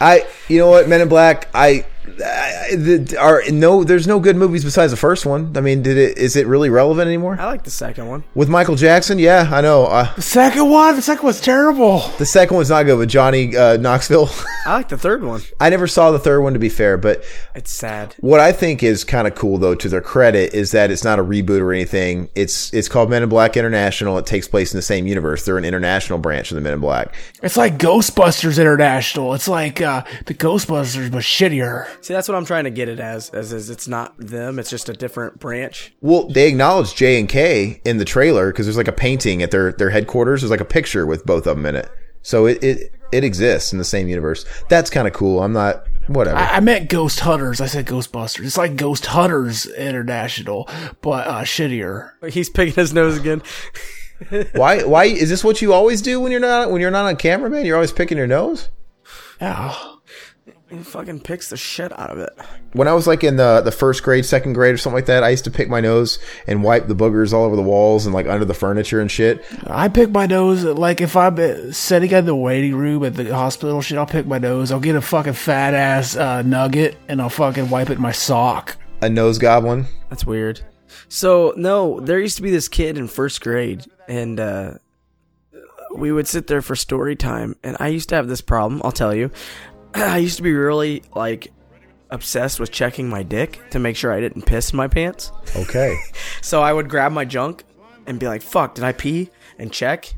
[SPEAKER 5] I, you know what, Men in Black. I, I the, are no. There's no good movies besides the first one. I mean, did it? Is it really relevant anymore?
[SPEAKER 7] I like the second one.
[SPEAKER 5] With Michael Jackson, yeah, I know. Uh,
[SPEAKER 6] The second one. The second one's terrible.
[SPEAKER 5] the second one's not good with Johnny uh, Knoxville.
[SPEAKER 7] I like the third one.
[SPEAKER 5] I never saw the third one to be fair, but
[SPEAKER 7] It's sad.
[SPEAKER 5] what I think is kind of cool though, to their credit, is that it's not a reboot or anything. It's it's called Men in Black International. It takes place in the same universe. They're an international branch of the Men in Black.
[SPEAKER 6] It's like Ghostbusters International. It's like uh, the Ghostbusters, but shittier.
[SPEAKER 7] See, that's what I'm trying to get it as, as is it's not them, it's just a different branch.
[SPEAKER 5] Well, they acknowledge J and K in the trailer because there's like a painting at their their headquarters. There's like a picture with both of them in it. So it it, it exists in the same universe. That's kind of cool. I'm not whatever.
[SPEAKER 6] I, I meant Ghost Hunters. I said Ghostbusters. It's like Ghost Hunters International, but uh, shittier.
[SPEAKER 7] He's picking his nose again.
[SPEAKER 5] why why is this what you always do when you're not when you're not on camera, man? You're always picking your nose.
[SPEAKER 6] Yeah.
[SPEAKER 7] He fucking picks the shit out of it.
[SPEAKER 5] When I was like in the the first grade, second grade, or something like that, I used to pick my nose and wipe the boogers all over the walls and like under the furniture and shit.
[SPEAKER 6] I pick my nose like if I'm uh, sitting in the waiting room at the hospital. Shit, I'll pick my nose. I'll get a fucking fat ass uh, nugget and I'll fucking wipe it in my sock.
[SPEAKER 5] A nose goblin.
[SPEAKER 7] That's weird. So no, there used to be this kid in first grade, and uh, we would sit there for story time. And I used to have this problem. I'll tell you, I used to be really like obsessed with checking my dick to make sure I didn't piss my pants.
[SPEAKER 5] Okay.
[SPEAKER 7] So I would grab my junk and be like, "Fuck, did I pee?" and check.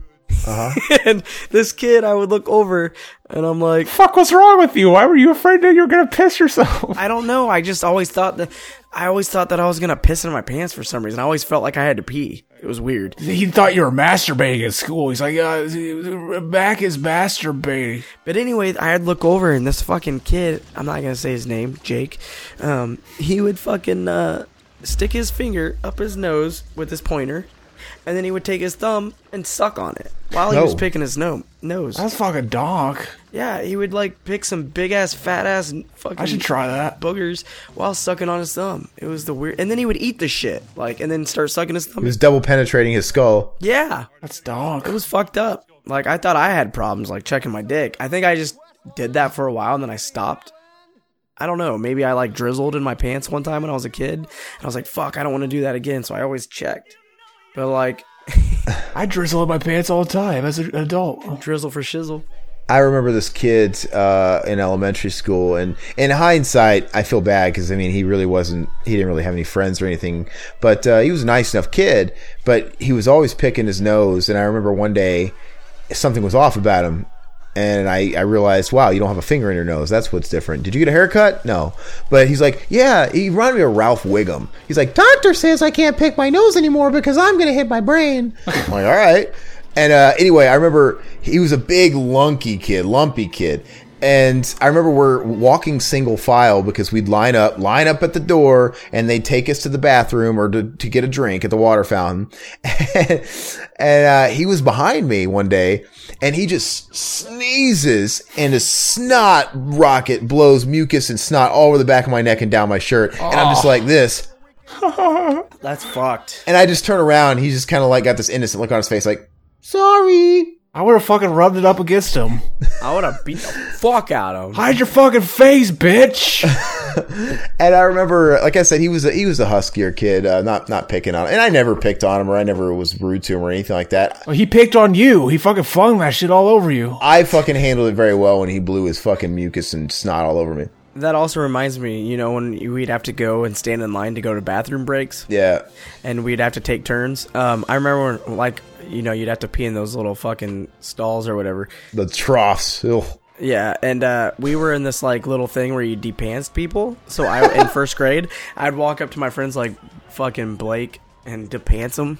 [SPEAKER 7] Uh-huh. and this kid, I would look over, and I'm like,
[SPEAKER 1] Fuck, what's wrong with you? Why were you afraid that you were gonna piss yourself?
[SPEAKER 7] I don't know. I just always thought that I always thought that I was gonna piss in my pants for some reason. I always felt like I had to pee. It was weird.
[SPEAKER 6] He thought you were masturbating at school. He's like, uh, back is masturbating.
[SPEAKER 7] But anyway, I'd look over and this fucking kid, I'm not gonna say his name, Jake, um, he would fucking uh, stick his finger up his nose with his pointer, and then he would take his thumb and suck on it while he was
[SPEAKER 5] No.
[SPEAKER 7] picking his no- nose.
[SPEAKER 6] That's fucking donk.
[SPEAKER 7] Yeah, he would like pick some big ass, fat ass, fucking.
[SPEAKER 6] I should try that.
[SPEAKER 7] boogers while sucking on his thumb. It was the weird, and then he would eat the shit, like, and then start sucking his
[SPEAKER 5] It
[SPEAKER 7] thumb.
[SPEAKER 5] was double penetrating his skull.
[SPEAKER 7] Yeah,
[SPEAKER 6] That's donk.
[SPEAKER 7] it was fucked up. Like I thought I had problems like checking my dick. I think I just did that for a while and then I stopped. I don't know. Maybe I like drizzled in my pants one time when I was a kid, and I was like, "Fuck, I don't want to do that again." So I always checked. But like
[SPEAKER 6] I drizzle in my pants all the time as an adult.
[SPEAKER 7] drizzle for shizzle.
[SPEAKER 5] I remember this kid uh, in elementary school, and in hindsight, I feel bad because I mean he really wasn't. He didn't really have any friends or anything, but uh, he was a nice enough kid. But he was always picking his nose, and I remember one day something was off about him. And I, I realized, wow, you don't have a finger in your nose. That's what's different. Did you get a haircut? No. But he's like, yeah, he reminded me of Ralph Wiggum. He's like, doctor says I can't pick my nose anymore because I'm going to hit my brain. I'm like, all right. And uh, anyway, I remember he was a big, lunky kid, lumpy kid. And I remember we're walking single file because we'd line up, line up at the door, and they'd take us to the bathroom or to, to get a drink at the water fountain. and uh, he was behind me one day, and he just sneezes, and a snot rocket blows mucus and snot all over the back of my neck and down my shirt. And I'm just like this.
[SPEAKER 7] That's fucked.
[SPEAKER 5] And I just turn around, and he's just kind of like got this innocent look on his face, like, sorry.
[SPEAKER 6] I would have fucking rubbed it up against him.
[SPEAKER 7] I would have beat the fuck out of him.
[SPEAKER 6] Hide your fucking face, bitch.
[SPEAKER 5] And I remember, like I said, he was a, he was a huskier kid, uh, not not picking on him, and I never picked on him or I never was rude to him or anything like that.
[SPEAKER 6] Well, he picked on you. He fucking flung that shit all over you.
[SPEAKER 5] I fucking handled it very well when he blew his fucking mucus and snot all over me.
[SPEAKER 7] That also reminds me, you know, when we'd have to go and stand in line to go to bathroom breaks.
[SPEAKER 5] Yeah,
[SPEAKER 7] and we'd have to take turns. Um, I remember when, like, you know, you'd have to pee in those little fucking stalls or whatever.
[SPEAKER 5] the troughs. Ugh.
[SPEAKER 7] Yeah, and uh, we were in this like little thing where you depantsed people. So I in first grade, I'd walk up to my friends like fucking Blake and depants him,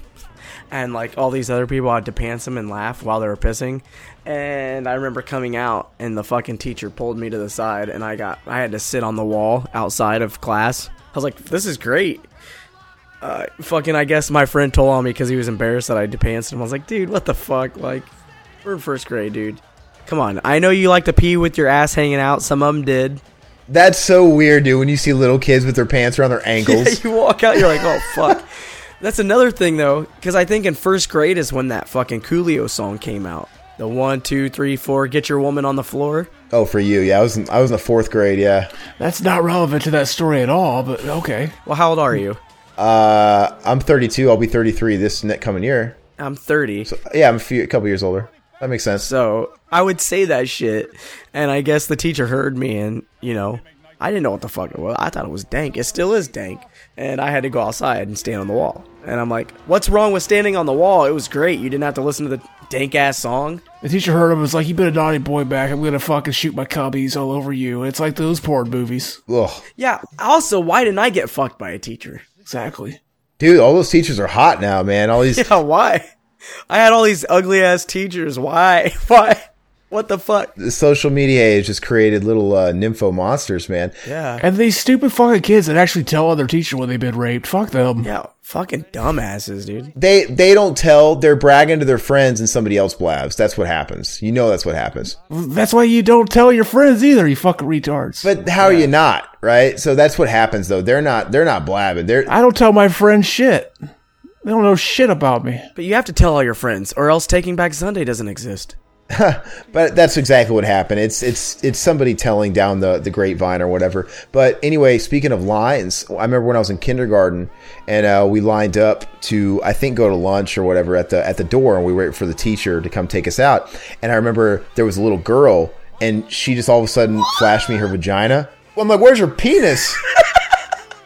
[SPEAKER 7] and like all these other people, I'd depants them and laugh while they were pissing. And I remember coming out, and the fucking teacher pulled me to the side, and I got I had to sit on the wall outside of class. I was like, this is great. Uh, fucking, I guess my friend told on me because he was embarrassed that I depantsed him. I was like, dude, what the fuck? Like, we're in first grade, dude. Come on. I know you like to pee with your ass hanging out. Some of them did.
[SPEAKER 5] That's so weird, dude. When you see little kids with their pants around their ankles,
[SPEAKER 7] you walk out, you're like, oh, fuck. That's another thing, though, because I think in first grade is when that fucking Coolio song came out. The one, two, three, four, get your woman on the floor.
[SPEAKER 5] oh, for you, yeah. I was in, I was in the fourth grade, yeah.
[SPEAKER 6] That's not relevant to that story at all, but okay.
[SPEAKER 7] Well, how old are you?
[SPEAKER 5] Uh, I'm 32. I'll be 33 this next coming year.
[SPEAKER 7] I'm 30. So,
[SPEAKER 5] Yeah, I'm a few, a couple years older. That makes sense.
[SPEAKER 7] I would say that shit. And I guess the teacher heard me and, you know, I didn't know what the fuck it was. I thought it was dank. It still is dank. And I had to go outside and stand on the wall. And I'm like, what's wrong with standing on the wall? It was great. You didn't have to listen to the dank ass song.
[SPEAKER 6] The teacher heard him and was like, You've been a naughty boy back. I'm going to fucking shoot my cubbies all over you. It's like those porn movies.
[SPEAKER 5] Ugh.
[SPEAKER 7] Yeah. Also, why didn't I get fucked by a teacher?
[SPEAKER 6] Exactly.
[SPEAKER 5] Dude, all those teachers are hot now, man. All these
[SPEAKER 7] Yeah, why? I had all these ugly ass teachers. Why? Why? What the fuck?
[SPEAKER 5] The social media age has created little uh, nympho monsters, man.
[SPEAKER 7] Yeah.
[SPEAKER 6] And these stupid fucking kids that actually tell other teacher when they've been raped. Fuck them.
[SPEAKER 7] Yeah. Fucking dumbasses, dude.
[SPEAKER 5] They they don't tell. They're bragging to their friends, and somebody else blabs. That's what happens. You know that's what happens.
[SPEAKER 6] That's why you don't tell your friends either. You fucking retards.
[SPEAKER 5] But how are you not right? So that's what happens though. They're not they're not blabbing. They're
[SPEAKER 6] I don't tell my friends shit. They don't know shit about me.
[SPEAKER 7] But you have to tell all your friends, or else Taking Back Sunday doesn't exist.
[SPEAKER 5] But that's exactly what happened. It's it's it's somebody telling down the the grapevine or whatever. But anyway, speaking of lines, I remember when I was in kindergarten and uh, we lined up to I think go to lunch or whatever at the at the door, and we waited for the teacher to come take us out. And I remember there was a little girl, and she just all of a sudden flashed me her vagina. Well, I'm like, "Where's your penis?"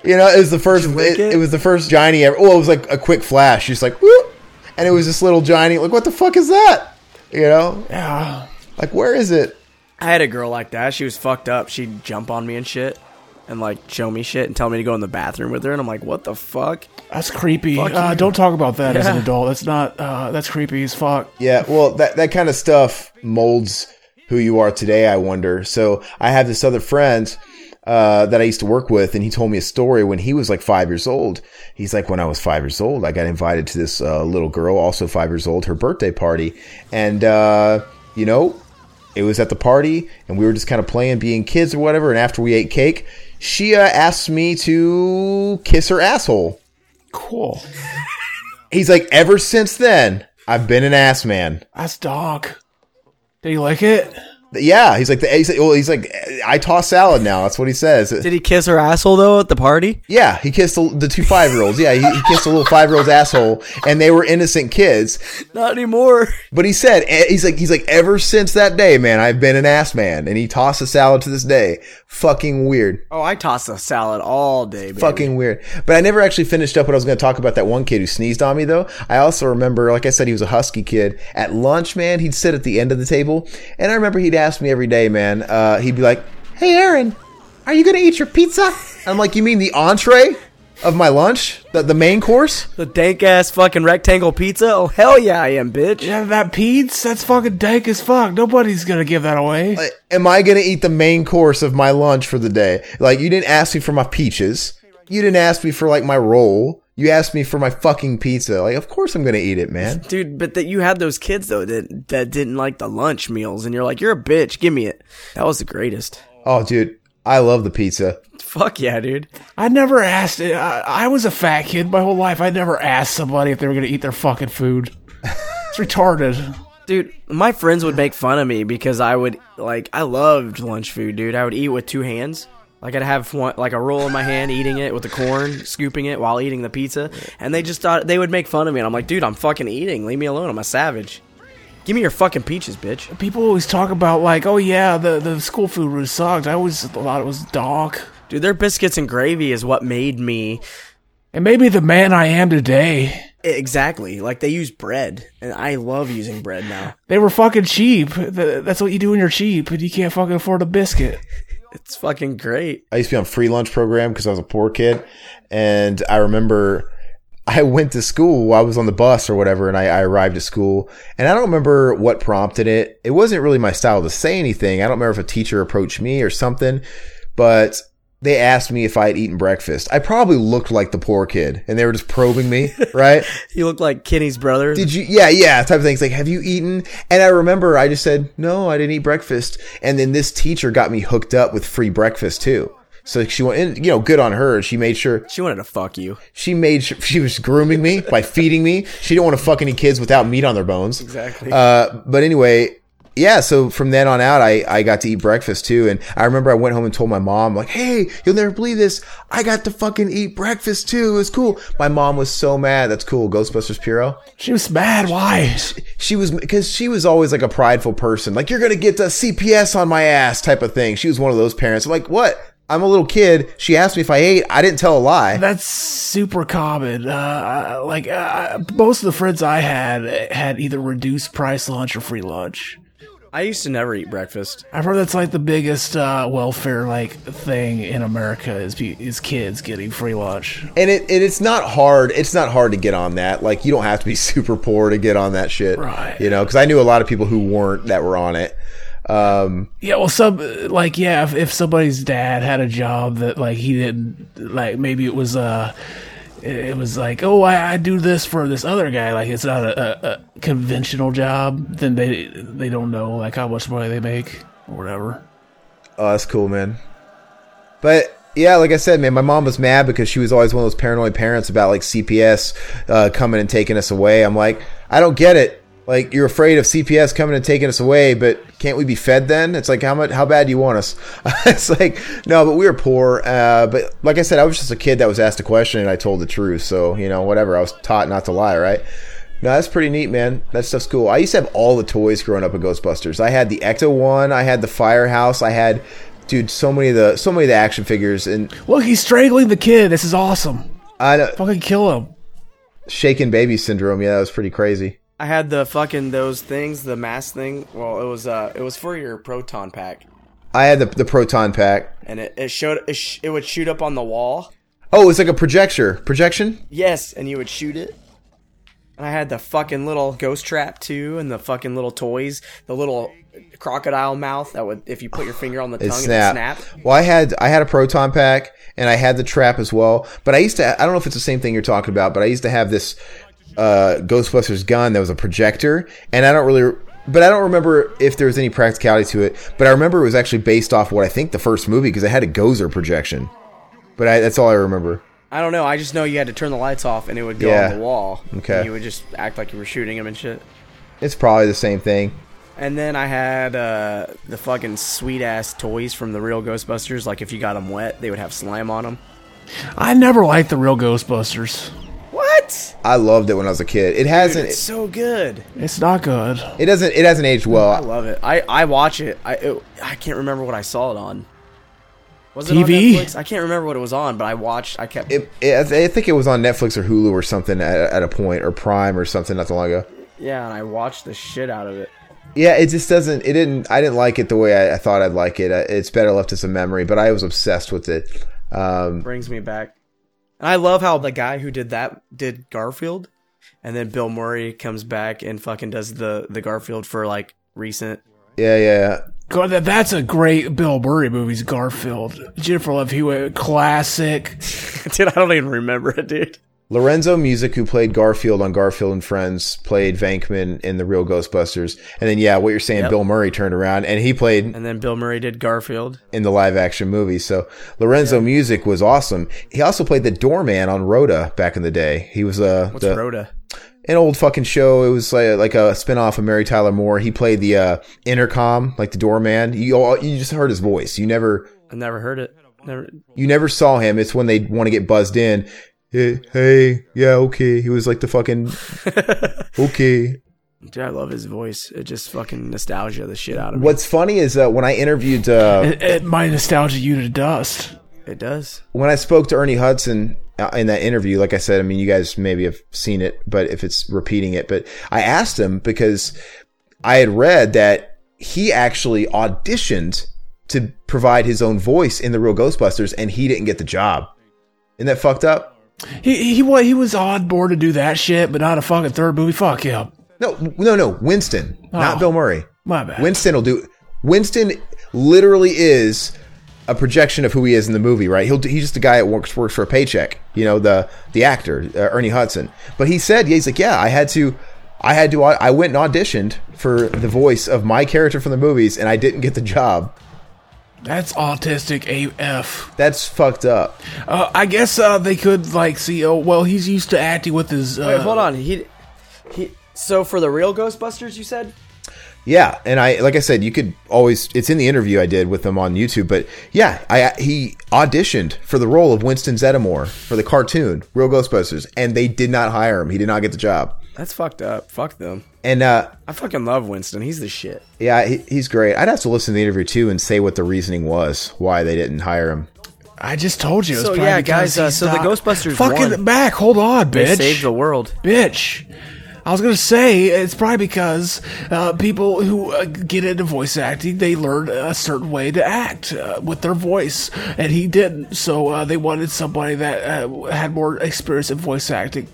[SPEAKER 5] you know, it was the first. It,
[SPEAKER 7] it?
[SPEAKER 5] it was the first Johnny ever. Well, it was like a quick flash. She's like, "Whoop," and it was this little Johnny. Like, what the fuck is that? You know,
[SPEAKER 6] Yeah.
[SPEAKER 5] like where is it?
[SPEAKER 7] I had a girl like that. She was fucked up. She'd jump on me and shit, and like show me shit and tell me to go in the bathroom with her. And I'm like, what the fuck?
[SPEAKER 6] That's creepy. Uh, don't talk about that as an adult. That's not. Uh, that's creepy as fuck.
[SPEAKER 5] Yeah, well, that that kind of stuff molds who you are today. I wonder. So I have this other friend uh, that I used to work with, and he told me a story when he was like five years old. He's like, when I was five years old, I got invited to this uh, little girl, also five years old, her birthday party, and uh, you know, it was at the party, and we were just kind of playing, being kids or whatever. And after we ate cake, she uh, asked me to kiss her asshole.
[SPEAKER 6] Cool.
[SPEAKER 5] He's like, ever since then, I've been an ass man.
[SPEAKER 6] That's dog. Do you like it?
[SPEAKER 5] Yeah, he's like the he's like, well, he's like I toss salad now. That's what he says.
[SPEAKER 7] Did he kiss her asshole though at the party?
[SPEAKER 5] yeah, he kissed the, the two five year olds. Yeah, he, he kissed a little five year old's asshole, and they were innocent kids.
[SPEAKER 7] Not anymore.
[SPEAKER 5] But he said eh, he's like he's like ever since that day, man, I've been an ass man, and he tossed a salad to this day. Fucking weird,
[SPEAKER 7] Oh, I toss a salad all day. Baby.
[SPEAKER 5] fucking weird. But I never actually finished up what I was going to talk about. That one kid who sneezed on me, though. I also remember, like I said, he was a husky kid. At lunch, man, he'd sit at the end of the table, and I remember he'd ask me every day, man. Uh, he'd be like, "Hey, Aaron, are you gonna eat your pizza? I'm like, you mean the entree of my lunch, the, the main course?
[SPEAKER 7] the dank ass fucking rectangle pizza. Oh hell yeah, I am, bitch.
[SPEAKER 6] Yeah, that Pete's. That's fucking dank as fuck. Nobody's gonna give that away.
[SPEAKER 5] Uh, Am I gonna eat the main course of my lunch for the day? Like, you didn't ask me for my peaches. You didn't ask me for like my roll. You asked me for my fucking pizza. Like, of course I'm gonna eat it, man.
[SPEAKER 7] Dude, but that you had those kids though that that didn't like the lunch meals, and you're like, you're a bitch. Give me it. That was the greatest.
[SPEAKER 5] Oh, dude, I love the pizza.
[SPEAKER 7] Fuck yeah, dude.
[SPEAKER 6] I never asked it. I, I was a fat kid my whole life. I never asked somebody if they were gonna eat their fucking food. It's retarded.
[SPEAKER 7] Dude, my friends would make fun of me because I would like I loved lunch food, dude. I would eat with two hands. Like I'd have one like a roll in my hand, eating it with the corn, scooping it while eating the pizza, and they just thought they would make fun of me. And I'm like, dude, I'm fucking eating. Leave me alone. I'm a savage. Give me your fucking peaches, bitch.
[SPEAKER 6] People always talk about like, oh yeah, the the school food was sucked. I always thought it was dog.
[SPEAKER 7] Dude, their biscuits and gravy is what made me
[SPEAKER 6] And maybe the man I am today.
[SPEAKER 7] exactly like they use bread, and I love using bread now.
[SPEAKER 6] They were fucking cheap. Th- That's what you do when you're cheap and you can't fucking afford a biscuit.
[SPEAKER 7] It's fucking great.
[SPEAKER 5] I used to be on free lunch program because I was a poor kid, and I remember I went to school. I was on the bus or whatever, and I, I arrived at school, and I don't remember what prompted it. It wasn't really my style to say anything. I don't remember if a teacher approached me or something, but they asked me if I had eaten breakfast. I probably looked like the poor kid, and they were just probing me, right?
[SPEAKER 7] You look like Kenny's brother.
[SPEAKER 5] Did you? Yeah, yeah, type of things. Like, have you eaten? And I remember I just said, no, I didn't eat breakfast. And then this teacher got me hooked up with free breakfast too. So she went, and, you know, good on her. She made sure
[SPEAKER 7] she wanted to fuck you.
[SPEAKER 5] she made sure she was grooming me by feeding me. She didn't want to fuck any kids without meat on their bones.
[SPEAKER 7] Exactly.
[SPEAKER 5] Uh, but anyway, yeah. So from then on out, I, I got to eat breakfast too. And I remember I went home and told my mom, like, hey, you'll never believe this. I got to fucking eat breakfast too. It was cool. My mom was so mad. That's cool. Ghostbusters Puro.
[SPEAKER 6] She was mad. Why?
[SPEAKER 5] She was because she was always like a prideful person, like you're gonna get the CPS on my ass type of thing. She was one of those parents. I'm like, what? I'm a little kid. She asked me if I ate. I didn't tell a lie.
[SPEAKER 6] That's super common. Uh, like uh, most of the friends I had had either reduced price lunch or free lunch.
[SPEAKER 7] I used to never eat breakfast.
[SPEAKER 6] I've heard that's like the biggest uh, welfare like thing in America is pe- is kids getting free lunch.
[SPEAKER 5] And it, and it's not hard. It's not hard to get on that. Like you don't have to be super poor to get on that shit.
[SPEAKER 6] Right.
[SPEAKER 5] You know, because I knew a lot of people who weren't that were on it. Um,
[SPEAKER 6] Yeah, well, some like yeah, if, if somebody's dad had a job that like he didn't like, maybe it was uh, it it was like oh I, I do this for this other guy. Like it's not a, a, a conventional job. Then they they don't know like how much money they make or whatever.
[SPEAKER 5] Oh, that's cool, man. But yeah, like I said, man, my mom was mad because she was always one of those paranoid parents about like CPS uh, coming and taking us away. I'm like, I don't get it. Like you're afraid of CPS coming and taking us away, but can't we be fed then? It's like how much, how bad do you want us? it's like no, but we were poor. Uh, but like I said, I was just a kid that was asked a question and I told the truth. So you know, whatever. I was taught not to lie, right? No, that's pretty neat, man. That stuff's cool. I used to have all the toys growing up at Ghostbusters. I had the Ecto one, I had the Firehouse, I had, dude, so many of the so many of the action figures, and
[SPEAKER 6] Look, he's strangling the kid. This is awesome.
[SPEAKER 5] I know,
[SPEAKER 6] Fucking kill him.
[SPEAKER 5] shaken baby syndrome. Yeah, that was pretty crazy.
[SPEAKER 7] I had the fucking those things, the mask thing. Well, it was uh, it was for your proton pack,
[SPEAKER 5] I had the the proton pack.
[SPEAKER 7] and it, it showed it, sh- it would shoot up on the wall.
[SPEAKER 5] Oh, it's like a projector projection.
[SPEAKER 7] Yes, and you would shoot it. And I had the fucking little ghost trap too, and the fucking little toys, the little crocodile mouth that would if you put your finger on the tongue,
[SPEAKER 5] It
[SPEAKER 7] it would
[SPEAKER 5] snapped.
[SPEAKER 7] snap.
[SPEAKER 5] Well, I had I had a proton pack and I had the trap as well. But I used to I don't know if it's the same thing you're talking about, but I used to have this uh, Ghostbusters gun that was a projector, and I don't really. But I don't remember if there was any practicality to it. But I remember it was actually based off what I think the first movie because it had a Gozer projection. But I, that's all I remember.
[SPEAKER 7] I don't know. I just know you had to turn the lights off, and it would go
[SPEAKER 5] Yeah.
[SPEAKER 7] on the wall.
[SPEAKER 5] Okay.
[SPEAKER 7] And you would just act like you were shooting him and shit.
[SPEAKER 5] It's probably the same thing.
[SPEAKER 7] And then I had uh, the fucking sweet ass toys from the real Ghostbusters. Like if you got them wet, they would have slime on them.
[SPEAKER 6] I never liked the real Ghostbusters.
[SPEAKER 7] What?
[SPEAKER 5] I loved it when I was a kid. It hasn't.
[SPEAKER 7] It's so good.
[SPEAKER 6] It's not good.
[SPEAKER 5] It doesn't. It hasn't aged
[SPEAKER 7] I
[SPEAKER 5] well.
[SPEAKER 7] love it. I, I watch it. I it, I can't remember what I saw it on. Was it
[SPEAKER 6] TV?
[SPEAKER 7] on Netflix? I can't remember what it was on, but I watched. I kept.
[SPEAKER 5] It, it, I think it was on Netflix or Hulu or something at, at a point or Prime or something not too long ago.
[SPEAKER 7] yeah, and I watched the shit out of it.
[SPEAKER 5] Yeah, it just doesn't. It didn't. I didn't like it the way I, I thought I'd like it. Uh, It's better left as a memory, but I was obsessed with it. Um,
[SPEAKER 7] Brings me back. And I love how the guy who did that did Garfield, and then Bill Murray comes back and fucking does the the Garfield for like recent.
[SPEAKER 5] yeah, yeah.
[SPEAKER 6] God, that, that's a great Bill Murray movie's Garfield. Jennifer Love Hewitt, classic.
[SPEAKER 7] dude, I don't even remember it, dude.
[SPEAKER 5] Lorenzo Music, who played Garfield on Garfield and Friends, played Vankman in the Real Ghostbusters, and then yeah, what you're saying,
[SPEAKER 7] Yep.
[SPEAKER 5] Bill Murray turned around and he played
[SPEAKER 7] And then Bill Murray did Garfield.
[SPEAKER 5] in the live action movie. So Lorenzo Music was awesome. He also played the doorman on Rhoda back in the day. He was uh,
[SPEAKER 7] What's
[SPEAKER 5] the,
[SPEAKER 7] Rhoda?
[SPEAKER 5] an old fucking show. It was like, like a spinoff of Mary Tyler Moore. He played the uh, intercom, like the doorman. You all, you just heard his voice. You never
[SPEAKER 7] I never heard it. Never.
[SPEAKER 5] you never saw him. It's when they want to get buzzed in. Hey, hey, yeah, okay. He was like the fucking okay.
[SPEAKER 7] Dude, I love his voice. It just fucking nostalgia the shit out of me.
[SPEAKER 5] What's funny is uh, when I interviewed uh,
[SPEAKER 6] It, it might nostalgia you to dust.
[SPEAKER 7] It does.
[SPEAKER 5] when I spoke to Ernie Hudson uh, in that interview, like I said, I mean, you guys maybe have seen it, but if it's repeating it, but I asked him because I had read that he actually auditioned to provide his own voice in the real Ghostbusters and he didn't get the job. Isn't that fucked up?
[SPEAKER 6] He he was he was on board to do that shit, but not a fucking third movie. Fuck him.
[SPEAKER 5] No, no, no. Winston, not
[SPEAKER 6] Oh.
[SPEAKER 5] Bill Murray.
[SPEAKER 6] My bad.
[SPEAKER 5] Winston will do. Winston literally is a projection of who he is in the movie, right? He'll do, he's just a guy that works works for a paycheck. You know the the actor uh, Ernie Hudson. But he said, yeah, he's like, yeah, I had to, I had to, I went and auditioned for the voice of my character from the movies, and I didn't get the job.
[SPEAKER 6] That's autistic AF.
[SPEAKER 5] That's fucked up.
[SPEAKER 6] Uh, I guess uh, they could like see. Oh well, he's used to acting with his. Uh,
[SPEAKER 7] Wait, hold on. He, he. So for the real Ghostbusters, you said?
[SPEAKER 5] Yeah, and I like I said, you could always. It's in the interview I did with him on YouTube, but yeah, I he auditioned for the role of Winston Zeddemore for the cartoon Real Ghostbusters, and they did not hire him. He did not get the job.
[SPEAKER 7] That's fucked up. Fuck them.
[SPEAKER 5] And uh,
[SPEAKER 7] I fucking love Winston. He's the shit.
[SPEAKER 5] yeah, he, he's great. I'd have to listen to the interview too and say what the reasoning was why they didn't hire him.
[SPEAKER 6] I just told you. It was
[SPEAKER 7] So,
[SPEAKER 6] probably
[SPEAKER 7] yeah,
[SPEAKER 6] because
[SPEAKER 7] guys, uh,
[SPEAKER 6] he's
[SPEAKER 7] so the
[SPEAKER 6] not-
[SPEAKER 7] Ghostbusters
[SPEAKER 6] Fucking
[SPEAKER 7] won.
[SPEAKER 6] back. Hold on,
[SPEAKER 7] They
[SPEAKER 6] bitch.
[SPEAKER 7] saved the world.
[SPEAKER 6] bitch. I was gonna say it's probably because uh, people who uh, get into voice acting they learn a certain way to act uh, with their voice, and he didn't. So uh, they wanted somebody that uh, had more experience in voice acting.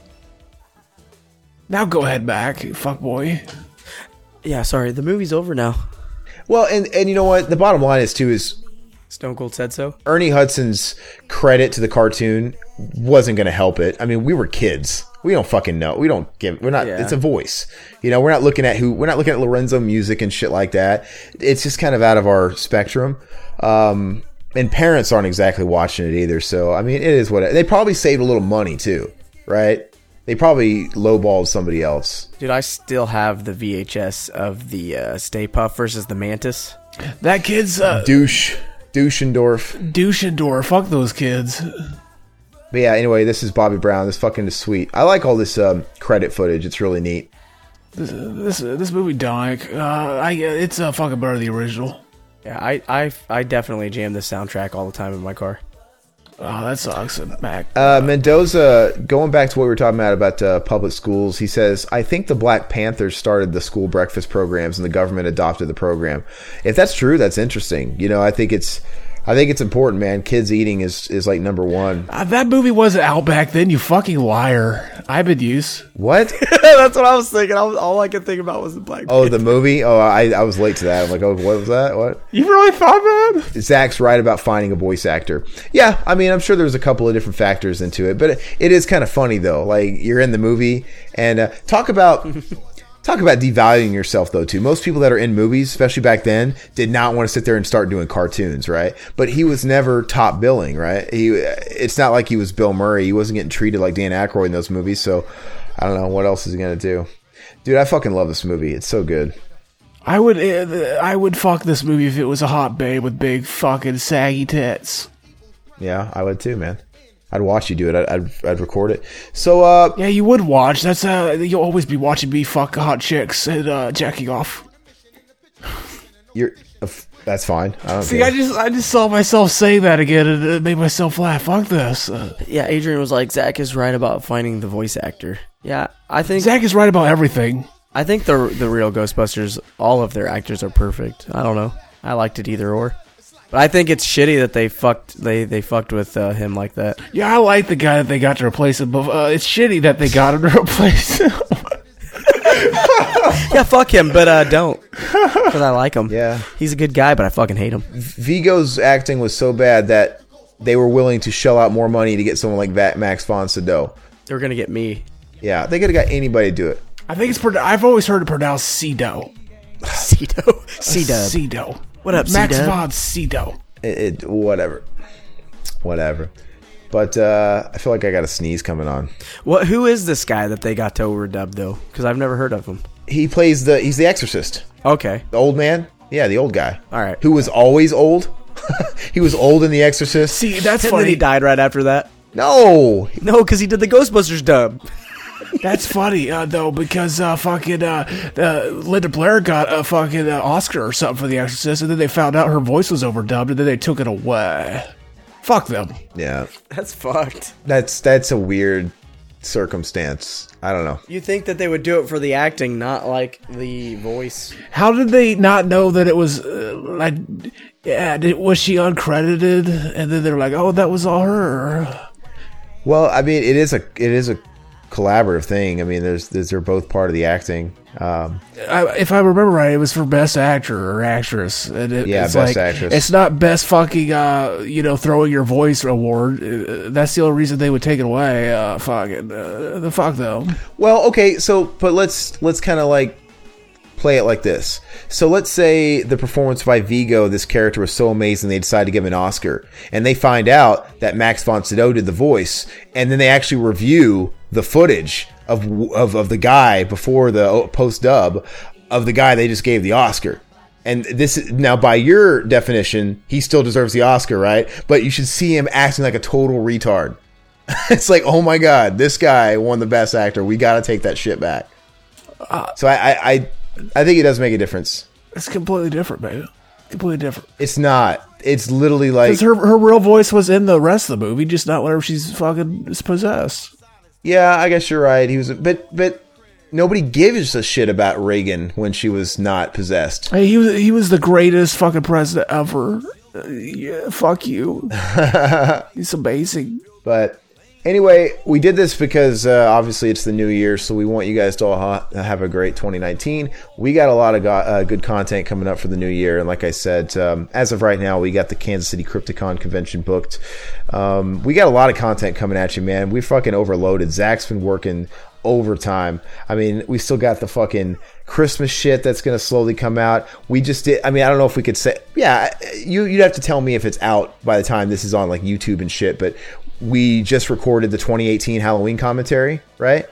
[SPEAKER 6] Now go ahead, Mac, you fuck boy.
[SPEAKER 7] Yeah, sorry. The movie's over now.
[SPEAKER 5] Well, and and you know what? The bottom line is too is
[SPEAKER 7] Stone Cold said so.
[SPEAKER 5] Ernie Hudson's credit to the cartoon wasn't going to help it. I mean, we were kids. We don't fucking know. We don't give. We're not.
[SPEAKER 7] Yeah.
[SPEAKER 5] It's a voice. You know, we're not looking at who. We're not looking at Lorenzo music and shit like that. It's just kind of out of our spectrum. Um, and parents aren't exactly watching it either. So I mean, it is what it, they probably saved a little money too, right? They probably lowballed somebody else.
[SPEAKER 7] Dude, I still have the VHS of the uh, Stay Puff versus the Mantis.
[SPEAKER 6] That kid's uh,
[SPEAKER 5] Douche, Douchendorf.
[SPEAKER 6] douche and door. Fuck those kids.
[SPEAKER 5] But yeah, anyway, this is Bobby Brown. This fucking is sweet. I like all this um, credit footage. It's really neat.
[SPEAKER 6] This this movie, Dike. Uh, I it's uh, fucking better than the original.
[SPEAKER 7] Yeah, I, I, I definitely jam this soundtrack all the time in my car.
[SPEAKER 6] Oh, that sucks, Mac.
[SPEAKER 5] Uh, Mendoza, going back to what we were talking about about uh, public schools, he says, I think the Black Panthers started the school breakfast programs and the government adopted the program. If that's true, that's interesting. You know, I think it's, I think it's important, man. Kids eating is is like number one.
[SPEAKER 6] Uh, that movie wasn't out back then, you fucking liar. I've been used.
[SPEAKER 5] What?
[SPEAKER 7] That's what I was thinking. I was, all I could think about was the black.
[SPEAKER 5] Oh, the movie. Oh, I I was late to that. I'm like, oh, what was that? What?
[SPEAKER 6] You really thought that?
[SPEAKER 5] Zach's right about finding a voice actor. Yeah, I mean, I'm sure there's a couple of different factors into it, but it, it is kind of funny though. Like you're in the movie and uh, talk about talk about devaluing yourself though too. Most people that are in movies, especially back then, did not want to sit there and start doing cartoons, right? But he was never top billing, right? He it's not like he was Bill Murray. He wasn't getting treated like Dan Aykroyd in those movies. So I don't know what else is he gonna do. Dude, I fucking love this movie. It's so good.
[SPEAKER 6] I would uh, I would fuck this movie if it was a hot babe with big fucking saggy tits.
[SPEAKER 5] Yeah, I would too, man. I'd watch you do it. I'd, I'd, I'd record it. So, uh,
[SPEAKER 6] Yeah, you would watch. That's uh you'll always be watching me fuck hot chicks and uh jacking off.
[SPEAKER 5] You're uh, f- that's fine. I don't
[SPEAKER 6] See,
[SPEAKER 5] care.
[SPEAKER 6] I just I just saw myself say that again and it made myself laugh. Fuck this. Uh,
[SPEAKER 7] Yeah, Adrian was like, Zach is right about finding the voice actor. Yeah, I think
[SPEAKER 6] Zach is right about everything.
[SPEAKER 7] I think the the real Ghostbusters, all of their actors are perfect. I don't know. I liked it either or, but I think it's shitty that they fucked they they fucked with uh, him like that.
[SPEAKER 6] Yeah, I like the guy that they got to replace him, but uh, it's shitty that they got him to replace him.
[SPEAKER 7] Yeah, fuck him, but uh, don't because I like him.
[SPEAKER 5] Yeah.
[SPEAKER 7] he's a good guy, but I fucking hate him.
[SPEAKER 5] Vigo's acting was so bad that they were willing to shell out more money to get someone like that, Max von Sydow.
[SPEAKER 7] They're gonna get me.
[SPEAKER 5] Yeah, they could have got anybody to do it.
[SPEAKER 6] I think it's pro- I've always heard it pronounced Cedo.
[SPEAKER 7] Cito, Cito.
[SPEAKER 6] Cedo.
[SPEAKER 7] What up,
[SPEAKER 6] Max
[SPEAKER 7] C-Dub?
[SPEAKER 6] von Cedo.
[SPEAKER 5] It, it whatever, whatever. But uh, I feel like I got a sneeze coming on.
[SPEAKER 7] What? Who is this guy that they got to overdub though? Because I've never heard of him.
[SPEAKER 5] He plays the he's the Exorcist,
[SPEAKER 7] Okay,
[SPEAKER 5] the old man. Yeah, the old guy.
[SPEAKER 7] All right.
[SPEAKER 5] who was always old. he was old in the Exorcist.
[SPEAKER 6] See, that's
[SPEAKER 7] and then he
[SPEAKER 6] funny.
[SPEAKER 7] died right after that.
[SPEAKER 5] No,
[SPEAKER 7] No, because he did the Ghostbusters dub.
[SPEAKER 6] That's funny uh, though because uh, fucking uh, uh, Linda Blair got a fucking uh, Oscar or something for The Exorcist, and then they found out her voice was overdubbed, and then they took it away. Fuck them.
[SPEAKER 5] yeah,
[SPEAKER 7] That's fucked.
[SPEAKER 5] that's that's a weird circumstance. I don't know.
[SPEAKER 7] You think that they would do it for the acting, not like the voice?
[SPEAKER 6] How did they not know that it was? Uh, like, yeah, did, was she uncredited? And then they're like, "Oh, that was all her."
[SPEAKER 5] Well, I mean, it is a it is a collaborative thing. I mean, there's, there's they're both part of the acting. Um,
[SPEAKER 6] I, if I remember right, it was for best actor or actress. And it,
[SPEAKER 5] Yeah,
[SPEAKER 6] it's
[SPEAKER 5] best
[SPEAKER 6] like,
[SPEAKER 5] actress.
[SPEAKER 6] It's not best fucking, uh, you know, throwing your voice award. Uh, That's the only reason they would take it away. Uh, fucking, uh, the fuck though.
[SPEAKER 5] well, okay, so but let's let's kind of like play it like this. So let's say the performance by Vigo, this character was so amazing they decide to give him an Oscar, and they find out that Max von Sydow did the voice, and then they actually review the footage of of, of the guy before the post dub of the guy they just gave the Oscar. And this is now by your definition, he still deserves the Oscar, right? But you should see him acting like a total retard. it's like, oh my god, this guy won the best actor. We got to take that shit back. so I, I, I, I think it does make a difference.
[SPEAKER 6] It's completely different, man. Completely different.
[SPEAKER 5] It's not. It's literally like,
[SPEAKER 6] Because her her real voice was in the rest of the movie, just not whenever she's fucking possessed.
[SPEAKER 5] yeah, I guess you're right. He was, a, but, but nobody gives a shit about Reagan when she was not possessed.
[SPEAKER 6] Hey, he was he was the greatest fucking president ever. Uh, yeah, fuck you. He's amazing.
[SPEAKER 5] But anyway, we did this because uh, obviously it's the new year, so we want you guys to all ha- have a great 2019. We got a lot of go- uh, good content coming up for the new year, and like I said, um, as of right now, we got the Kansas City Crypticon convention booked. Um, we got a lot of content coming at you, man. We fucking overloaded. Zach's been working overtime. I mean, we still got the fucking Christmas shit that's going to slowly come out. We just did. I mean, I don't know if we could say. Yeah, you you'd have to tell me if it's out by the time this is on like YouTube and shit. But we just recorded the 2018 Halloween commentary, right?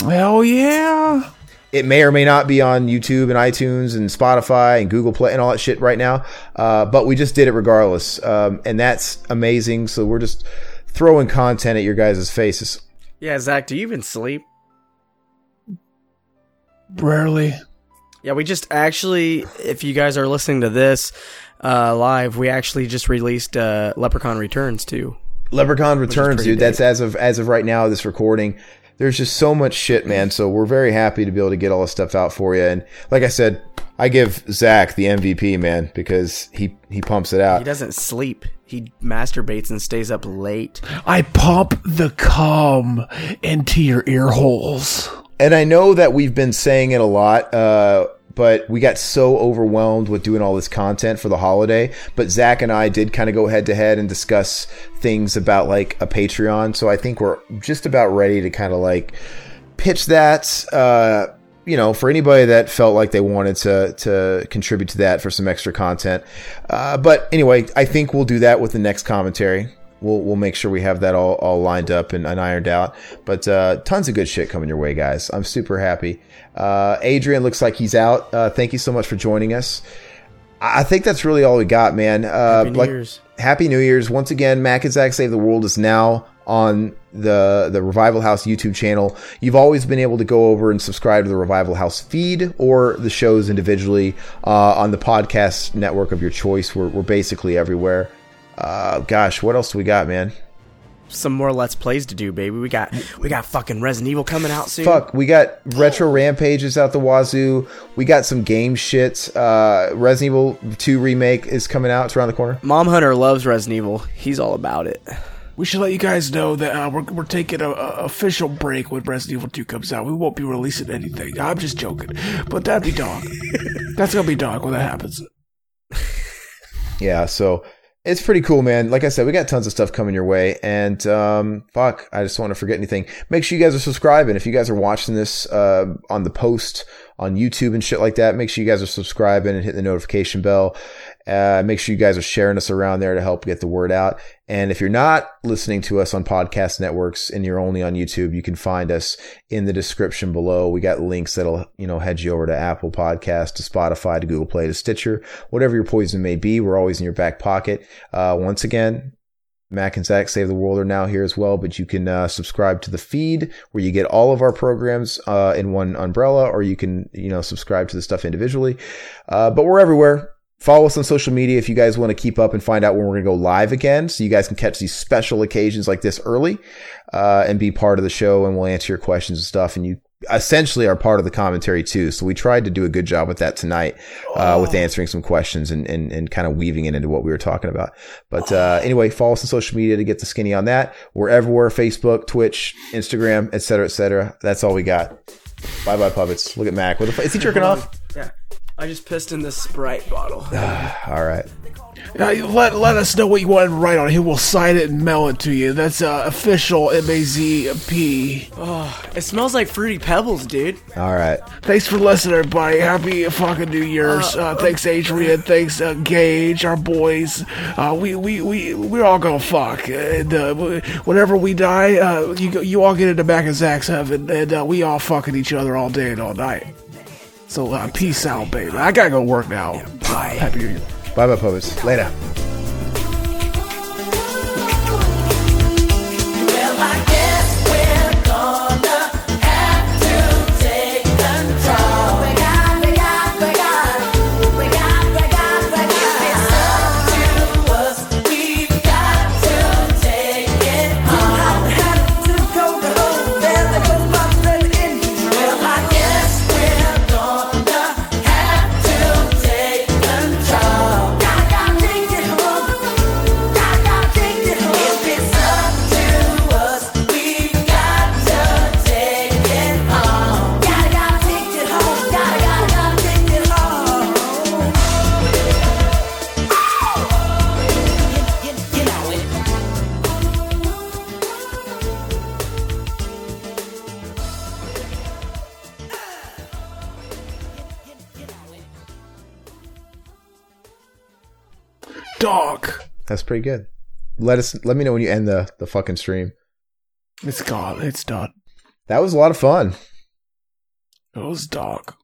[SPEAKER 6] Hell yeah.
[SPEAKER 5] It may or may not be on YouTube and iTunes and Spotify and Google Play and all that shit right now, uh, but we just did it regardless, um, and that's amazing. So we're just throwing content at your guys' faces.
[SPEAKER 7] Yeah, Zach, do you even sleep?
[SPEAKER 6] Rarely.
[SPEAKER 7] Yeah, we just actually, if you guys are listening to this uh, live, we actually just released uh, Leprechaun Returns too.
[SPEAKER 5] Leprechaun Returns,
[SPEAKER 7] pretty
[SPEAKER 5] dude. That's as of as of right now, this recording. There's just so much shit, man. So we're very happy to be able to get all this stuff out for you. And like I said, I give Zach the MVP, man, because he he pumps it
[SPEAKER 7] He
[SPEAKER 5] out.
[SPEAKER 7] doesn't sleep. He masturbates and stays up late.
[SPEAKER 6] I pump the cum into your ear holes.
[SPEAKER 5] And I know that we've been saying it a lot, uh, but we got so overwhelmed with doing all this content for the holiday. But Zach and I did kind of go head to head and discuss things about like a Patreon. So I think we're just about ready to kind of like pitch that. Uh, you know, for anybody that felt like they wanted to to contribute to that for some extra content. Uh, but anyway, I think we'll do that with the next commentary. We'll we'll make sure we have that all, all lined up and, and ironed out. But uh, tons of good shit coming your way, guys. I'm super happy. Uh, Adrian looks like he's out. Uh, thank you so much for joining us. I I think that's really all we got, man. Uh,
[SPEAKER 7] Happy New
[SPEAKER 5] like-
[SPEAKER 7] Year's.
[SPEAKER 5] Happy New Year's once again. Mac and Zach Save the World is now on the the Revival House YouTube channel. You've always been able to go over and subscribe to the Revival House feed or the shows individually uh, on the podcast network of your choice. We're, we're basically everywhere. Uh, gosh, what else do we got, man?
[SPEAKER 7] Some more Let's Plays to do, baby. We got we got fucking Resident Evil coming out soon.
[SPEAKER 5] Fuck, we got retro rampages out the wazoo. We got some game shit. Uh, Resident Evil 2 remake is coming out. It's around the corner.
[SPEAKER 7] Mom Hunter loves Resident Evil. He's all about it.
[SPEAKER 6] We should let you guys know that uh, we're, we're taking a, a official break when Resident Evil 2 comes out. We won't be releasing anything. I'm just joking. But that'd be dog. That's going to be dog when that happens.
[SPEAKER 5] yeah so it's pretty cool man like i said we got tons of stuff coming your way and um fuck i just want to forget anything make sure you guys are subscribing if you guys are watching this uh on the post on youtube and shit like that make sure you guys are subscribing and hit the notification bell uh, make sure you guys are sharing us around there to help get the word out and if you're not listening to us on podcast networks and you're only on youtube you can find us in the description below we got links that'll you know head you over to apple podcast to spotify to google play to stitcher whatever your poison may be, we're always in your back pocket. Uh, once again, Mac and Zach Save the World are now here as well, but you can uh, subscribe to the feed where you get all of our programs uh, in one umbrella, or you can you know subscribe to the stuff individually. Uh, but we're everywhere. Follow us on social media if you guys want to keep up and find out when we're going to go live again, so you guys can catch these special occasions like this early uh, and be part of the show, and we'll answer your questions and stuff. And you essentially are part of the commentary too. So we tried to do a good job with that tonight uh, with answering some questions and, and, and kind of weaving it into what we were talking about. But uh, anyway, follow us on social media to get the skinny on that. We're everywhere Facebook, Twitch, Instagram, et cetera, et cetera. That's all we got. Bye bye, puppets. Look at Mac. What the fu- Is he jerking off?
[SPEAKER 7] Yeah. I just pissed in this Sprite bottle.
[SPEAKER 5] All right.
[SPEAKER 6] Uh, let, let us know what you want to write on it. We'll sign it and mail it to you. That's uh, official MAZP.
[SPEAKER 7] It smells like fruity pebbles, dude.
[SPEAKER 5] All right.
[SPEAKER 6] Thanks for listening, everybody. Happy fucking New Year's. Uh, thanks, Adrian. Thanks, uh, Gage, our boys. Uh, we we we we're all gonna fuck. And uh, w- whenever we die, uh, you go- you all get into back of Zach's heaven, and uh, we all fucking each other all day and all night. So uh, peace out, baby. I gotta go work now. Bye. Happy New Year.
[SPEAKER 5] Bye bye, puppets. Later.
[SPEAKER 9] Well, I guess.
[SPEAKER 6] Dog.
[SPEAKER 5] That's pretty good. Let us let me know when you end the the fucking stream.
[SPEAKER 6] It's gone. It's done.
[SPEAKER 5] That was a lot of fun.
[SPEAKER 6] It was dog.